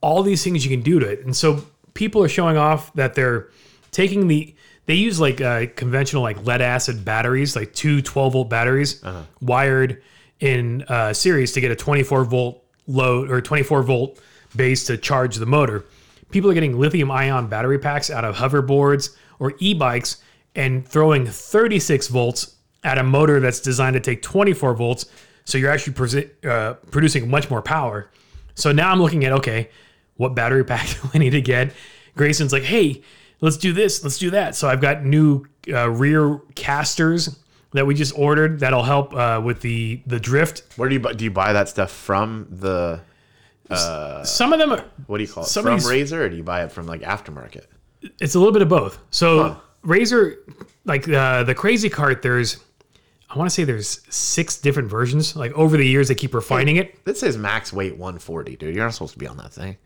Speaker 2: all these things you can do to it, and so people are showing off that they're taking the they use like uh, conventional like lead acid batteries, like two 12 volt batteries wired in uh, series to get a 24 volt load or 24 volt base to charge the motor. People are getting lithium ion battery packs out of hoverboards or e bikes and throwing 36 volts at a motor that's designed to take 24 volts. So you're actually presi- uh, producing much more power. So now I'm looking at okay, what battery pack do I need to get? Grayson's like, hey, let's do this, let's do that. So I've got new uh, rear casters that we just ordered that'll help uh, with the the drift.
Speaker 1: Where do you bu- do you buy that stuff from the
Speaker 2: Some of them are
Speaker 1: what do you call it
Speaker 2: Some of
Speaker 1: from
Speaker 2: these-
Speaker 1: Razor or do you buy it from like aftermarket?
Speaker 2: It's a little bit of both. So Razor, like uh, the Crazy Cart, there's I want to say there's six different versions. Like over the years, they keep refining it.
Speaker 1: This says max weight 140, dude. You're not supposed to be on that thing.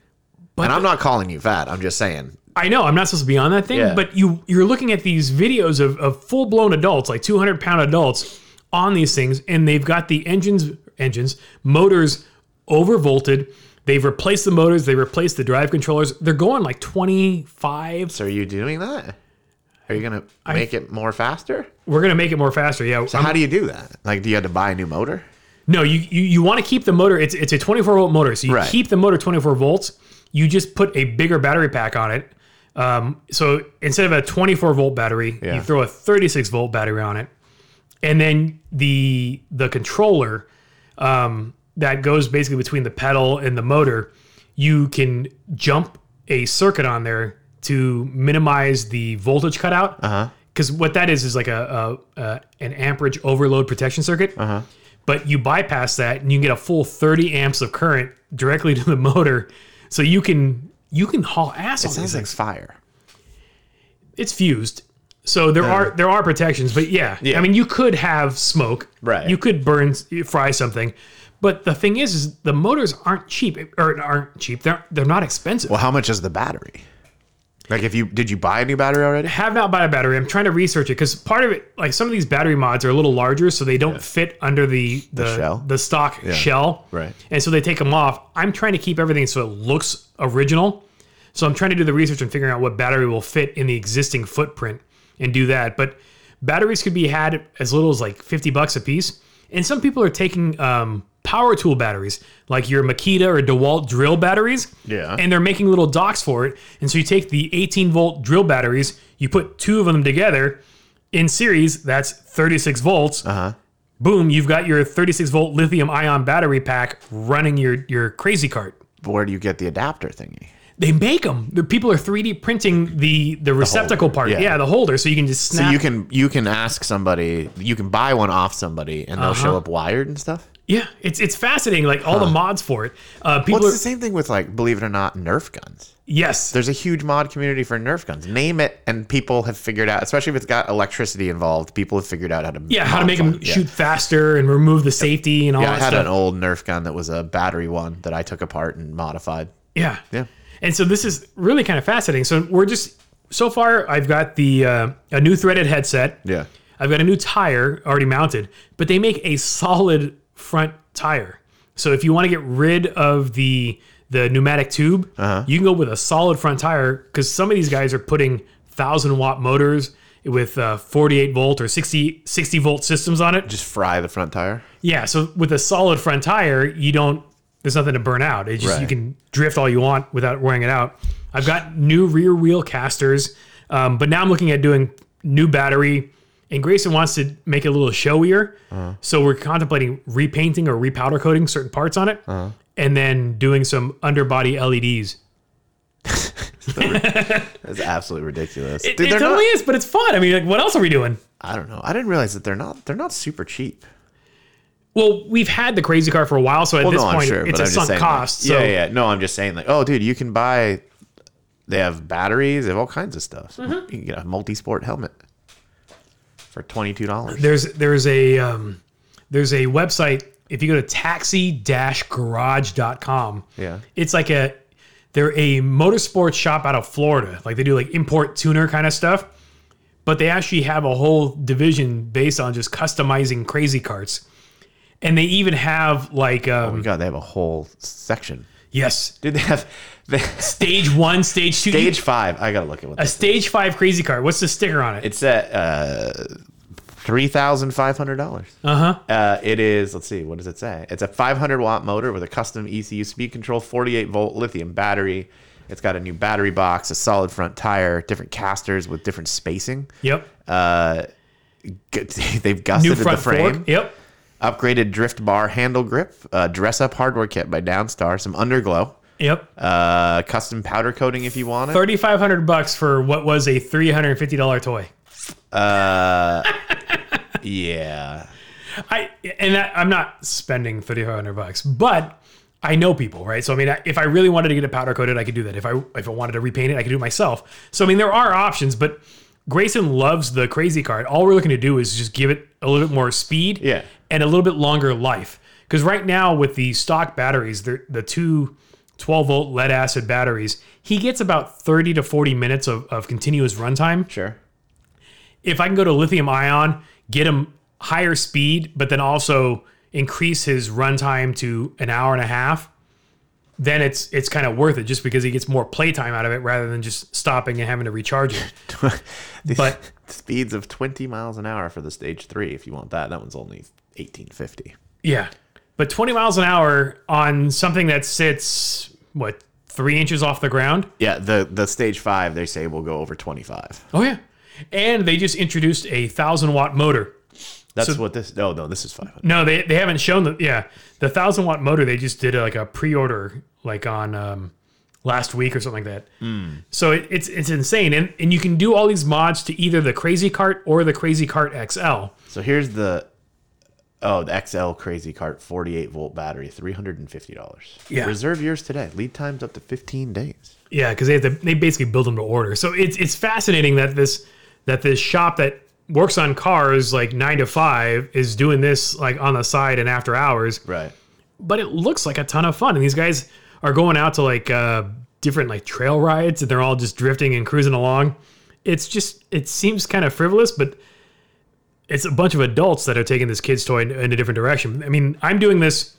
Speaker 1: and I'm not calling you fat. I'm just saying.
Speaker 2: I know I'm not supposed to be on that thing,
Speaker 1: Yeah.
Speaker 2: but you you're looking at these videos of, of full blown adults, like 200 pound adults, on these things, and they've got the engines engines motors overvolted. They've replaced the motors. They replaced the drive controllers. They're going like 25.
Speaker 1: So are you doing that? Are you gonna make it more faster?
Speaker 2: We're gonna make it more faster. Yeah.
Speaker 1: So how do you do that? Like, do you have to buy a new motor?
Speaker 2: No, you you, you want to keep the motor. It's it's a 24 volt motor, so you
Speaker 1: Right.
Speaker 2: keep the motor 24 volts. You just put a bigger battery pack on it. Um, so instead of a 24 volt battery,
Speaker 1: Yeah.
Speaker 2: you throw a 36 volt battery on it, and then the the controller um, that goes basically between the pedal and the motor, you can
Speaker 1: Uh-huh.
Speaker 2: jump a circuit on there to minimize the voltage cutout. because what that is is like a, a, a an amperage overload protection circuit.
Speaker 1: Uh-huh.
Speaker 2: But you bypass that and you can get a full 30 amps of current directly to the motor, so you can you can haul ass on these
Speaker 1: Sounds
Speaker 2: things.
Speaker 1: like fire.
Speaker 2: It's fused, so there are
Speaker 1: Uh.
Speaker 2: there are protections. But yeah, I mean you could have smoke,
Speaker 1: Right.
Speaker 2: You could burn fry something, but the thing is, is the motors aren't cheap or aren't cheap. They're they're not expensive.
Speaker 1: Well, how much is the battery? Like, if you did you buy a new battery already?
Speaker 2: have not bought a battery. I'm trying to research it because part of it, like some of these battery mods, are a little larger, so they don't fit under the the, the
Speaker 1: shell?
Speaker 2: stock shell,
Speaker 1: Right.
Speaker 2: And so they take them off. I'm trying to keep everything so it looks original. So I'm trying to do the research and figuring out what battery will fit in the existing footprint and do that. But batteries could be had as little as like 50 bucks a piece, and some people are taking um, power tool batteries, like your Makita or DeWalt drill batteries.
Speaker 1: Yeah.
Speaker 2: And they're making little docks for it. And so you take the 18 volt drill batteries, you put two of them together in series, that's 36 volts. Uh-huh. Boom, you've got your 36 volt lithium ion battery pack running your your crazy cart.
Speaker 1: Where do you get the adapter thingy?
Speaker 2: They make them. The people are 3D printing the the receptacle part. Yeah.
Speaker 1: yeah.
Speaker 2: the holder so you can just snap.
Speaker 1: You can you can ask somebody. You can buy one off somebody, and they'll
Speaker 2: Uh-huh.
Speaker 1: show up wired and stuff.
Speaker 2: yeah, it's it's fascinating like all the mods for it. Uh people
Speaker 1: Well,
Speaker 2: are,
Speaker 1: it's the same thing with like, believe it or not, Nerf guns.
Speaker 2: yes.
Speaker 1: There's a huge mod community for Nerf guns. Name it, and people have figured out. Especially if it's got electricity involved, people have figured out how to
Speaker 2: Yeah, how to make
Speaker 1: modify
Speaker 2: them
Speaker 1: it. Yeah.
Speaker 2: shoot faster and remove the safety and all
Speaker 1: Yeah, I had
Speaker 2: that stuff.
Speaker 1: an old Nerf gun that was a battery one that I took apart and modified.
Speaker 2: Yeah.
Speaker 1: Yeah.
Speaker 2: And so this is really kind of fascinating. So we're just so far I've got the uh, a new threaded headset.
Speaker 1: Yeah.
Speaker 2: I've got a new tire already mounted, but they make a solid front tire. So if you want to get rid of the the pneumatic tube, you can go with a solid front tire because some of these guys are putting thousand watt motors with uh, 48 volt or 60 60 volt systems on it.
Speaker 1: Just fry the front tire.
Speaker 2: Yeah, so with a solid front tire, you don't. There's nothing to burn out. It's just you
Speaker 1: Right.
Speaker 2: can drift all you want without wearing it out. I've got new rear wheel casters, um, but now I'm looking at doing new battery. And Grayson wants to make it a little showier,
Speaker 1: Uh-huh.
Speaker 2: so we're contemplating repainting or repowder coating certain parts on it,
Speaker 1: Uh-huh.
Speaker 2: and then doing some underbody E LEDs.
Speaker 1: That's absolutely ridiculous.
Speaker 2: it
Speaker 1: they're
Speaker 2: totally
Speaker 1: not,
Speaker 2: is, but it's fun. I mean, like, what else are we doing?
Speaker 1: I don't know. I didn't realize that they're not they're not super cheap.
Speaker 2: Well, we've had the crazy car for a while, so at this point, it's a sunk
Speaker 1: saying,
Speaker 2: cost.
Speaker 1: Like,
Speaker 2: so
Speaker 1: Yeah, yeah. No, I'm just saying like, oh, dude, you can buy. They have batteries. They have all kinds of stuff.
Speaker 2: Mm-hmm.
Speaker 1: You can get a multi-sport helmet for twenty-two dollars.
Speaker 2: there's there's a um, there's a website if you go to taxi-garage.com
Speaker 1: Yeah.
Speaker 2: it's like a they're a motorsports shop out of florida like they do like import tuner kind of stuff but they actually have a whole division based on just customizing crazy carts and they even have like um,
Speaker 1: Oh my god, they have a whole section.
Speaker 2: yes
Speaker 1: Dude, they have they,
Speaker 2: stage one stage two
Speaker 1: stage five. I gotta look at what
Speaker 2: a
Speaker 1: this.
Speaker 2: stage five crazy cart what's the sticker on it
Speaker 1: It's at uh, three thousand five hundred dollars.
Speaker 2: uh-huh
Speaker 1: Uh, it is. Let's see. What does it say? It's a 500 watt motor with a custom ECU speed control, 48 volt lithium battery. It's got a new battery box, a solid front tire, different casters with different spacing.
Speaker 2: yep
Speaker 1: Good- They've
Speaker 2: new
Speaker 1: gusseted the
Speaker 2: front
Speaker 1: frame.
Speaker 2: fork yep
Speaker 1: Upgraded drift bar handle grip. Uh, dress up hardware kit by Downstar. Some underglow.
Speaker 2: yep
Speaker 1: Uh, custom powder coating if you want it.
Speaker 2: Thirty five hundred bucks for what was a three hundred and fifty dollar toy.
Speaker 1: Yeah.
Speaker 2: I and that, I'm not spending thirty five hundred bucks, but I know people, right? So I mean, I- if I really wanted to get it powder coated, I could do that. If I if I wanted to repaint it, I could do it myself. So I mean, there are options, but Grayson loves the crazy card. All we're looking to do is just give it a little bit more speed,
Speaker 1: Yeah.
Speaker 2: and a little bit longer life. Because right now with the stock batteries, the the two 12 volt lead acid batteries, he gets about 30 to 40 minutes of, of continuous runtime.
Speaker 1: Sure.
Speaker 2: if I can go to lithium ion, get him higher speed, but then also increase his runtime to an hour and a half, then it's it's kind of worth it just because he gets more playtime out of it rather than just stopping and having to recharge it.
Speaker 1: These
Speaker 2: But-
Speaker 1: speeds of 20 miles an hour for the stage three if you want that. That one's only 1850.
Speaker 2: Yeah. But 20 miles an hour on something that sits what three inches off the ground?
Speaker 1: Yeah, the the stage five they say will go over twenty five.
Speaker 2: Oh yeah. And they just introduced a thousand watt motor.
Speaker 1: That's what this. oh, No, no, this is five hundred.
Speaker 2: No, they they haven't shown the yeah the thousand watt motor. They just did like a pre order like on um, last week or something like that. So it, it's it's insane, and and you can do all these mods to either the Crazy Cart or the Crazy Cart XL.
Speaker 1: So here's the oh the XL Crazy Cart 48 volt battery, three hundred and fifty dollars.
Speaker 2: Yeah.
Speaker 1: Reserve yours today. Lead times up to fifteen days.
Speaker 2: Yeah, because they have to, they basically build them to order. So it's it's fascinating that this that this shop that works on cars like nine to five is doing this like on the side and after hours.
Speaker 1: Right.
Speaker 2: But it looks like a ton of fun, and these guys are going out to like uh, different like trail rides, and they're all just drifting and cruising along. It's just it seems kind of frivolous, but it's a bunch of adults that are taking this kid's toy in, in a different direction. I mean, I'm doing this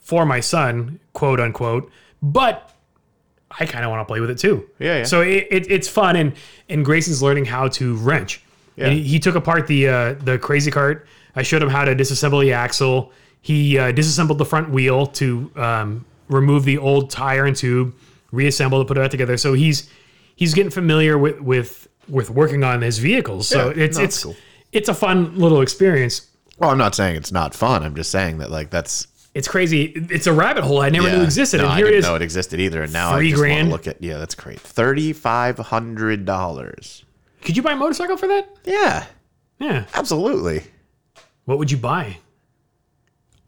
Speaker 2: for my son, quote unquote, but I kind of want to play with it too.
Speaker 1: Yeah, yeah.
Speaker 2: So it, it, it's fun, and and Grayson's learning how to wrench. And he, he took apart the uh, the crazy cart. I showed him how to disassemble the axle. He uh, disassembled the front wheel to um, remove the old tire and tube, reassemble to put it back together. So he's he's getting familiar with with with working on his vehicles. So
Speaker 1: Yeah,
Speaker 2: it's
Speaker 1: no, that's
Speaker 2: it's
Speaker 1: cool.
Speaker 2: it's a fun little experience.
Speaker 1: Well, I'm not saying it's not fun. I'm just saying that like that's
Speaker 2: It's crazy. It's a rabbit hole I never
Speaker 1: yeah.
Speaker 2: knew existed,
Speaker 1: No,
Speaker 2: and
Speaker 1: I
Speaker 2: here it
Speaker 1: didn't
Speaker 2: is.
Speaker 1: know it existed either. And now I
Speaker 2: Three
Speaker 1: just want
Speaker 2: grand.
Speaker 1: to look at yeah, that's great. Thirty five hundred dollars.
Speaker 2: Could you buy a motorcycle for that?
Speaker 1: Yeah,
Speaker 2: Yeah.
Speaker 1: absolutely.
Speaker 2: What would you buy?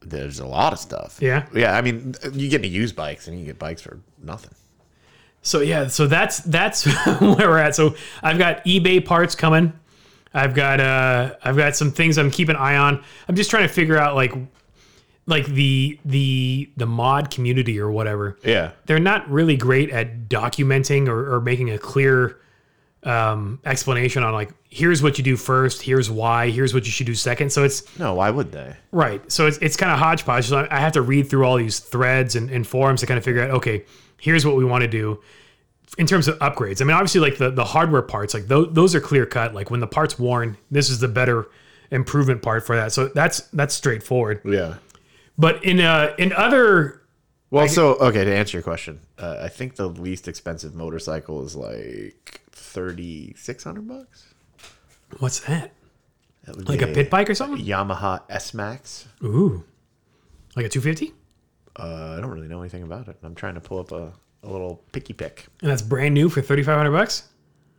Speaker 1: There's a lot of stuff.
Speaker 2: Yeah.
Speaker 1: Yeah, I mean, you get to use bikes and you get bikes for nothing.
Speaker 2: So yeah, so that's that's where we're at. So I've got eBay parts coming. I've got uh I've got some things I'm keeping an eye on. I'm just trying to figure out like like the the the mod community or whatever.
Speaker 1: Yeah.
Speaker 2: They're not really great at documenting or, or making a clear um, explanation on like here's what you do first, here's why, here's what you should do second. So it's
Speaker 1: No, why would they?
Speaker 2: Right. So it's, it's kind of hodgepodge. So I- I have to read through all these threads and, and forums to kind of figure out, okay, here's what we want to do in terms of upgrades. I mean, obviously, like the, the hardware parts, like those, those are clear cut. Like when the part's worn, this is the better improvement part for that. So that's that's straightforward.
Speaker 1: Yeah.
Speaker 2: But in uh in other
Speaker 1: Well, so okay to answer your question, uh, I think the least expensive motorcycle is like thirty six hundred bucks.
Speaker 2: what's that?
Speaker 1: That would
Speaker 2: Like a pit bike or something?
Speaker 1: Yamaha S Max.
Speaker 2: Ooh. Like a 250?
Speaker 1: Uh, I don't really know anything about it. I'm trying to pull up a, a little picky pick.
Speaker 2: And that's brand new for 3500 bucks?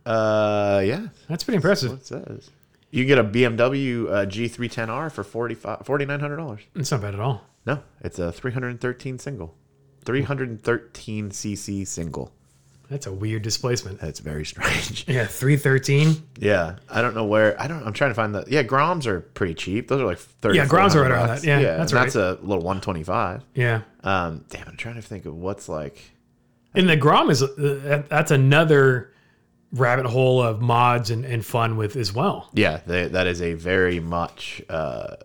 Speaker 1: Uh, yeah,
Speaker 2: That's pretty impressive.
Speaker 1: what it says. You get a BMW uh, G310R for 4900 dollars.
Speaker 2: It's not bad at all.
Speaker 1: No, it's a 313 single, 313 cc single.
Speaker 2: That's a weird displacement.
Speaker 1: That's very strange.
Speaker 2: Yeah, 313.
Speaker 1: Yeah, I don't know where. I don't. I'm trying to find the. Yeah, Groms are pretty cheap. Those are like thirty.
Speaker 2: Yeah, Groms are right
Speaker 1: 400
Speaker 2: around
Speaker 1: bucks.
Speaker 2: that. Yeah, that's
Speaker 1: that's That's a little one twenty five.
Speaker 2: Yeah.
Speaker 1: Um, damn, I'm trying to think of what's like.
Speaker 2: And the Grom is uh, that's another rabbit hole of mods and, and fun with as well.
Speaker 1: Yeah, they, that is a very much. Uh,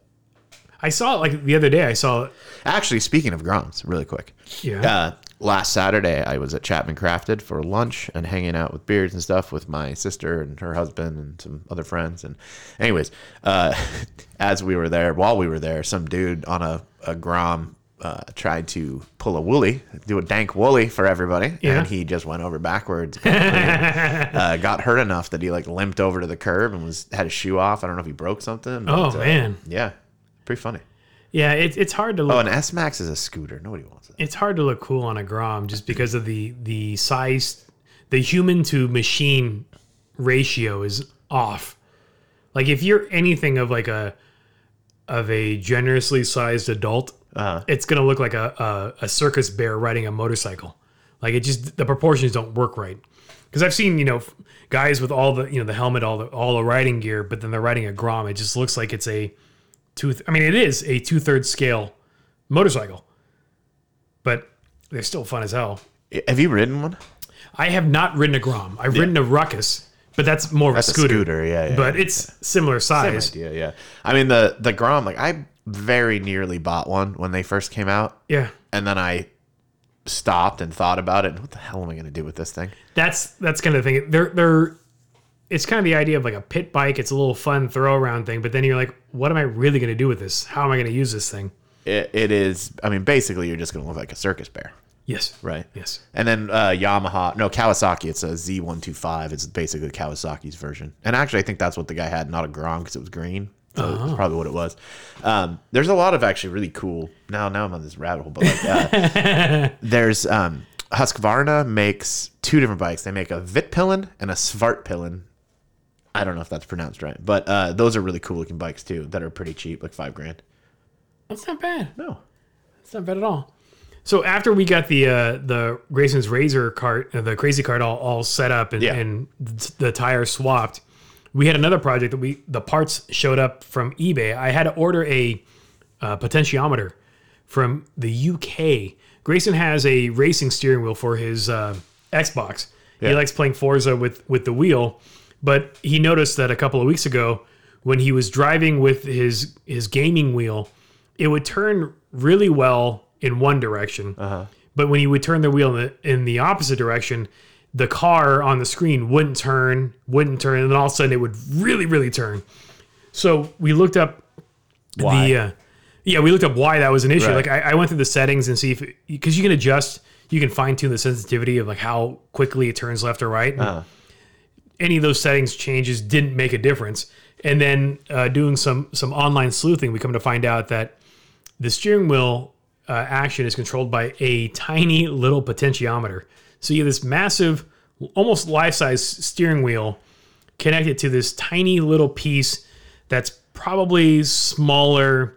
Speaker 2: I saw it like the other day. I saw it.
Speaker 1: actually, speaking of Groms, really quick.
Speaker 2: Yeah.
Speaker 1: Uh, last Saturday, I was at Chapman Crafted for lunch and hanging out with beards and stuff with my sister and her husband and some other friends. And, anyways, uh, as we were there, while we were there, some dude on a, a Grom uh, tried to pull a woolly, do a dank woolly for everybody.
Speaker 2: Yeah.
Speaker 1: And he just went over backwards. uh, got hurt enough that he like limped over to the curb and was had his shoe off. I don't know if he broke something. but,
Speaker 2: Oh
Speaker 1: uh,
Speaker 2: man.
Speaker 1: Yeah. Pretty funny.
Speaker 2: Yeah. It, it's hard to look.
Speaker 1: Oh, an S Max is a scooter. Nobody wants that.
Speaker 2: It's hard to look cool on a Grom just because of the the size, the human to machine ratio is off. Like if you're anything of like a of a generously sized adult,
Speaker 1: Uh-huh.
Speaker 2: it's gonna look like a, a a circus bear riding a motorcycle. Like it just the proportions don't work right. Because I've seen you know f- guys with all the you know the helmet, all the all the riding gear, but then they're riding a Grom. It just looks like it's a two. I mean, it is a two thirds scale motorcycle, but they're still fun as hell.
Speaker 1: Have you ridden one?
Speaker 2: I have not ridden a Grom. I've ridden a Ruckus, but that's more of a
Speaker 1: It's
Speaker 2: scooter.
Speaker 1: a scooter, yeah, yeah.
Speaker 2: But it's similar size.
Speaker 1: idea, yeah. I mean the the Grom, like I very nearly bought one when they first came out,
Speaker 2: Yeah,
Speaker 1: and then I stopped and thought about it. and What the hell am I going to do with this thing?
Speaker 2: that's that's kind of the thing. They're they're. It's kind of the idea of like a pit bike. It's a little fun throw around thing, but then you're like, what am I really going to do with this? How am I going to use this thing?
Speaker 1: It, it is, I mean, basically you're just going to look like a circus bear,
Speaker 2: Yes.
Speaker 1: right?
Speaker 2: Yes.
Speaker 1: And then uh, Yamaha, no Kawasaki. It's a Z125. It's basically Kawasaki's version. And actually, I think that's what the guy had, not a Grom, because it was green. So that's probably what it was. Um, there's a lot of actually really cool. Now, now I'm on this rabbit hole, but like, uh, there's um, Husqvarna makes two different bikes. They make a Vitpillen and a Svartpillen. I don't know if that's pronounced right, but uh, those are really cool looking bikes too that are pretty cheap, like five grand.
Speaker 2: That's not bad.
Speaker 1: No,
Speaker 2: That's not bad at all. So after we got the uh, the Grayson's Razor cart, uh, the crazy cart all, all set up and,
Speaker 1: Yeah.
Speaker 2: and th- the tires swapped, we had another project that we the parts showed up from eBay. I had to order a uh, potentiometer from the UK. Grayson has a racing steering wheel for his uh, Xbox. He
Speaker 1: Yeah.
Speaker 2: likes playing Forza with with the wheel, but he noticed that a couple of weeks ago when he was driving with his his gaming wheel, it would turn really well in one direction. But when he would turn the wheel in the, in the opposite direction, the car on the screen wouldn't turn, wouldn't turn, and then all of a sudden it would really, really turn. So we looked up
Speaker 1: why?
Speaker 2: the uh, yeah we looked up why that was an issue
Speaker 1: Right.
Speaker 2: like I, I went through the settings and see if because you can adjust you can fine-tune the sensitivity of like how quickly it turns left or right And
Speaker 1: Uh-huh.
Speaker 2: any of those settings changes didn't make a difference and then uh, doing some some online sleuthing we come to find out that the steering wheel uh, action is controlled by a tiny little potentiometer so you have this massive almost life-size steering wheel connected to this tiny little piece that's probably smaller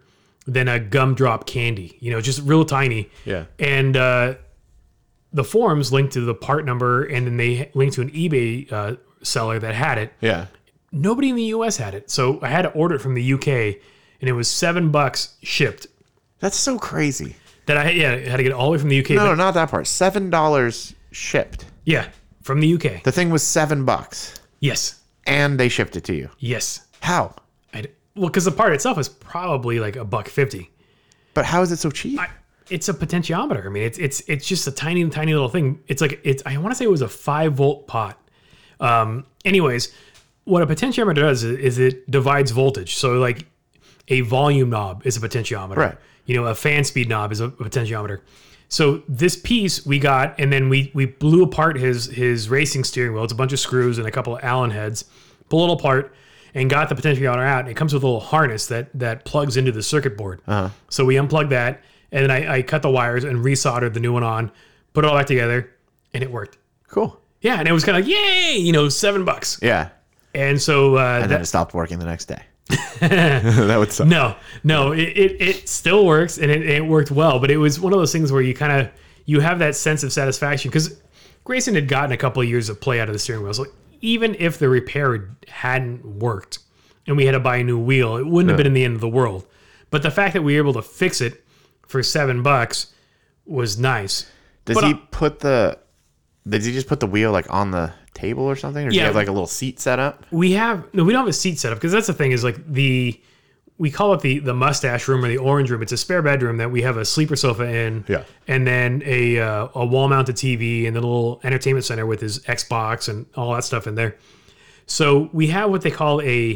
Speaker 2: than a gumdrop candy, you know, just real tiny.
Speaker 1: yeah,
Speaker 2: And uh, the forums linked to the part number, and then they linked to an eBay uh, seller that had it.
Speaker 1: yeah.
Speaker 2: Nobody in the US had it. So I had to order it from the UK, and it was seven bucks shipped.
Speaker 1: That's so crazy.
Speaker 2: That I yeah, had to get it all the way from the UK.
Speaker 1: No,
Speaker 2: but-
Speaker 1: no, not that part. Seven dollars shipped.
Speaker 2: yeah, from the UK.
Speaker 1: The thing was seven bucks,
Speaker 2: Yes.
Speaker 1: and they shipped it to you.
Speaker 2: Yes.
Speaker 1: How?
Speaker 2: I, well, because the part itself is probably like a buck fifty.
Speaker 1: But how is it so cheap?
Speaker 2: I- it's a potentiometer. I mean, it's it's it's just a tiny tiny little thing. It's like it's I want to say it was a five volt pot. Um, anyways, what a potentiometer does is, is it divides voltage. So like a volume knob is a potentiometer.
Speaker 1: Right.
Speaker 2: You know, a fan speed knob is a potentiometer. So this piece we got, and then we we blew apart his his racing steering wheel. It's a bunch of screws and a couple of Allen heads. Pull it apart and got the potentiometer out. And it comes with a little harness that that plugs into the circuit board. So we unplugged that, and then I, I cut the wires and resoldered the new one on. Put it all back together, and it worked.
Speaker 1: cool.
Speaker 2: Yeah, and it was kind of like yay, you know, seven bucks.
Speaker 1: Yeah.
Speaker 2: And so uh,
Speaker 1: And
Speaker 2: that,
Speaker 1: then it stopped working the next day. that would suck.
Speaker 2: No, no, it, it, it still works and it, it worked well, but it was one of those things where you kind of you have that sense of satisfaction because Grayson had gotten a couple of years of play out of the steering wheel. So even if the repair hadn't worked and we had to buy a new wheel, it wouldn't have been in the end of the world. But the fact that we were able to fix it for seven bucks was nice.
Speaker 1: Does
Speaker 2: But
Speaker 1: he
Speaker 2: I-
Speaker 1: put the? Did he just put the wheel like on the table or something? Or do you
Speaker 2: Yeah.
Speaker 1: have like a little seat set up?
Speaker 2: We have no, we don't have a seat set up because that's the thing is like the we call it the the mustache room or the orange room. It's a spare bedroom that we have a sleeper sofa in,
Speaker 1: Yeah.
Speaker 2: and then a uh, a wall mounted TV and then a little entertainment center with his Xbox and all that stuff in there. So we have what they call a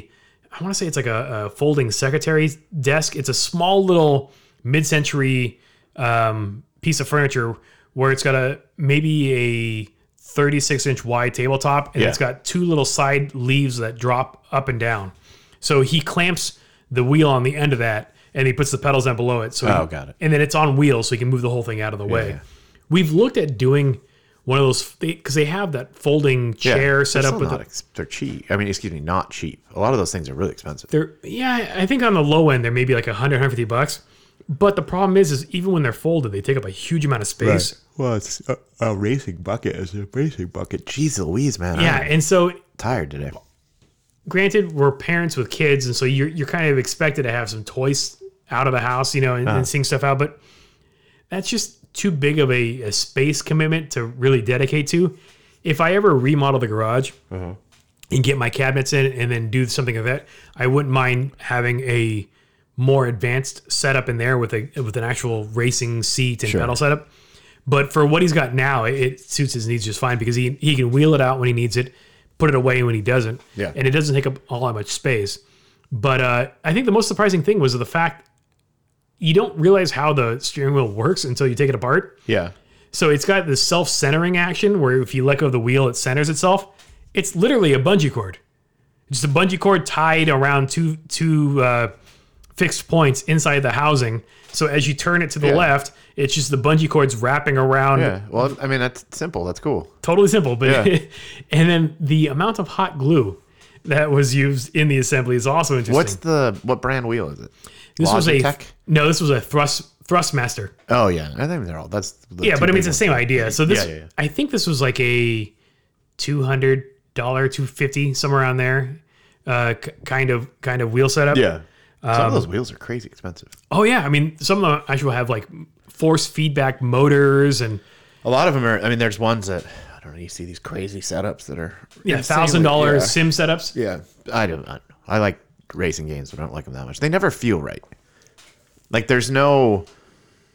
Speaker 2: I want to say it's like a, a folding secretary desk. It's a small little mid century um, piece of furniture where it's got a maybe a 36 inch wide tabletop and
Speaker 1: Yeah.
Speaker 2: it's got two little side leaves that drop up and down. So he clamps the wheel on the end of that and he puts the pedals down below it. So he-
Speaker 1: Oh, got it.
Speaker 2: And then it's on wheels so he can move the whole thing out of the way.
Speaker 1: yeah.
Speaker 2: We've looked at doing one of those because they have that folding chair set
Speaker 1: They're
Speaker 2: up
Speaker 1: still
Speaker 2: with
Speaker 1: not
Speaker 2: a,
Speaker 1: ex- they're cheap. I mean, excuse me, not cheap. A lot of those things are really expensive.
Speaker 2: they're yeah i think on the low end they're maybe like 100 150 bucks but the problem is is even when they're folded they take up a huge amount of space
Speaker 1: Well, it's a, a racing bucket. It's a racing bucket. Jeez Louise, man.
Speaker 2: yeah
Speaker 1: I'm
Speaker 2: and so
Speaker 1: tired today.
Speaker 2: granted we're parents with kids and so you're, you're kind of expected to have some toys out of the house you know and, and seeing stuff out but that's just too big of a, a space commitment to really dedicate to if i ever remodel the garage and get my cabinets in and then do something of that i wouldn't mind having a more advanced setup in there with a with an actual racing seat and pedal setup But for what he's got now, it- it suits his needs just fine because he he can wheel it out when he needs it, put it away when he doesn't,
Speaker 1: Yeah.
Speaker 2: and it doesn't take up all that much space. But uh, I think the most surprising thing was the fact you don't realize how the steering wheel works until you take it apart.
Speaker 1: Yeah.
Speaker 2: So it's got this self-centering action where if you let go of the wheel, it centers itself. It's literally a bungee cord, just a bungee cord tied around two two uh, fixed points inside the housing. So as you turn it to the
Speaker 1: Yeah.
Speaker 2: left, it's just the bungee cords wrapping around.
Speaker 1: Yeah. Well, I mean, that's simple. That's cool.
Speaker 2: Totally simple, but
Speaker 1: Yeah.
Speaker 2: and then the amount of hot glue that was used in the assembly is also interesting.
Speaker 1: What's the what brand wheel is it?
Speaker 2: this was a
Speaker 1: Logitech?
Speaker 2: no, this was a thrust thrustmaster.
Speaker 1: Oh yeah, I think they're all. That's the
Speaker 2: Yeah,
Speaker 1: two
Speaker 2: but I mean
Speaker 1: big
Speaker 2: it's the
Speaker 1: ones.
Speaker 2: same idea. So this
Speaker 1: Yeah, yeah, yeah.
Speaker 2: I think this was like a two hundred dollar, two fifty somewhere around there. Uh, k- kind of kind of wheel setup.
Speaker 1: Yeah.
Speaker 2: Um,
Speaker 1: Some of those wheels are crazy expensive.
Speaker 2: Oh yeah, I mean some of them actually have like force feedback motors and
Speaker 1: A lot of them are. I mean, there's ones that I don't know. You see these crazy setups that are.
Speaker 2: yeah,
Speaker 1: insanely-
Speaker 2: thousand dollar
Speaker 1: yeah.
Speaker 2: sim setups.
Speaker 1: Yeah, I don't. I, don't know. I like racing games, but I don't like them that much. They never feel right. Like there's no,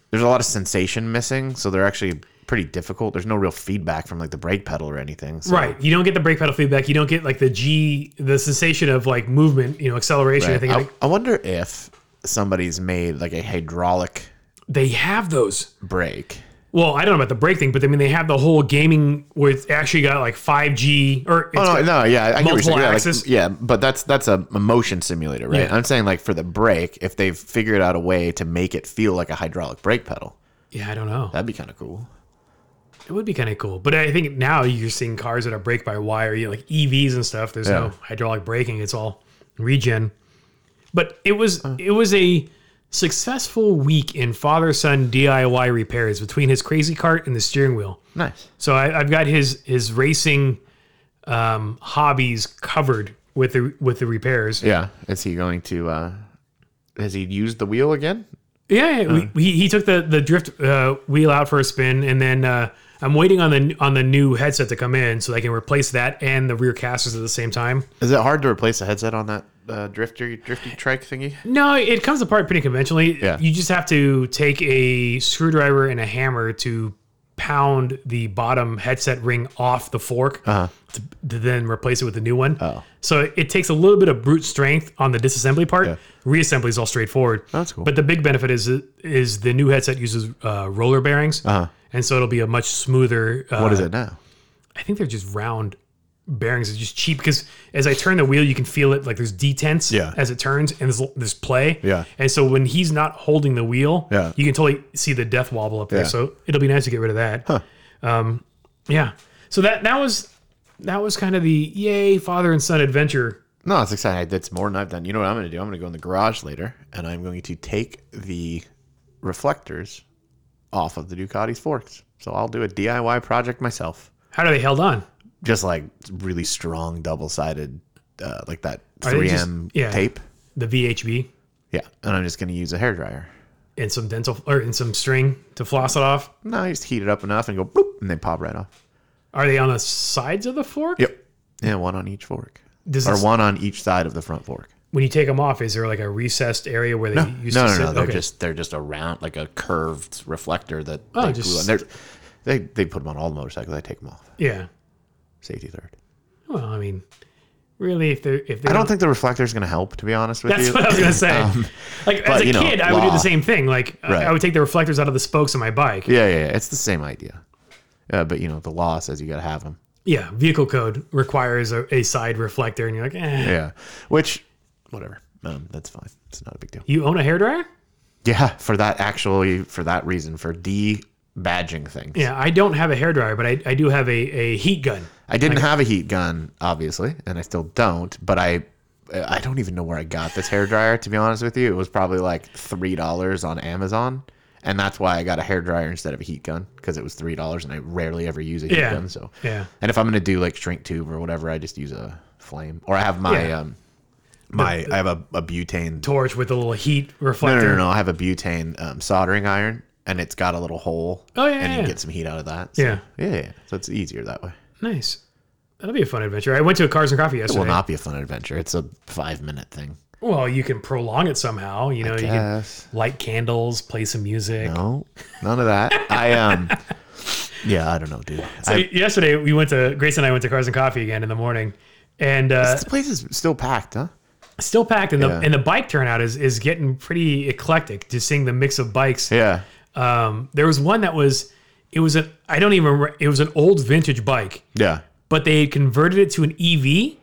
Speaker 1: there's a lot of sensation missing, so they're actually pretty difficult. There's no real feedback from like the brake pedal or anything. So.
Speaker 2: Right, you don't get the brake pedal feedback. You don't get like the G, the sensation of like movement, you know, acceleration. I think
Speaker 1: I,
Speaker 2: like,
Speaker 1: I wonder if somebody's made like a hydraulic
Speaker 2: they have those.
Speaker 1: brake.
Speaker 2: Well, I don't know about the brake thing, but I mean they have the whole gaming where it's actually got like five G or it's
Speaker 1: Oh no, no, yeah, I get what
Speaker 2: multiple
Speaker 1: you're saying. Yeah, like,
Speaker 2: axis.
Speaker 1: yeah, but that's that's a a motion simulator, right?
Speaker 2: Yeah.
Speaker 1: I'm saying like for the brake, if they've figured out a way to make it feel like a hydraulic brake pedal,
Speaker 2: yeah, I don't know.
Speaker 1: that'd be kind of cool.
Speaker 2: It would be kind of cool, but I think now you're seeing cars that are brake by wire, you know, like EVs and stuff. There's no
Speaker 1: Yeah.
Speaker 2: hydraulic braking; it's all regen. But it was it was a successful week in father son DIY repairs between his crazy cart and the steering wheel.
Speaker 1: Nice.
Speaker 2: So I, I've got his his racing um, hobbies covered with the with the repairs.
Speaker 1: Yeah. Is he going to? uh Has he used the wheel again?
Speaker 2: Yeah, yeah, we, he, he took the the drift uh, wheel out for a spin, and then uh, I'm waiting on the on the new headset to come in so they can replace that and the rear casters at the same time.
Speaker 1: Is it hard to replace a headset on that uh, drifter drifty trike thingy?
Speaker 2: No, it comes apart pretty conventionally.
Speaker 1: Yeah.
Speaker 2: you just have to take a screwdriver and a hammer to pound the bottom headset ring off the fork to, to then replace it with a new one.
Speaker 1: Uh-huh. Oh.
Speaker 2: So it takes a little bit of brute strength on the disassembly part.
Speaker 1: Yeah. Oh,
Speaker 2: Reassembly is all straightforward.
Speaker 1: That's cool.
Speaker 2: But the big benefit is is the new headset uses uh, roller bearings,
Speaker 1: Uh-huh.
Speaker 2: and so it'll be a much smoother. Uh,
Speaker 1: What is it now?
Speaker 2: I think they're just round bearings. It's just cheap because as I turn the wheel, you can feel it like there's detents
Speaker 1: Yeah.
Speaker 2: as it turns and there's, there's play.
Speaker 1: Yeah.
Speaker 2: And so when he's not holding the wheel,
Speaker 1: Yeah.
Speaker 2: you can totally see the death wobble up there.
Speaker 1: Yeah.
Speaker 2: So it'll be nice to get rid of that. Um, yeah. So that that was that was kind of the yay father and son adventure.
Speaker 1: No, it's exciting. That's more than I've done. You know what I'm going to do? I'm going to go in the garage later, and I'm going to take the reflectors off of the Ducati's forks. So I'll do a DIY project myself,
Speaker 2: How do they held on?
Speaker 1: just like really strong double-sided, uh, like that
Speaker 2: Are
Speaker 1: 3M
Speaker 2: they just- yeah.
Speaker 1: tape.
Speaker 2: The VHB
Speaker 1: Yeah, and I'm just going to use a hairdryer.
Speaker 2: and some dental or and some string to floss it off.
Speaker 1: No, you just heat it up enough and go boop, and they pop right off.
Speaker 2: Are they on the sides of the fork?
Speaker 1: Yep. Yeah, one on each fork,
Speaker 2: Does
Speaker 1: or
Speaker 2: this-
Speaker 1: one on each side of the front fork.
Speaker 2: when you take them off, is there like a recessed area where they used
Speaker 1: No, no,
Speaker 2: to sit?
Speaker 1: no. They're just they're just a round, like a curved reflector that.
Speaker 2: Oh,
Speaker 1: they
Speaker 2: just-
Speaker 1: glue on. They're- They they put them on all the motorcycles. I take them off.
Speaker 2: yeah.
Speaker 1: Safety third.
Speaker 2: Well, I mean, really, if they're if they
Speaker 1: I don't think the reflector is going to help. To be honest with
Speaker 2: that's
Speaker 1: you.
Speaker 2: what I was gonna say. like as
Speaker 1: but,
Speaker 2: a
Speaker 1: you know,
Speaker 2: kid, I would do
Speaker 1: law.
Speaker 2: the same thing. Like I- I
Speaker 1: Right.
Speaker 2: would take the reflectors out of the spokes of my bike.
Speaker 1: yeah,
Speaker 2: Yeah,
Speaker 1: yeah, yeah. It's the same idea. Uh, but you know, the law says you got to have them.
Speaker 2: vehicle code requires a, a side reflector, and you're like, eh.
Speaker 1: Yeah. Which, whatever. Um, that's fine. It's not a big deal.
Speaker 2: You own a hairdryer?
Speaker 1: Yeah, for that actually, for that reason, for de badging things.
Speaker 2: Yeah, I don't have a hairdryer, but I, I do have a, a heat gun.
Speaker 1: I didn't have a heat gun, obviously, and I still don't. But I, I don't even know where I got this hair dryer. To be honest with you, it was probably like three dollars on Amazon, and that's why I got a hair dryer instead of a heat gun because it was three dollars, and I rarely ever use a heat
Speaker 2: Yeah.
Speaker 1: gun. So,
Speaker 2: Yeah.
Speaker 1: and if I'm gonna do like shrink tube or whatever, I just use a flame, or I have my
Speaker 2: Yeah.
Speaker 1: um, my I have a, a butane.
Speaker 2: Torch with a little heat
Speaker 1: No,
Speaker 2: reflector.
Speaker 1: no, no, no, I have a butane um, soldering iron, and it's got a little hole.
Speaker 2: Oh, yeah,
Speaker 1: and
Speaker 2: yeah,
Speaker 1: you
Speaker 2: yeah.
Speaker 1: can get some heat out of that. So,
Speaker 2: Yeah.
Speaker 1: yeah, yeah. So it's easier that way.
Speaker 2: Nice. That'll be a fun adventure. I went to a Cars and Coffee yesterday.
Speaker 1: will not be a fun adventure. It's a five minute thing.
Speaker 2: Well, you can prolong it somehow. You know, you can
Speaker 1: Yes.
Speaker 2: light candles, play some music.
Speaker 1: No, none of that. I um, yeah, I don't know, dude.
Speaker 2: So
Speaker 1: I,
Speaker 2: yesterday we went to Grace and I went to Cars and Coffee again in the morning, and uh,
Speaker 1: this place is still packed, huh?
Speaker 2: still packed. And the
Speaker 1: Yeah.
Speaker 2: and the bike turnout is is getting pretty eclectic. Just seeing the mix of bikes.
Speaker 1: Yeah,
Speaker 2: Um, there was one that was it was an I don't even remember, it was an old vintage bike,
Speaker 1: yeah.
Speaker 2: but they had converted it to an EV.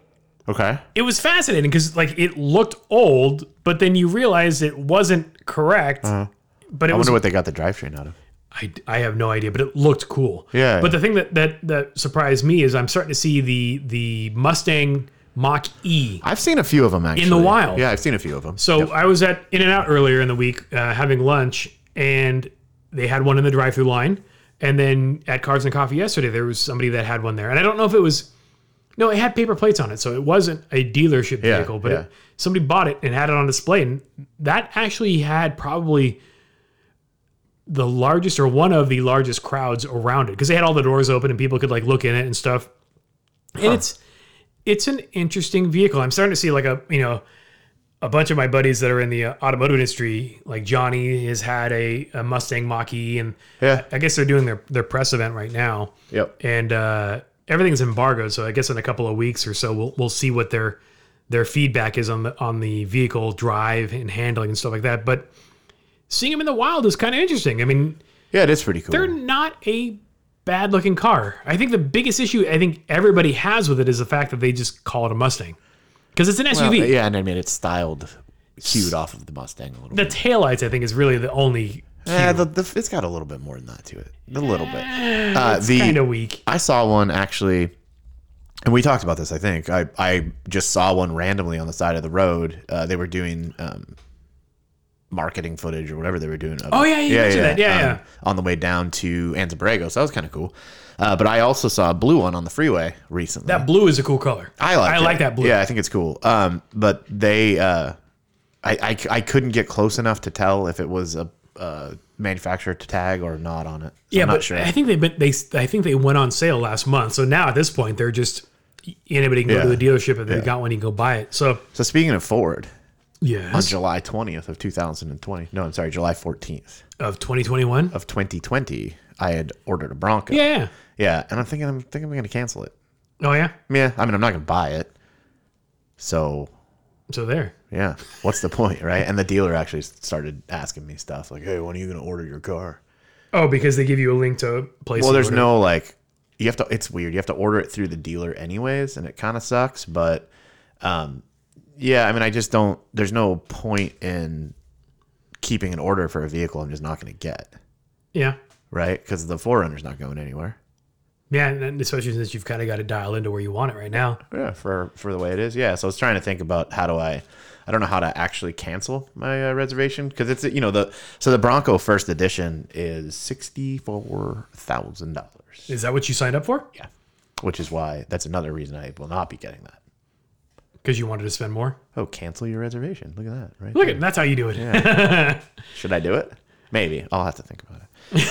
Speaker 1: Okay.
Speaker 2: It was fascinating because like it looked old, but then you realize it wasn't correct. But it
Speaker 1: Uh-huh. I
Speaker 2: was
Speaker 1: wonder what they got the drivetrain out of.
Speaker 2: I, I have no idea, but it looked cool.
Speaker 1: Yeah.
Speaker 2: But the thing that that that surprised me is I'm starting to see the the Mustang Mach E.
Speaker 1: I've seen a few of them actually
Speaker 2: the wild.
Speaker 1: Yeah, I've seen a few of them.
Speaker 2: So I was at In and Out earlier in the week uh, having lunch, and they had one in the drive-through line. And then at Cars and Coffee yesterday, there was somebody that had one there, and I don't know if it was. No, it had paper plates on it, so it wasn't a dealership
Speaker 1: Yeah,
Speaker 2: vehicle, but
Speaker 1: yeah.
Speaker 2: it, somebody bought it and had it on display, and that actually had probably the largest or one of the largest crowds around it because they had all the doors open and people could like look in it and stuff. And it's it's an interesting vehicle. I'm starting to see like a you know a bunch of my buddies that are in the uh, automotive industry, like Johnny, has had a, a Mustang Mach-E, and
Speaker 1: Yeah.
Speaker 2: I guess they're doing their their press event right now,
Speaker 1: Yep.
Speaker 2: and uh, everything's embargoed. So I guess in a couple of weeks or so, we'll we'll see what their their feedback is on the on the vehicle drive and handling and stuff like that. But seeing them in the wild is kind of interesting. I mean,
Speaker 1: Yeah, it is pretty cool. Uh,
Speaker 2: they're not a bad looking car. I think the biggest issue I think everybody has with it is the fact that they just call it a Mustang because it's an SUV.
Speaker 1: Well, yeah, and I mean it's styled cued off of the Mustang a little
Speaker 2: The
Speaker 1: bit.
Speaker 2: taillights, I think, is really the only
Speaker 1: Yeah, the, the, it's got a little bit more than that to it. A little bit. Uh, the
Speaker 2: kind of weak.
Speaker 1: I saw one actually, and we talked about this. I think I I just saw one randomly on the side of the road. Uh, they were doing um, marketing footage or whatever they were doing. of
Speaker 2: Oh,
Speaker 1: it.
Speaker 2: yeah, you mentioned that. Yeah, yeah.
Speaker 1: On the way down to Anzabrego, so that was kind of cool. Uh, but I also saw a blue one on the freeway recently.
Speaker 2: That blue is a cool color.
Speaker 1: I like.
Speaker 2: I
Speaker 1: it.
Speaker 2: like that blue.
Speaker 1: Yeah, I think it's cool. Um, but they, uh, I, I, I couldn't get close enough to tell if it was a, uh manufacturer tag or not on it. So
Speaker 2: yeah,
Speaker 1: I'm
Speaker 2: but
Speaker 1: not sure.
Speaker 2: I think they been, they I think they went on sale last month. So now at this point, they're just anybody can go
Speaker 1: Yeah.
Speaker 2: to the dealership if they got one, you can go buy it. So
Speaker 1: so speaking of Ford, on
Speaker 2: yes,
Speaker 1: July 20th of 2020. No, I'm sorry, July 14th
Speaker 2: of 2021.
Speaker 1: of 2020. I had ordered a Bronco.
Speaker 2: Yeah.
Speaker 1: Yeah, and I'm thinking I'm thinking I'm going to cancel it.
Speaker 2: Oh yeah.
Speaker 1: Yeah, I mean I'm not going to buy it. So,
Speaker 2: So there.
Speaker 1: yeah, what's the point, right? And the dealer actually started asking me stuff like, "Hey, when are you going to order your car?"
Speaker 2: Oh, because they give you a link to place.
Speaker 1: Well,
Speaker 2: the
Speaker 1: there's
Speaker 2: order.
Speaker 1: no like you have to it's weird. You have to order it through the dealer anyways, and it kind of sucks, but um yeah, I mean I just don't there's no point in keeping an order for a vehicle I'm just not going to get.
Speaker 2: Yeah.
Speaker 1: right? Because the Forerunner's not going anywhere.
Speaker 2: Yeah, and then especially since you've kind of got to dial into where you want it right now.
Speaker 1: Yeah, for for the way it is. Yeah, so I was trying to think about how do I, I don't know how to actually cancel my uh, reservation because it's you know the so the Bronco first edition is sixty four thousand dollars.
Speaker 2: Is that what you signed up for?
Speaker 1: Yeah, which is why that's another reason I will not be getting that.
Speaker 2: Because you wanted to spend more.
Speaker 1: Oh, cancel your reservation. Look at that, right?
Speaker 2: Look at that's how you do it.
Speaker 1: Should I do it? Maybe I'll have to think about it.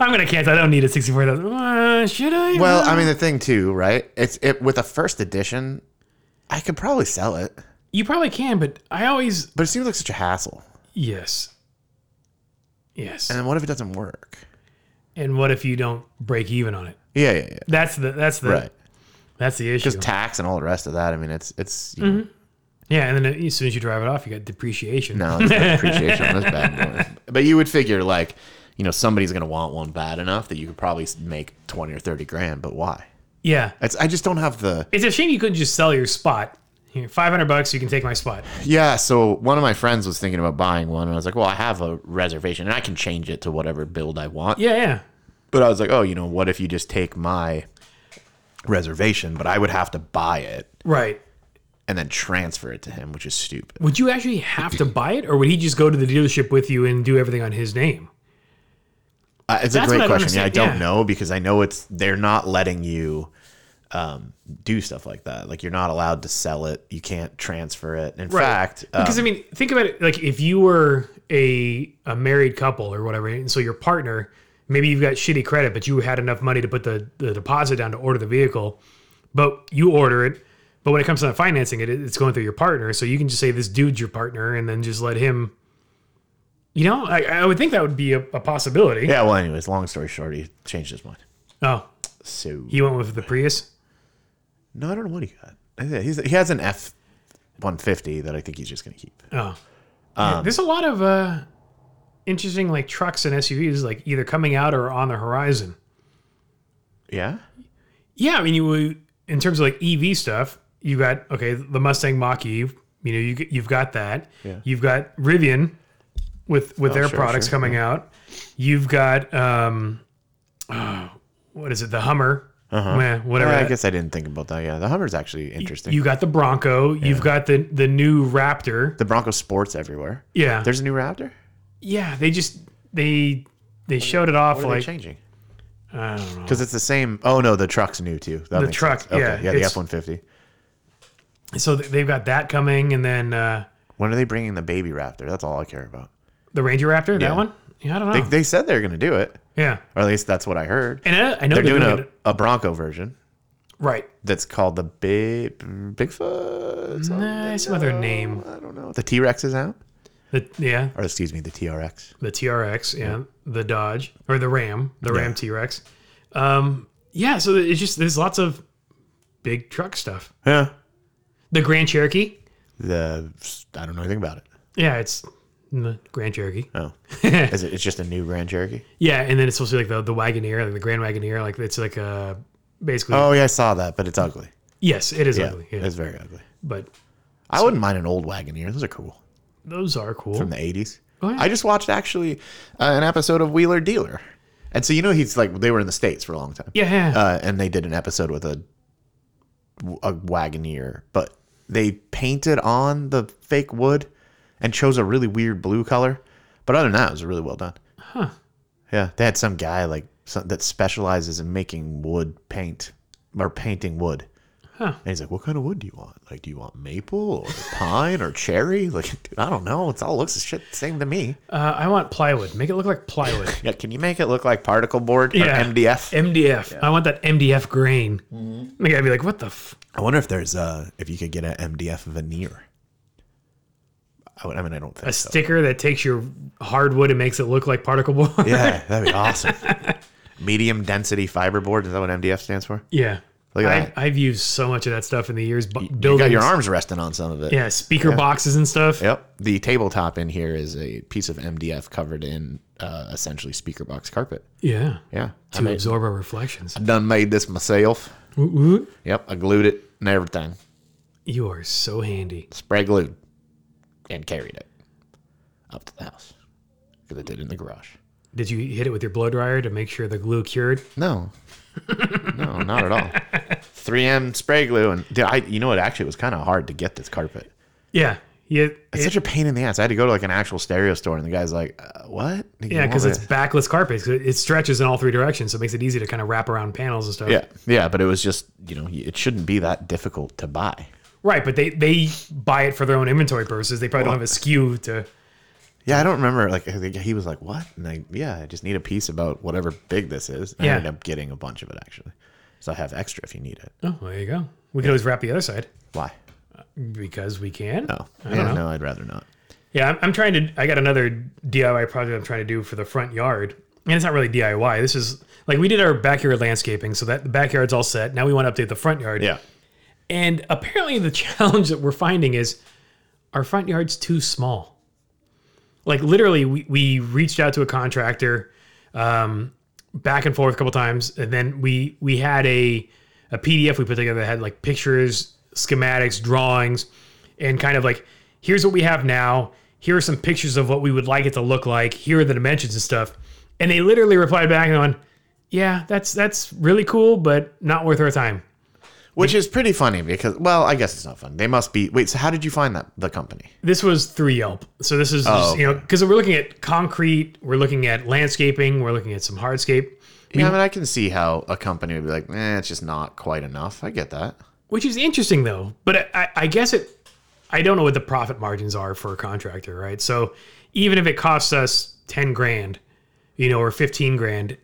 Speaker 2: I'm gonna cancel. I don't need a sixty-four thousand. Uh, should I?
Speaker 1: Well, I mean the thing too, right? It's it with a first edition, I could probably sell it,
Speaker 2: you probably can, but I always
Speaker 1: but it seems like such a hassle.
Speaker 2: yes, yes.
Speaker 1: And what if it doesn't work?
Speaker 2: And what if you don't break even on it?
Speaker 1: Yeah, yeah, yeah.
Speaker 2: That's the that's the
Speaker 1: Right.
Speaker 2: that's the issue.
Speaker 1: Just tax and all the rest of that. I mean, it's it's you
Speaker 2: yeah, and then as soon as you drive it off, you got depreciation.
Speaker 1: know, no there's no appreciation on this bad boy. But you would figure like, you know, somebody's gonna want one bad enough that you could probably s- make twenty or thirty grand. But why?
Speaker 2: Yeah,
Speaker 1: It's I just don't have the
Speaker 2: it's a shame you couldn't just sell your spot. Here, five hundred bucks, you can take my spot.
Speaker 1: yeah. So one of my friends was thinking about buying one, and I was like, well, I have a reservation, and I can change it to whatever build I want.
Speaker 2: Yeah, yeah.
Speaker 1: But I was like, oh, you know, what if you just take my reservation, but I would have to buy it
Speaker 2: Right.
Speaker 1: and then transfer it to him, which is stupid.
Speaker 2: Would you actually have to buy it, or would he just go to the dealership with you and do everything on his name?
Speaker 1: Uh, it's
Speaker 2: That's
Speaker 1: a
Speaker 2: what I
Speaker 1: great
Speaker 2: don't
Speaker 1: question. Yeah, I
Speaker 2: understand.
Speaker 1: don't
Speaker 2: Yeah.
Speaker 1: know because I know it's they're not letting you um, do stuff like that. Like you're not allowed to sell it. You can't transfer it. In fact, uh,
Speaker 2: because I mean, think about it. Like if you were a a married couple or whatever, and so your partner, maybe you've got shitty credit, but you had enough money to put the, the deposit down to order the vehicle, but you order it. But when it comes to financing it, it- it's going through your partner, so you can just say this dude's your partner, and then just let him. You know, I, I would think that would be a, a possibility.
Speaker 1: yeah. Well, anyways, long story short, he changed his mind.
Speaker 2: Oh,
Speaker 1: So
Speaker 2: he went with the Prius.
Speaker 1: no, I don't know what he got. Yeah, He's, he has an F one fifty that I think he's just gonna keep.
Speaker 2: Oh, Yeah, there's a lot of uh, interesting like trucks and SUVs like either coming out or on the horizon.
Speaker 1: Yeah.
Speaker 2: Yeah, I mean, you would in terms of like EV stuff, you got okay the Mustang Mach E. You know, you you've got that.
Speaker 1: Yeah. Oh,
Speaker 2: You've got Rivian with with their
Speaker 1: sure,
Speaker 2: products
Speaker 1: sure,
Speaker 2: coming out. You've got um, oh, what is it? The Hummer, Meh, whatever.
Speaker 1: Uh-huh. I
Speaker 2: that-
Speaker 1: guess I didn't think about that. Yeah, the Hummer's actually interesting.
Speaker 2: Uh, You got the Bronco. You've got the the new Raptor.
Speaker 1: the Bronco sports everywhere.
Speaker 2: Yeah,
Speaker 1: There's a new Raptor.
Speaker 2: yeah. They just they they showed it off
Speaker 1: What are they
Speaker 2: like
Speaker 1: changing?
Speaker 2: I don't know.
Speaker 1: Because it's the same. Oh no, the truck's new too. That
Speaker 2: The
Speaker 1: makes
Speaker 2: truck,
Speaker 1: sense. Okay,
Speaker 2: yeah,
Speaker 1: yeah, the
Speaker 2: it's-
Speaker 1: F one fifty.
Speaker 2: So th- they've got that coming, and then uh,
Speaker 1: When are they bringing the baby Raptor? That's all I care about.
Speaker 2: the Ranger Raptor. That
Speaker 1: Yeah.
Speaker 2: one. Yeah, I don't
Speaker 1: They,
Speaker 2: know.
Speaker 1: they said they're going to do it,
Speaker 2: yeah,
Speaker 1: or at least that's what I heard.
Speaker 2: and I, I know
Speaker 1: They're doing
Speaker 2: doing
Speaker 1: a,
Speaker 2: it
Speaker 1: a Bronco version
Speaker 2: right.
Speaker 1: that's called the Big Bigfoot. something?
Speaker 2: Nah, some other name.
Speaker 1: I don't know. The T Rex is out,
Speaker 2: The, yeah,
Speaker 1: or excuse me, the TRX.
Speaker 2: the TRX. Yeah, the Dodge or the Ram, the Ram T Rex. Um, yeah. So it's just there's lots of big truck stuff.
Speaker 1: Yeah.
Speaker 2: The Grand Cherokee.
Speaker 1: The I don't know anything about it.
Speaker 2: Yeah, it's mm, the Grand Cherokee.
Speaker 1: Oh, is it? It's just a new Grand Cherokee.
Speaker 2: Yeah, and then it's supposed to be like the the Wagoneer, like the Grand Wagoneer, like it's like a basically.
Speaker 1: Oh yeah, I saw that, but it's ugly.
Speaker 2: yes, it is
Speaker 1: Yeah,
Speaker 2: ugly. Yeah,
Speaker 1: it's very ugly.
Speaker 2: but
Speaker 1: I wouldn't mind an old Wagoneer. Those are cool
Speaker 2: those are cool.
Speaker 1: from the '80s.
Speaker 2: Oh, yeah.
Speaker 1: I just watched actually uh, an episode of Wheeler Dealer, and so you know he's like they were in the states for a long time.
Speaker 2: yeah, yeah.
Speaker 1: uh, and they did an episode with a a Wagoneer, but they painted on the fake wood and chose a really weird blue color. But other than that, it was really well done. Huh? Yeah, they had some guy like some, that specializes in making wood paint or painting wood.
Speaker 2: Huh.
Speaker 1: And he's like, "What kind of wood do you want? Like, do you want maple or pine or cherry? Like, dude, I don't know. It's all looks the shit same to me.
Speaker 2: uh, I want plywood. Make it look like plywood.
Speaker 1: Yeah, can you make it look like particle board or
Speaker 2: Yeah.
Speaker 1: MDF?
Speaker 2: MDF. I want that MDF grain.
Speaker 1: Mm-hmm.
Speaker 2: The guy'd be like, "What the? F-?
Speaker 1: I wonder if there's uh if you could get an MDF veneer. I, would, I mean, I don't think
Speaker 2: A
Speaker 1: so.
Speaker 2: sticker that takes your hardwood and makes it look like particle board." Yeah.
Speaker 1: Yeah, that'd be awesome. Medium density fiberboard. Is that what MDF stands for? Look at
Speaker 2: I,
Speaker 1: that.
Speaker 2: I've used so much of that stuff in the years. Bu-
Speaker 1: You
Speaker 2: building
Speaker 1: got your arms resting on some of it.
Speaker 2: Yeah, speaker boxes and stuff.
Speaker 1: Yep. The tabletop in here is a piece of MDF covered in uh, essentially speaker box carpet.
Speaker 2: Yeah,
Speaker 1: Yeah.
Speaker 2: to absorb our reflections.
Speaker 1: I done made this myself.
Speaker 2: Woot woot.
Speaker 1: Yep. I glued it and everything.
Speaker 2: You are so handy.
Speaker 1: Spray glued and carried it up to the house because I did it in the garage.
Speaker 2: Did you hit it with your blow dryer to make sure the glue cured?
Speaker 1: No, no, not at all. 3M spray glue, and dude, I, you know what? Actually, it was kind of hard to get this carpet.
Speaker 2: Yeah. Yeah.
Speaker 1: It's such a pain in the ass. I had to go to like an actual stereo store, and the guy's like, uh, "What? You
Speaker 2: Yeah,
Speaker 1: want
Speaker 2: because
Speaker 1: me
Speaker 2: it's
Speaker 1: to-"
Speaker 2: backless carpet. 'cause It stretches in all three directions, so it makes it easy to kind of wrap around panels and stuff.
Speaker 1: yeah, yeah." But it was just, you know, it shouldn't be that difficult to buy.
Speaker 2: Right, but they they buy it for their own inventory purposes. They probably don't have a skew to.
Speaker 1: Yeah, I don't remember. Like, I think he was like, "What?" And I, yeah, I just need a piece about whatever big this is. I
Speaker 2: Yeah.
Speaker 1: ended up getting a bunch of it actually, so I have extra if you need it.
Speaker 2: Oh, well, there you go. We could always wrap the other side
Speaker 1: Why?
Speaker 2: because we can.
Speaker 1: Oh, yeah, no, I'd rather not.
Speaker 2: Yeah, I'm, I'm trying to. I got another DIY project I'm trying to do for the front yard, and it's not really DIY. This is like we did our backyard landscaping, so that the backyard's all set. Now we want to update the front yard.
Speaker 1: Yeah,
Speaker 2: And apparently, the challenge that we're finding is our front yard's too small. Like, literally, we, we reached out to a contractor um, back and forth a couple times. And then we, we had a, a PDF we put together that had like pictures, schematics, drawings, and kind of like, here's what we have now. Here are some pictures of what we would like it to look like. Here are the dimensions and stuff. And they literally replied back on, yeah, that's that's really cool, but not worth our time.
Speaker 1: which is pretty funny because, well, I guess it's not funny. They must be. Wait, so how did you find that the company?
Speaker 2: This was through Yelp. So this is, just, you know, because we're looking at concrete, we're looking at landscaping, we're looking at some hardscape,
Speaker 1: Yeah, I mean, I can see how a company would be like, eh, it's just not quite enough. I get that.
Speaker 2: which is interesting though. But I, I- I guess it, I don't know what the profit margins are for a contractor, right? So even if it costs us 10 grand, you know, or 15 grand,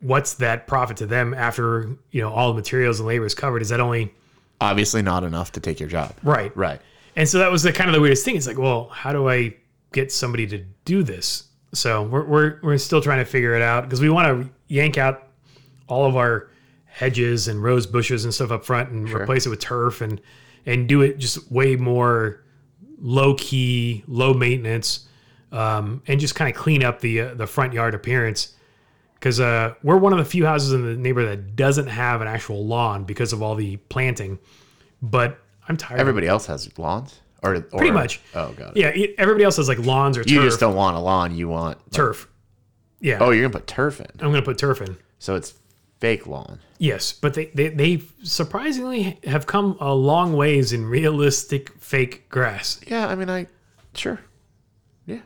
Speaker 2: what's that profit to them after, you know, all the materials and labor is covered? Is that only
Speaker 1: Obviously, not enough to take your job.
Speaker 2: right?
Speaker 1: Right.
Speaker 2: And so that was the kind of the weirdest thing. It's like, well, how do I get somebody to do this? So we're we're, we're still trying to figure it out because we want to yank out all of our hedges and rose bushes and stuff up front and replace it with turf and and do it just way more low key, low maintenance, um, and just kind of clean up the uh, the front yard appearance. because uh, we're one of the few houses in the neighborhood that doesn't have an actual lawn because of all the planting. But I'm tired. of
Speaker 1: Everybody else has lawns, or, or
Speaker 2: Pretty much.
Speaker 1: Oh god,
Speaker 2: Yeah, e- everybody else has like lawns or turf.
Speaker 1: you just don't want a lawn. You want
Speaker 2: turf. Yeah,
Speaker 1: oh, you're gonna put turf in,
Speaker 2: I'm gonna put turf in.
Speaker 1: so it's fake lawn.
Speaker 2: Yes, but they, they they surprisingly have come a long ways in realistic fake grass.
Speaker 1: Yeah, I mean, I sure, yeah,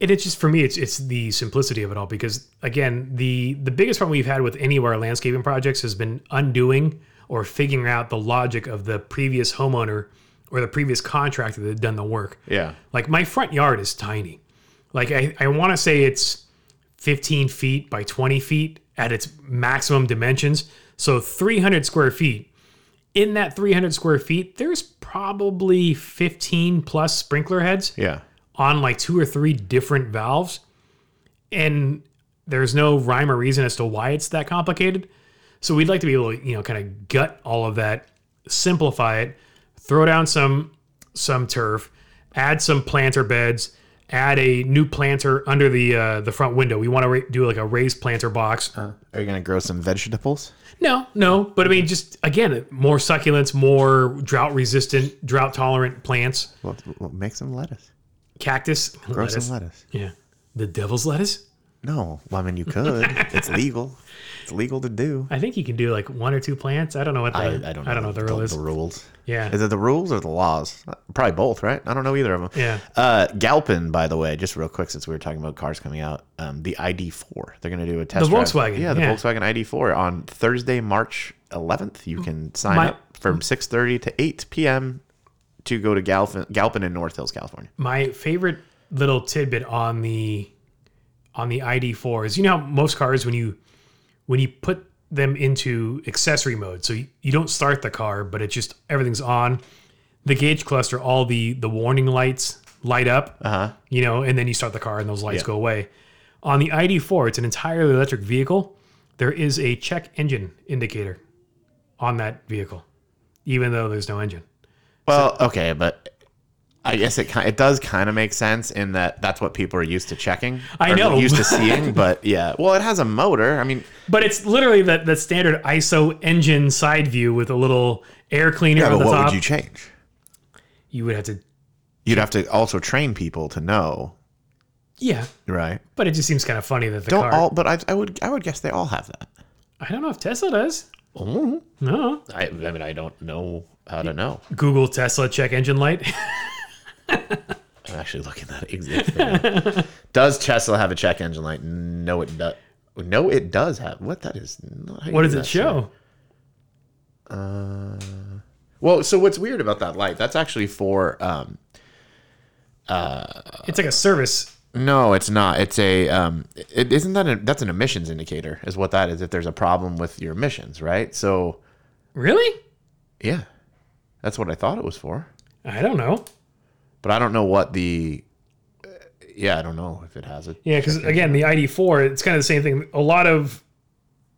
Speaker 2: and it's just for me it's it's the simplicity of it all because again the the biggest problem we've had with any of our landscaping projects has been undoing or figuring out the logic of the previous homeowner or the previous contractor that had done the work
Speaker 1: yeah.
Speaker 2: like my front yard is tiny like i, I want to say it's 15 feet by 20 feet at its maximum dimensions so 300 square feet in that 300 square feet there's probably 15 plus sprinkler heads
Speaker 1: Yeah.
Speaker 2: on like two or three different valves and there's no rhyme or reason as to why it's that complicated so we'd like to be able to you know kind of gut all of that simplify it throw down some some turf add some planter beds add a new planter under the uh, the front window we want to ra- do like a raised planter box
Speaker 1: Are you gonna grow some vegetables?
Speaker 2: no no but i mean just again more succulents more drought resistant drought tolerant plants
Speaker 1: Well, well make some lettuce.
Speaker 2: cactus
Speaker 1: Grow
Speaker 2: lettuce.
Speaker 1: some lettuce.
Speaker 2: yeah the devil's lettuce
Speaker 1: No, well, I mean you could. it's legal. It's legal to do.
Speaker 2: I think you can do like one or two plants. I don't know what the I, don't know, what the rule is.
Speaker 1: The rules.
Speaker 2: Yeah.
Speaker 1: Is it the rules or the laws? Probably both, right? I don't know either of them.
Speaker 2: Yeah.
Speaker 1: Uh, Galpin, by the way, just real quick, since we were talking about cars coming out, um, the ID4. They're going to do a test.
Speaker 2: The
Speaker 1: drive.
Speaker 2: Volkswagen,
Speaker 1: Yeah, the
Speaker 2: yeah.
Speaker 1: Volkswagen ID4 on Thursday, March 11th. You can sign
Speaker 2: My-
Speaker 1: up from 6:30 to 8 p.m. to go to Galpin, Galpin in North Hills, California.
Speaker 2: My favorite little tidbit on the on the ID4 is you know how most cars when you when you put them into accessory mode, so you, you don't start the car, but it's just everything's on. The gauge cluster, all the the warning lights light up, uh-huh. you know, and then you start the car and those lights go away. On the ID4, it's an entirely electric vehicle. There is a check engine indicator on that vehicle, even though there's no engine.
Speaker 1: Well, okay, but I guess it kind it does kind of make sense in that that's what people are used to checking.
Speaker 2: I
Speaker 1: or
Speaker 2: know.
Speaker 1: used to seeing, but yeah. Well, it has a motor. I mean,
Speaker 2: But it's literally that that standard ISO engine side view with a little air cleaner on the top. You,
Speaker 1: change?
Speaker 2: would have to,
Speaker 1: You'd have to also train people to know,
Speaker 2: yeah.
Speaker 1: right?
Speaker 2: But it just seems kind of funny that the
Speaker 1: Don't
Speaker 2: car.
Speaker 1: all, but I, I would I would guess they all have that.
Speaker 2: I don't know if Tesla does. No,
Speaker 1: Mm-hmm. I, I mean, I don't know how to know.
Speaker 2: Google Tesla check engine light.
Speaker 1: I'm actually looking that exactly. now. does Tesla have a check engine light? No, it does. No, it does have. What that is? Not, how you
Speaker 2: what
Speaker 1: do
Speaker 2: does
Speaker 1: that,
Speaker 2: it
Speaker 1: sir.
Speaker 2: show?
Speaker 1: Well, so what's weird about that light? That's actually for um,
Speaker 2: It's like a service.
Speaker 1: No, it's not. It's a um, it isn't that a, that's an emissions indicator is what that is. If there's a problem with your emissions, right? So
Speaker 2: Really?
Speaker 1: yeah, that's what I thought it was for.
Speaker 2: I don't know.
Speaker 1: But I don't know what the uh, yeah, I don't know if it has it.
Speaker 2: Yeah, because again, the ID4, it's kind of the same thing. A lot of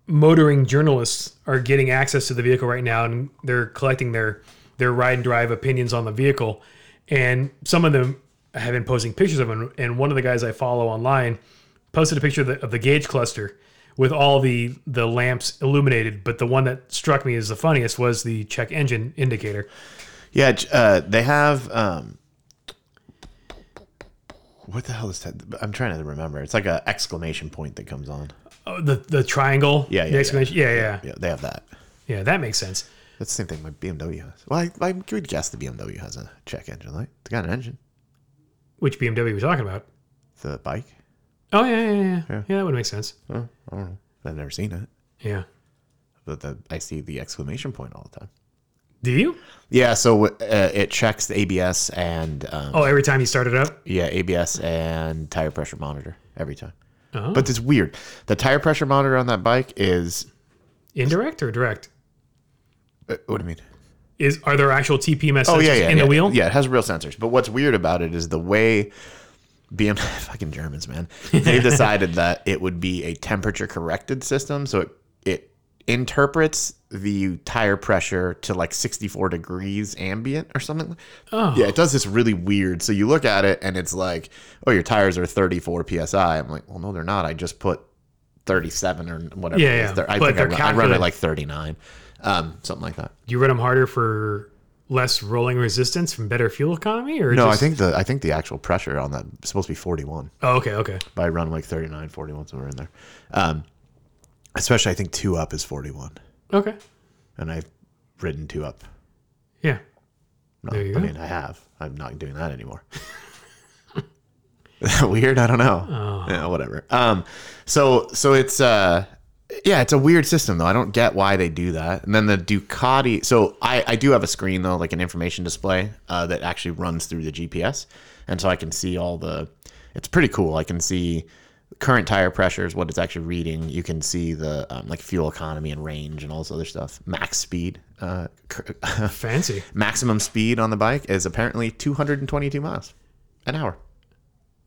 Speaker 2: motoring journalists are getting access to the vehicle right now, and they're collecting their their ride and drive opinions on the vehicle. And some of them have been posting pictures of them. And one of the guys I follow online posted a picture of the, of the gauge cluster with all the the lamps illuminated. But the one that struck me as the funniest was the check engine indicator.
Speaker 1: Yeah, j- uh, they have um, what the hell is that? I'm trying to remember. It's like a exclamation point that comes on.
Speaker 2: Oh, the the triangle.
Speaker 1: Yeah, yeah,
Speaker 2: the
Speaker 1: yeah.
Speaker 2: exclamation. Yeah, yeah, yeah.
Speaker 1: Yeah, they have that.
Speaker 2: that makes sense.
Speaker 1: That's the same thing my BMW has. Well, I, I would guess the BMW has a check engine light. It's got an engine.
Speaker 2: Which BMW are we talking about?
Speaker 1: The bike.
Speaker 2: Oh yeah, yeah, yeah, yeah. Yeah, that would make sense.
Speaker 1: Oh, I don't know. I've never seen it.
Speaker 2: Yeah.
Speaker 1: But the, I see the exclamation point all the time.
Speaker 2: Do you?
Speaker 1: Yeah, so uh, it checks the ABS and um,
Speaker 2: Oh, every time you start it up.
Speaker 1: yeah, ABS and tire pressure monitor every time.
Speaker 2: Oh.
Speaker 1: But it's weird. The tire pressure monitor on that bike is
Speaker 2: Indirect or direct?
Speaker 1: uh, what do you mean?
Speaker 2: Is are there actual TPMS
Speaker 1: Oh
Speaker 2: sensors
Speaker 1: yeah, yeah,
Speaker 2: in
Speaker 1: yeah,
Speaker 2: the wheel?
Speaker 1: Yeah, it has real sensors. But what's weird about it is the way BMW fucking Germans, man. They decided that it would be a temperature corrected system, so it it interprets the tire pressure to like 64 degrees ambient or something.
Speaker 2: Oh.
Speaker 1: Yeah, it does this really weird. So you look at it and it's like, "Oh, your tires are 34 psi." I'm like, "Well, no, they're not. I just put 37 or whatever.
Speaker 2: Yeah,
Speaker 1: it is.
Speaker 2: yeah.
Speaker 1: They're- I
Speaker 2: But
Speaker 1: think I
Speaker 2: they're
Speaker 1: run, I run it
Speaker 2: calculated.
Speaker 1: like 39, um, something like that.
Speaker 2: Do you run them harder for less rolling resistance from better fuel economy, or
Speaker 1: No,
Speaker 2: Just,
Speaker 1: I think the I think the actual pressure on that is supposed to be 41.
Speaker 2: Oh, okay, okay.
Speaker 1: But I run like 39, 41 somewhere in there. Um, especially I think two up is 41,
Speaker 2: Okay.
Speaker 1: and I've ridden two up.
Speaker 2: Yeah.
Speaker 1: No,
Speaker 2: There you
Speaker 1: I
Speaker 2: go.
Speaker 1: mean I have. I'm not doing that anymore. weird. I don't know.
Speaker 2: Oh.
Speaker 1: Yeah, whatever. Um, so so it's uh, yeah, it's a weird system though. I don't get why they do that. And then the Ducati. So I I do have a screen though, like an information display uh, that actually runs through the GPS, and so I can see all the. It's pretty cool. I can see current tire pressures, what it's actually reading. You can see the um, like fuel economy and range and all this other stuff. Max speed. Uh, cur-
Speaker 2: Fancy.
Speaker 1: maximum speed on the bike is apparently 222 miles an hour.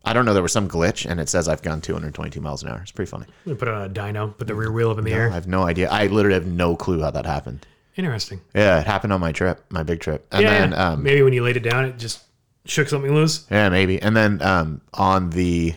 Speaker 1: I don't know. There was some glitch, and it says I've gone 222 miles an hour. It's pretty funny.
Speaker 2: We put it on a dyno, put the rear wheel up in the
Speaker 1: I
Speaker 2: air.
Speaker 1: have no idea. I literally have no clue how that happened.
Speaker 2: Interesting.
Speaker 1: Yeah, it happened on my trip, my big trip, and
Speaker 2: yeah.
Speaker 1: then um,
Speaker 2: maybe when you laid it down, it just shook something loose.
Speaker 1: yeah, maybe, and then um, on the.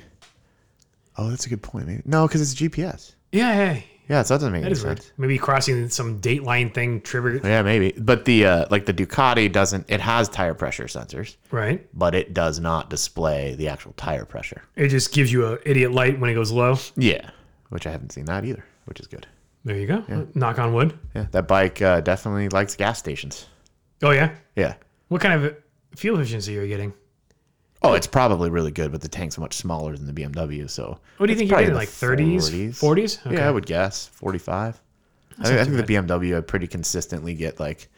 Speaker 1: Oh, that's a good point. Maybe no, because it's GPS.
Speaker 2: Yeah, hey,
Speaker 1: Yeah, so that doesn't make
Speaker 2: that
Speaker 1: any
Speaker 2: is
Speaker 1: sense.
Speaker 2: weird. Maybe crossing some dateline thing triggered.
Speaker 1: Yeah, maybe, but the uh, like the Ducati doesn't. It has tire pressure sensors,
Speaker 2: Right.
Speaker 1: but it does not display the actual tire pressure.
Speaker 2: It just gives you a idiot light when it goes low.
Speaker 1: Yeah, which I haven't seen that either, which is good.
Speaker 2: There you go. Knock on wood.
Speaker 1: Yeah, that bike uh, definitely likes gas stations.
Speaker 2: Oh yeah.
Speaker 1: Yeah.
Speaker 2: What kind of fuel efficiency are you getting?
Speaker 1: Oh, it's probably really good, but the tank's much smaller than the BMW. So,
Speaker 2: What do you
Speaker 1: it's
Speaker 2: think you're
Speaker 1: probably in
Speaker 2: getting?
Speaker 1: the
Speaker 2: Like 30s, 40s? Okay.
Speaker 1: Yeah, I would guess forty-five. I think, I think the BMW I pretty consistently get like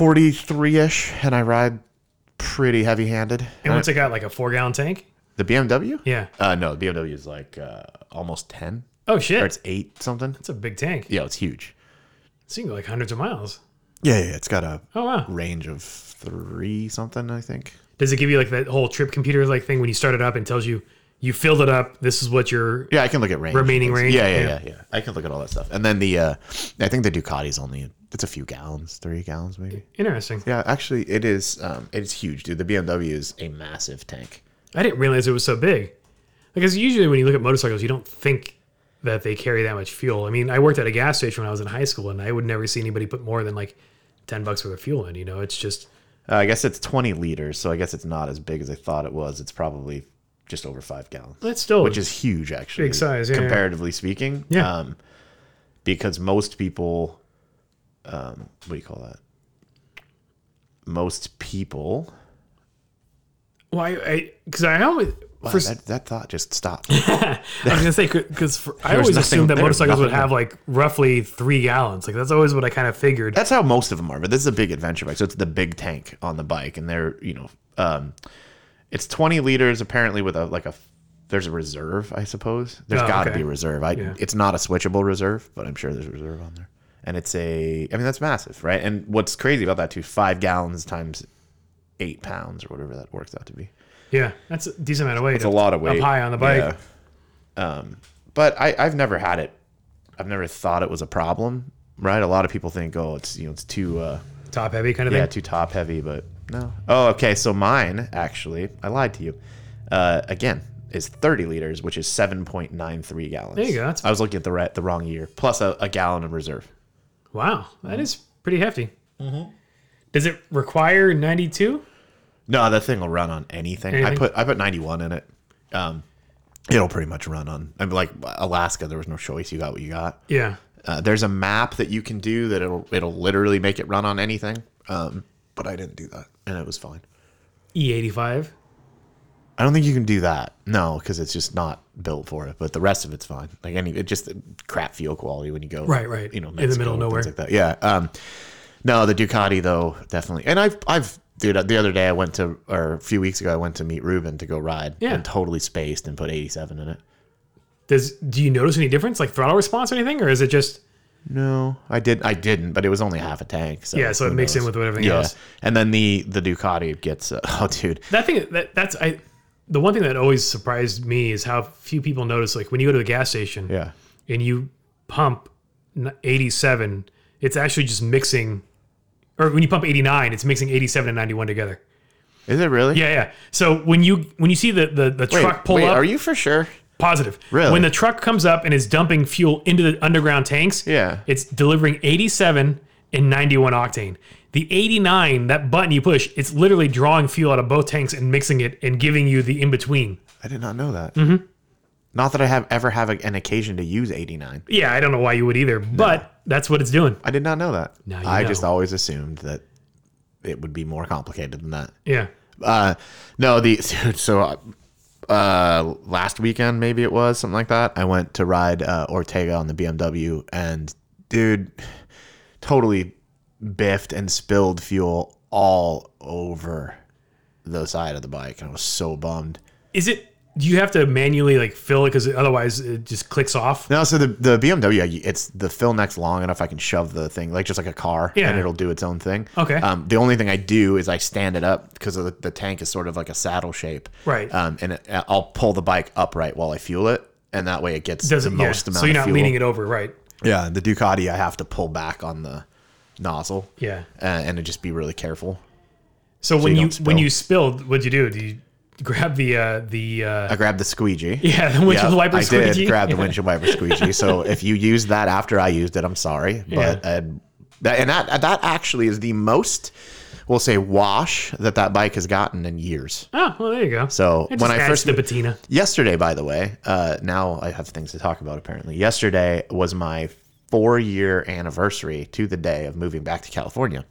Speaker 1: forty-three-ish, and I ride pretty heavy-handed.
Speaker 2: And once it got like a four gallon tank.
Speaker 1: The BMW?
Speaker 2: Yeah.
Speaker 1: Uh, no, the BMW is like uh, almost ten,
Speaker 2: Oh
Speaker 1: or
Speaker 2: shit.
Speaker 1: it's eight something.
Speaker 2: That's a big tank.
Speaker 1: Yeah, it's huge.
Speaker 2: So you can go like hundreds of miles.
Speaker 1: Yeah, yeah, it's got a
Speaker 2: Oh wow.
Speaker 1: range of three something, I think.
Speaker 2: Does it give you like that whole trip computer like thing when you start it up and tells you you filled it up? This is what your
Speaker 1: Yeah, I can look at range.
Speaker 2: Remaining range?
Speaker 1: Yeah, yeah,
Speaker 2: Yeah.
Speaker 1: yeah, yeah. I can look at all that stuff. And then the, uh, I think the Ducati's only it's a few gallons, three gallons maybe.
Speaker 2: interesting.
Speaker 1: Yeah, actually, it is. Um, it's huge, dude. The BMW is a massive tank.
Speaker 2: I didn't realize it was so big. Because usually when you look at motorcycles, you don't think that they carry that much fuel. I mean, I worked at a gas station when I was in high school, and I would never see anybody put more than like ten bucks worth of fuel in. You know, it's just
Speaker 1: Uh, I guess it's 20 liters, so I guess it's not as big as I thought it was. It's probably just over five gallons,
Speaker 2: that's still
Speaker 1: which is huge, actually.
Speaker 2: Big size, yeah, yeah.
Speaker 1: comparatively speaking.
Speaker 2: Yeah.
Speaker 1: Um, because most people, um, what do you call that? Most people.
Speaker 2: why I because I always.
Speaker 1: Wow,
Speaker 2: for,
Speaker 1: that, that thought just stopped.
Speaker 2: I was gonna say because I
Speaker 1: was
Speaker 2: always
Speaker 1: nothing-
Speaker 2: assumed that
Speaker 1: there was
Speaker 2: motorcycles would
Speaker 1: nothing.
Speaker 2: have like roughly three gallons. Like that's always what I kind of figured.
Speaker 1: that's how most of them are. But this is a big adventure bike, so it's the big tank on the bike, and they're you know, um, it's twenty liters apparently with a like a there's a reserve, I suppose. There's
Speaker 2: Oh,
Speaker 1: got to
Speaker 2: okay.
Speaker 1: be a reserve. I it's not a switchable reserve, but I'm sure there's a reserve on there. And it's a I mean that's massive, right? And what's crazy about that too? Five gallons times eight pounds or whatever that works out to be.
Speaker 2: Yeah, that's a decent amount of weight.
Speaker 1: It's a lot of weight.
Speaker 2: Up high on the bike.
Speaker 1: Yeah. Um, but I, I've never had it. I've never thought it was a problem, right? A lot of people think, oh, it's you know, it's too. Uh,
Speaker 2: top heavy kind of
Speaker 1: yeah,
Speaker 2: thing.
Speaker 1: too top heavy, but no. Oh, okay. So mine actually, I lied to you. Uh, again, is 30 liters, which is 7.93 gallons.
Speaker 2: There you go, that's-
Speaker 1: I was looking at the right, the wrong year. Plus a, a gallon of reserve.
Speaker 2: Wow, that
Speaker 1: Mm-hmm.
Speaker 2: is pretty hefty. Does it require 92?
Speaker 1: No, that thing will run on anything. I
Speaker 2: Anything?
Speaker 1: put I put 91 in it. Um, it'll pretty much run on. I mean, like Alaska, there was no choice. You got what you got.
Speaker 2: Yeah.
Speaker 1: Uh, there's a map that you can do that it'll it'll literally make it run on anything. Um, but I didn't do that, and it was fine.
Speaker 2: E E85.
Speaker 1: I don't think you can do that. No, because it's just not built for it. But the rest of it's fine. Like any, it just crap fuel quality when you go
Speaker 2: Right, right.
Speaker 1: You know,
Speaker 2: In the middle of
Speaker 1: and
Speaker 2: nowhere.
Speaker 1: things like that. Yeah. Um, no, the Ducati though definitely. And I've I've dude the other day I went to or a few weeks ago I went to meet Ruben to go ride.
Speaker 2: Yeah.
Speaker 1: And totally spaced and put eighty seven in it.
Speaker 2: Does do you notice any difference, like throttle response or anything, or is it just
Speaker 1: No, I did I didn't, but it was only half a tank. So
Speaker 2: yeah? So it
Speaker 1: who
Speaker 2: mixed in
Speaker 1: knows?
Speaker 2: with everything
Speaker 1: yeah.
Speaker 2: else.
Speaker 1: And then the the Ducati gets uh, oh dude
Speaker 2: That thing that that's I. The one thing that always surprised me is how few people notice. Like when you go to the gas station
Speaker 1: yeah
Speaker 2: and you pump n- 87, it's actually just mixing, or when you pump 89, it's mixing 87 and 91 together.
Speaker 1: is it really
Speaker 2: Yeah, yeah. So when you when you see the the, the
Speaker 1: Wait,
Speaker 2: truck pull
Speaker 1: wait,
Speaker 2: up,
Speaker 1: are you for sure?
Speaker 2: Positive.
Speaker 1: Really?
Speaker 2: When the truck comes up and is dumping fuel into the underground tanks,
Speaker 1: Yeah.
Speaker 2: it's delivering 87 and 91 octane. The 89, that button you push, it's literally drawing fuel out of both tanks and mixing it and giving you the in between.
Speaker 1: I did not know that.
Speaker 2: Mm-hmm.
Speaker 1: Not that I have ever have a- an occasion to use 89.
Speaker 2: Yeah, I don't know why you would either, but that's what it's doing.
Speaker 1: I did not know that.
Speaker 2: Now you
Speaker 1: I
Speaker 2: know.
Speaker 1: just always assumed that it would be more complicated than that.
Speaker 2: Yeah.
Speaker 1: Uh, no, the so uh, last weekend maybe it was something like that. I went to ride uh, Ortega on the BMW, and dude, totally biffed and spilled fuel all over the side of the bike, and I was so bummed.
Speaker 2: Is it, do you have to manually like fill it because otherwise it just clicks off?
Speaker 1: No, so the the BMW, I- it's the fill neck's long enough. I can shove the thing like just like a car,
Speaker 2: Yeah.
Speaker 1: and it'll do its own thing.
Speaker 2: Okay.
Speaker 1: Um, the only thing I do is I stand it up because the, the tank is sort of like a saddle shape.
Speaker 2: Right.
Speaker 1: Um, and it, I'll pull the bike upright while I fuel it, and that way it gets
Speaker 2: Doesn't,
Speaker 1: the
Speaker 2: yeah.
Speaker 1: most amount.
Speaker 2: So you're
Speaker 1: of
Speaker 2: not
Speaker 1: fuel.
Speaker 2: leaning it over, right?
Speaker 1: Yeah, the Ducati, I have to pull back on the nozzle.
Speaker 2: Yeah.
Speaker 1: Uh, and to just be really careful.
Speaker 2: So, when
Speaker 1: you
Speaker 2: you,
Speaker 1: don't
Speaker 2: when
Speaker 1: spill.
Speaker 2: you spilled, what'd you do? Do you grab the, uh, the, uh,
Speaker 1: I grabbed the squeegee.
Speaker 2: yeah, the windshield
Speaker 1: Yeah,
Speaker 2: wiper
Speaker 1: I
Speaker 2: squeegee?
Speaker 1: did grab the
Speaker 2: Yeah.
Speaker 1: windshield wiper squeegee. So if you used that after I used it, I'm sorry, but
Speaker 2: Yeah.
Speaker 1: uh, that, and that that actually is the most we'll say wash that that bike has gotten in years.
Speaker 2: Oh, well, there you go.
Speaker 1: So when
Speaker 2: It just
Speaker 1: I
Speaker 2: adds
Speaker 1: first
Speaker 2: the patina,
Speaker 1: yesterday, by the way, uh, now I have things to talk about. Apparently, yesterday was my four year anniversary to the day of moving back to California.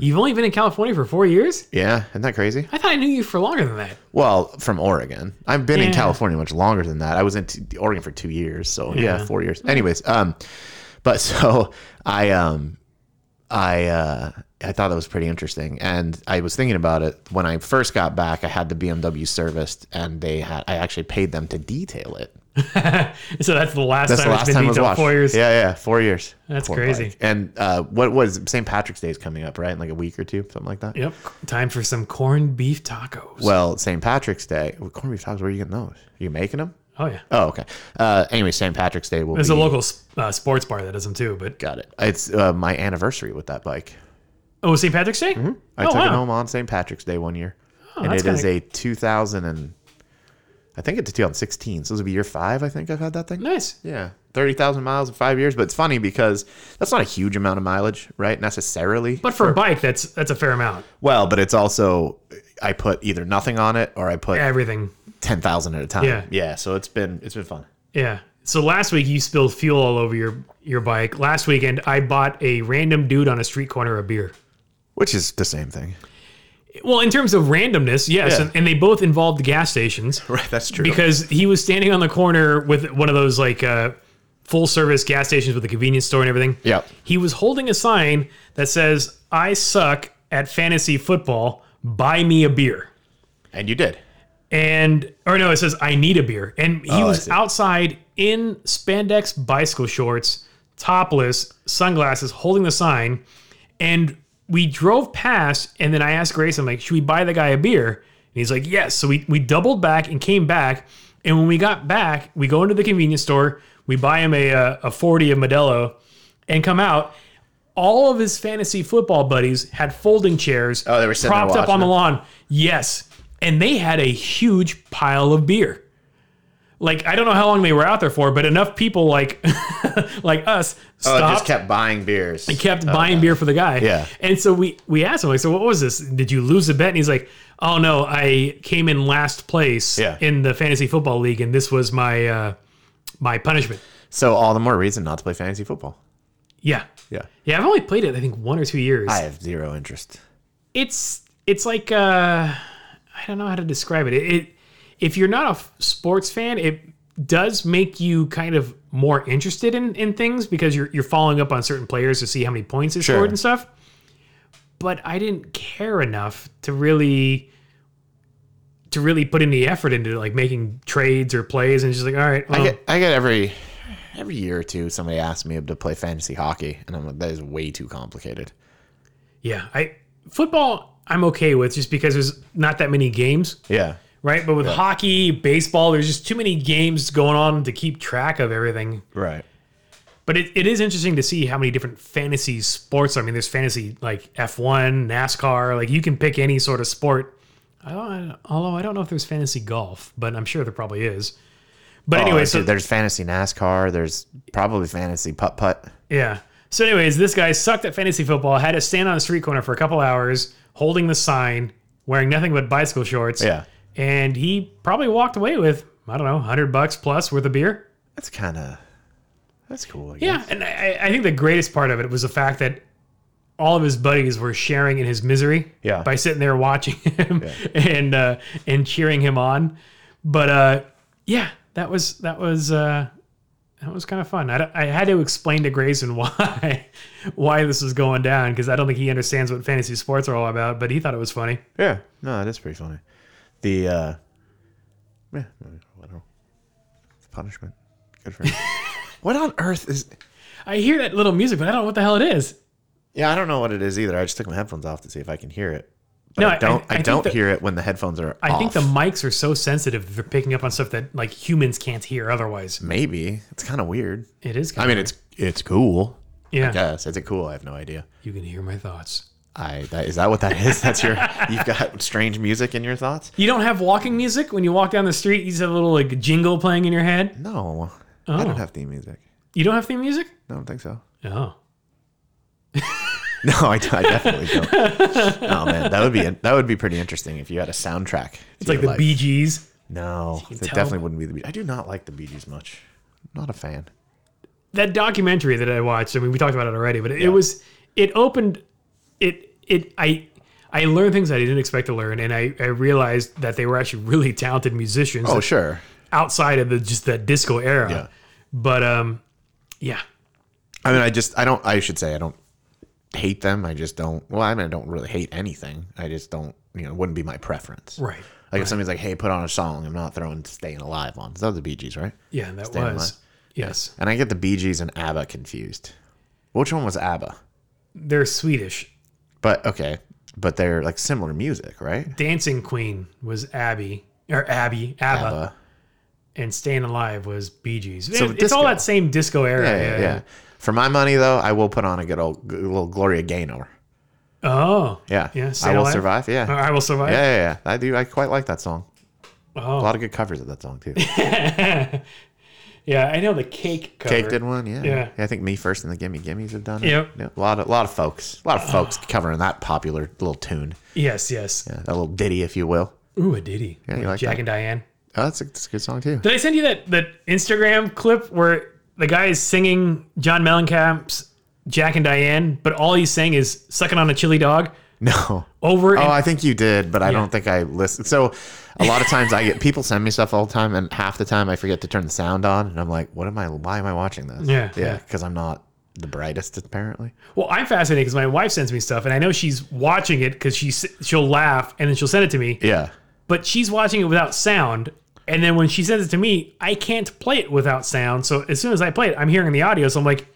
Speaker 2: you've only been in California for four years.
Speaker 1: Yeah, isn't that crazy?
Speaker 2: I thought I knew you for longer than that.
Speaker 1: Well, from Oregon. I've been in
Speaker 2: Yeah.
Speaker 1: California much longer than that. I was in t- Oregon for two years, so yeah,
Speaker 2: Yeah.
Speaker 1: four years. Anyways, um, but so I um, I uh, I thought that was pretty interesting, and I was thinking about it when I first got back. I had the BMW serviced, and they had I actually paid them to detail it.
Speaker 2: So that's the last
Speaker 1: That's
Speaker 2: time
Speaker 1: the
Speaker 2: it's
Speaker 1: last
Speaker 2: been
Speaker 1: time it was
Speaker 2: detailed
Speaker 1: washed.
Speaker 2: four years.
Speaker 1: Yeah, yeah, four years.
Speaker 2: That's
Speaker 1: Poor
Speaker 2: crazy.
Speaker 1: bike. And uh, what was St. Patrick's Day is coming up, right? In like a week or two, something like that.
Speaker 2: Yep. Time for some corned beef tacos.
Speaker 1: Well, St. Patrick's Day. Well, corned beef tacos. Where are you getting those? Are you making them?
Speaker 2: oh yeah.
Speaker 1: Oh, okay. Uh, anyway, St. Patrick's Day will
Speaker 2: There's
Speaker 1: be.
Speaker 2: a local uh, sports bar that does them too. But
Speaker 1: got it. It's uh, my anniversary with that bike.
Speaker 2: oh, St. Patrick's Day.
Speaker 1: Mm-hmm. I
Speaker 2: oh
Speaker 1: took
Speaker 2: wow. Oh,
Speaker 1: it home on St. Patrick's Day one year, and
Speaker 2: that's
Speaker 1: it is
Speaker 2: kinda-
Speaker 1: a 2000 and I think it's a 2016. So this will be year five. I think I've had that thing.
Speaker 2: Nice.
Speaker 1: Yeah, thirty thousand miles in five years. But it's funny because that's not a huge amount of mileage, right? Necessarily.
Speaker 2: But for a bike, that's that's a fair amount.
Speaker 1: well, but it's also I put either nothing on it or I put
Speaker 2: Everything.
Speaker 1: ten thousand at a time.
Speaker 2: Yeah.
Speaker 1: yeah. So it's been it's been fun.
Speaker 2: Yeah. So last week you spilled fuel all over your your bike. Last weekend I bought a random dude on a street corner a beer.
Speaker 1: Which is the same thing.
Speaker 2: Well, in terms of randomness, yes,
Speaker 1: Yeah.
Speaker 2: and, and they both involved gas stations.
Speaker 1: Right. That's true.
Speaker 2: because he was standing on the corner with one of those like uh, full service gas stations with a convenience store and everything.
Speaker 1: Yep.
Speaker 2: He was holding a sign that says, I suck at fantasy football. Buy me a beer.
Speaker 1: and you did.
Speaker 2: And, or no, it says, I need a beer. And he
Speaker 1: Oh, I
Speaker 2: was
Speaker 1: see.
Speaker 2: outside in spandex bicycle shorts, topless, sunglasses, holding the sign. And we drove past. And then I asked Grace, I'm like, should we buy the guy a beer? And he's like, yes. So we, we doubled back and came back. And when we got back, we go into the convenience store, we buy him a, uh, a 40 of Modelo and come out. All of his fantasy football buddies had folding chairs
Speaker 1: Oh, they were sitting there
Speaker 2: propped up on
Speaker 1: watching
Speaker 2: the
Speaker 1: it.
Speaker 2: lawn. Yes. And they had a huge pile of beer. Like I don't know how long they were out there for, but enough people like like us
Speaker 1: Oh, it
Speaker 2: stopped
Speaker 1: just kept buying beers.
Speaker 2: kept buying beer for the guy.
Speaker 1: Yeah.
Speaker 2: And so we we asked him like, so what was this? Did you lose a bet? And he's like, oh no, I came in last place
Speaker 1: Yeah.
Speaker 2: in the fantasy football league, and this was my uh, my punishment.
Speaker 1: So all the more reason not to play fantasy football.
Speaker 2: Yeah.
Speaker 1: Yeah.
Speaker 2: Yeah, I've only played it I think one or two years.
Speaker 1: I have zero interest.
Speaker 2: it's it's like uh, I don't know how to describe it. it. It if you're not a f- sports fan, it does make you kind of more interested in in things because you're you're following up on certain players to see how many points they
Speaker 1: Sure.
Speaker 2: scored and stuff. But I didn't care enough to really to really put any effort into like making trades or plays and just like all right, well,
Speaker 1: I get I get every every year or two somebody asks me to play fantasy hockey and I'm like that is way too complicated.
Speaker 2: yeah, I football I'm okay with just because there's not that many games.
Speaker 1: Yeah.
Speaker 2: right? But with hockey, baseball, there's just too many games going on to keep track of everything.
Speaker 1: Right.
Speaker 2: But it, it is interesting to see how many different fantasy sports. I mean, there's fantasy like F1, NASCAR, like you can pick any sort of sport. I don't, I don't- although I don't know if there's fantasy golf, but I'm sure there probably is. But anyway,
Speaker 1: Oh,
Speaker 2: so
Speaker 1: dude, there's fantasy NASCAR. There's probably fantasy putt putt.
Speaker 2: Yeah. So, anyways, this guy sucked at fantasy football, had to stand on a street corner for a couple hours holding the sign, wearing nothing but bicycle shorts.
Speaker 1: Yeah.
Speaker 2: And he probably walked away with, I don't know, 100 bucks plus worth of beer.
Speaker 1: That's kind of that's cool. I guess.
Speaker 2: Yeah. And I, I think the greatest part of it was the fact that all of his buddies were sharing in his misery
Speaker 1: Yeah.
Speaker 2: by sitting there watching him and uh, and cheering him on. But uh, yeah, that was that was uh, that was kind of fun. I, don't- I had to explain to Grayson why why this was going down because I don't think he understands what fantasy sports are all about. But he thought it was funny.
Speaker 1: Yeah. No, that is pretty funny. The uh yeah, whatever. Punishment. Good for him. what on earth is
Speaker 2: I hear that little music, but I don't know what the hell it is.
Speaker 1: Yeah, I don't know what it is either. I just took my headphones off to see if I can hear it. But
Speaker 2: No, I-
Speaker 1: I don't
Speaker 2: I-
Speaker 1: I,
Speaker 2: I think
Speaker 1: don't
Speaker 2: the-
Speaker 1: hear it when the headphones are
Speaker 2: I
Speaker 1: off.
Speaker 2: think the mics are so sensitive for picking up on stuff that like humans can't hear otherwise.
Speaker 1: maybe. It's kinda weird.
Speaker 2: It is.
Speaker 1: I
Speaker 2: Kind
Speaker 1: mean it's it's cool.
Speaker 2: yeah.
Speaker 1: Yes, is it cool? I have no idea.
Speaker 2: You can hear my thoughts.
Speaker 1: I that is that what that is? That's your you've got strange music in your thoughts?
Speaker 2: You don't have walking music when you walk down the street. You just have a little like jingle playing in your head.
Speaker 1: No.
Speaker 2: Oh.
Speaker 1: I don't have theme music.
Speaker 2: You don't have theme music?
Speaker 1: I don't think so.
Speaker 2: Oh,
Speaker 1: No, I, I definitely don't. oh man, that would be that would be pretty interesting if you had a soundtrack.
Speaker 2: it's like the Bee Gees.
Speaker 1: No, it
Speaker 2: tell.
Speaker 1: definitely wouldn't be the Bee. I do not like the Bee Gees much. I'm not a fan.
Speaker 2: That documentary that I watched. I mean, we talked about it already, but it, it was it opened it it I I learned things I didn't expect to learn, and I I realized that they were actually really talented musicians
Speaker 1: Oh sure,
Speaker 2: outside of the just the disco era.
Speaker 1: Yeah.
Speaker 2: But um, yeah,
Speaker 1: I mean, I just I don't. I should say I don't hate them. I just don't. Well, I mean, I don't really hate anything. I just don't. You know, it wouldn't be my preference.
Speaker 2: right.
Speaker 1: Like if somebody's like, "Hey, put on a song," I'm not throwing "Staying Alive" on. That was the Bee Gees, right?
Speaker 2: Yeah, that
Speaker 1: Stand
Speaker 2: was yes.
Speaker 1: And I get the Bee Gees and ABBA confused. Which one was ABBA?
Speaker 2: They're Swedish.
Speaker 1: But okay, but they're like similar music, right?
Speaker 2: Dancing Queen was Abby or Abby Abba.
Speaker 1: ABBA.
Speaker 2: and Staying Alive was Bee Gees.
Speaker 1: So
Speaker 2: it's
Speaker 1: disco.
Speaker 2: all that same disco era.
Speaker 1: Yeah, yeah, yeah. For my money, though, I will put on a good old good little Gloria Gaynor.
Speaker 2: Oh.
Speaker 1: Yeah,
Speaker 2: Yeah,
Speaker 1: I
Speaker 2: Staying
Speaker 1: will
Speaker 2: Alive?
Speaker 1: survive. Yeah.
Speaker 2: Or I will survive.
Speaker 1: yeah, yeah, yeah. I do. I quite like that song. A
Speaker 2: Oh.
Speaker 1: lot of good covers of that song too.
Speaker 2: Yeah, I know the cake cover.
Speaker 1: Cake did one. Yeah.
Speaker 2: Yeah.
Speaker 1: I think me first and the Gimme Gimmes have done it.
Speaker 2: Yep.
Speaker 1: Yeah, a lot of a lot of folks, a lot of folks covering that popular little tune,
Speaker 2: Yes, yes.
Speaker 1: yeah, that little ditty, if you will.
Speaker 2: Ooh, a ditty.
Speaker 1: Yeah, you
Speaker 2: With
Speaker 1: like
Speaker 2: Jack
Speaker 1: that.
Speaker 2: and Diane.
Speaker 1: Oh, that's a, that's a good song too.
Speaker 2: Did I send you that that Instagram clip where the guy is singing John Mellencamp's Jack and Diane, but all he's saying is sucking on a chili dog
Speaker 1: No.
Speaker 2: over
Speaker 1: Oh,
Speaker 2: and
Speaker 1: I think you did, but I don't think I listened. So, a lot of times I get people send me stuff all the time, and half the time I forget to turn the sound on, and I'm like, "What am I? Why am I watching this?"
Speaker 2: Yeah,
Speaker 1: yeah,
Speaker 2: yeah.
Speaker 1: because I'm not the brightest apparently.
Speaker 2: Well, I'm fascinated because my wife sends me stuff, and I know she's watching it because she s- she'll laugh and then she'll send it to me.
Speaker 1: Yeah,
Speaker 2: but she's watching it without sound. And then when she sends it to me, I can't play it without sound. So as soon as I play it, I'm hearing the audio. So I'm like,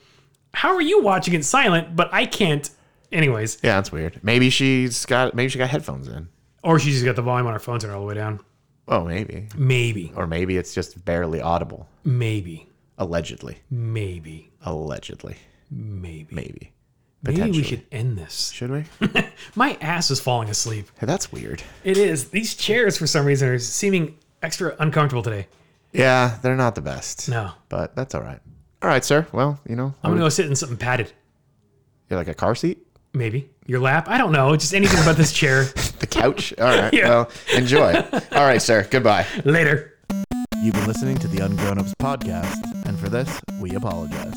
Speaker 2: how are you watching it silent, but I can't? Anyways,
Speaker 1: yeah, that's weird. Maybe she's got maybe she got headphones in.
Speaker 2: or she's just got the volume on her phone turned all the way down.
Speaker 1: Oh, maybe,
Speaker 2: Maybe,
Speaker 1: or maybe it's just barely audible.
Speaker 2: maybe,
Speaker 1: Allegedly,
Speaker 2: maybe,
Speaker 1: allegedly,
Speaker 2: maybe.
Speaker 1: maybe.
Speaker 2: Maybe we
Speaker 1: potentially.
Speaker 2: should end this.
Speaker 1: Should we?
Speaker 2: My ass is falling asleep.
Speaker 1: Hey, that's weird.
Speaker 2: It is. These chairs, for some reason, are seeming extra uncomfortable today.
Speaker 1: Yeah, they're not the best.
Speaker 2: No,
Speaker 1: but that's all right. All right, sir. Well, you know,
Speaker 2: I'm gonna go sit in something padded.
Speaker 1: you're like a car seat.
Speaker 2: Maybe your lap. I don't know. Just anything about this chair.
Speaker 1: The couch? All right.
Speaker 2: Yeah.
Speaker 1: Well, enjoy. All right, sir. Goodbye.
Speaker 2: Later.
Speaker 3: You've been listening to the Ungrown Ups podcast, and for this, we apologize.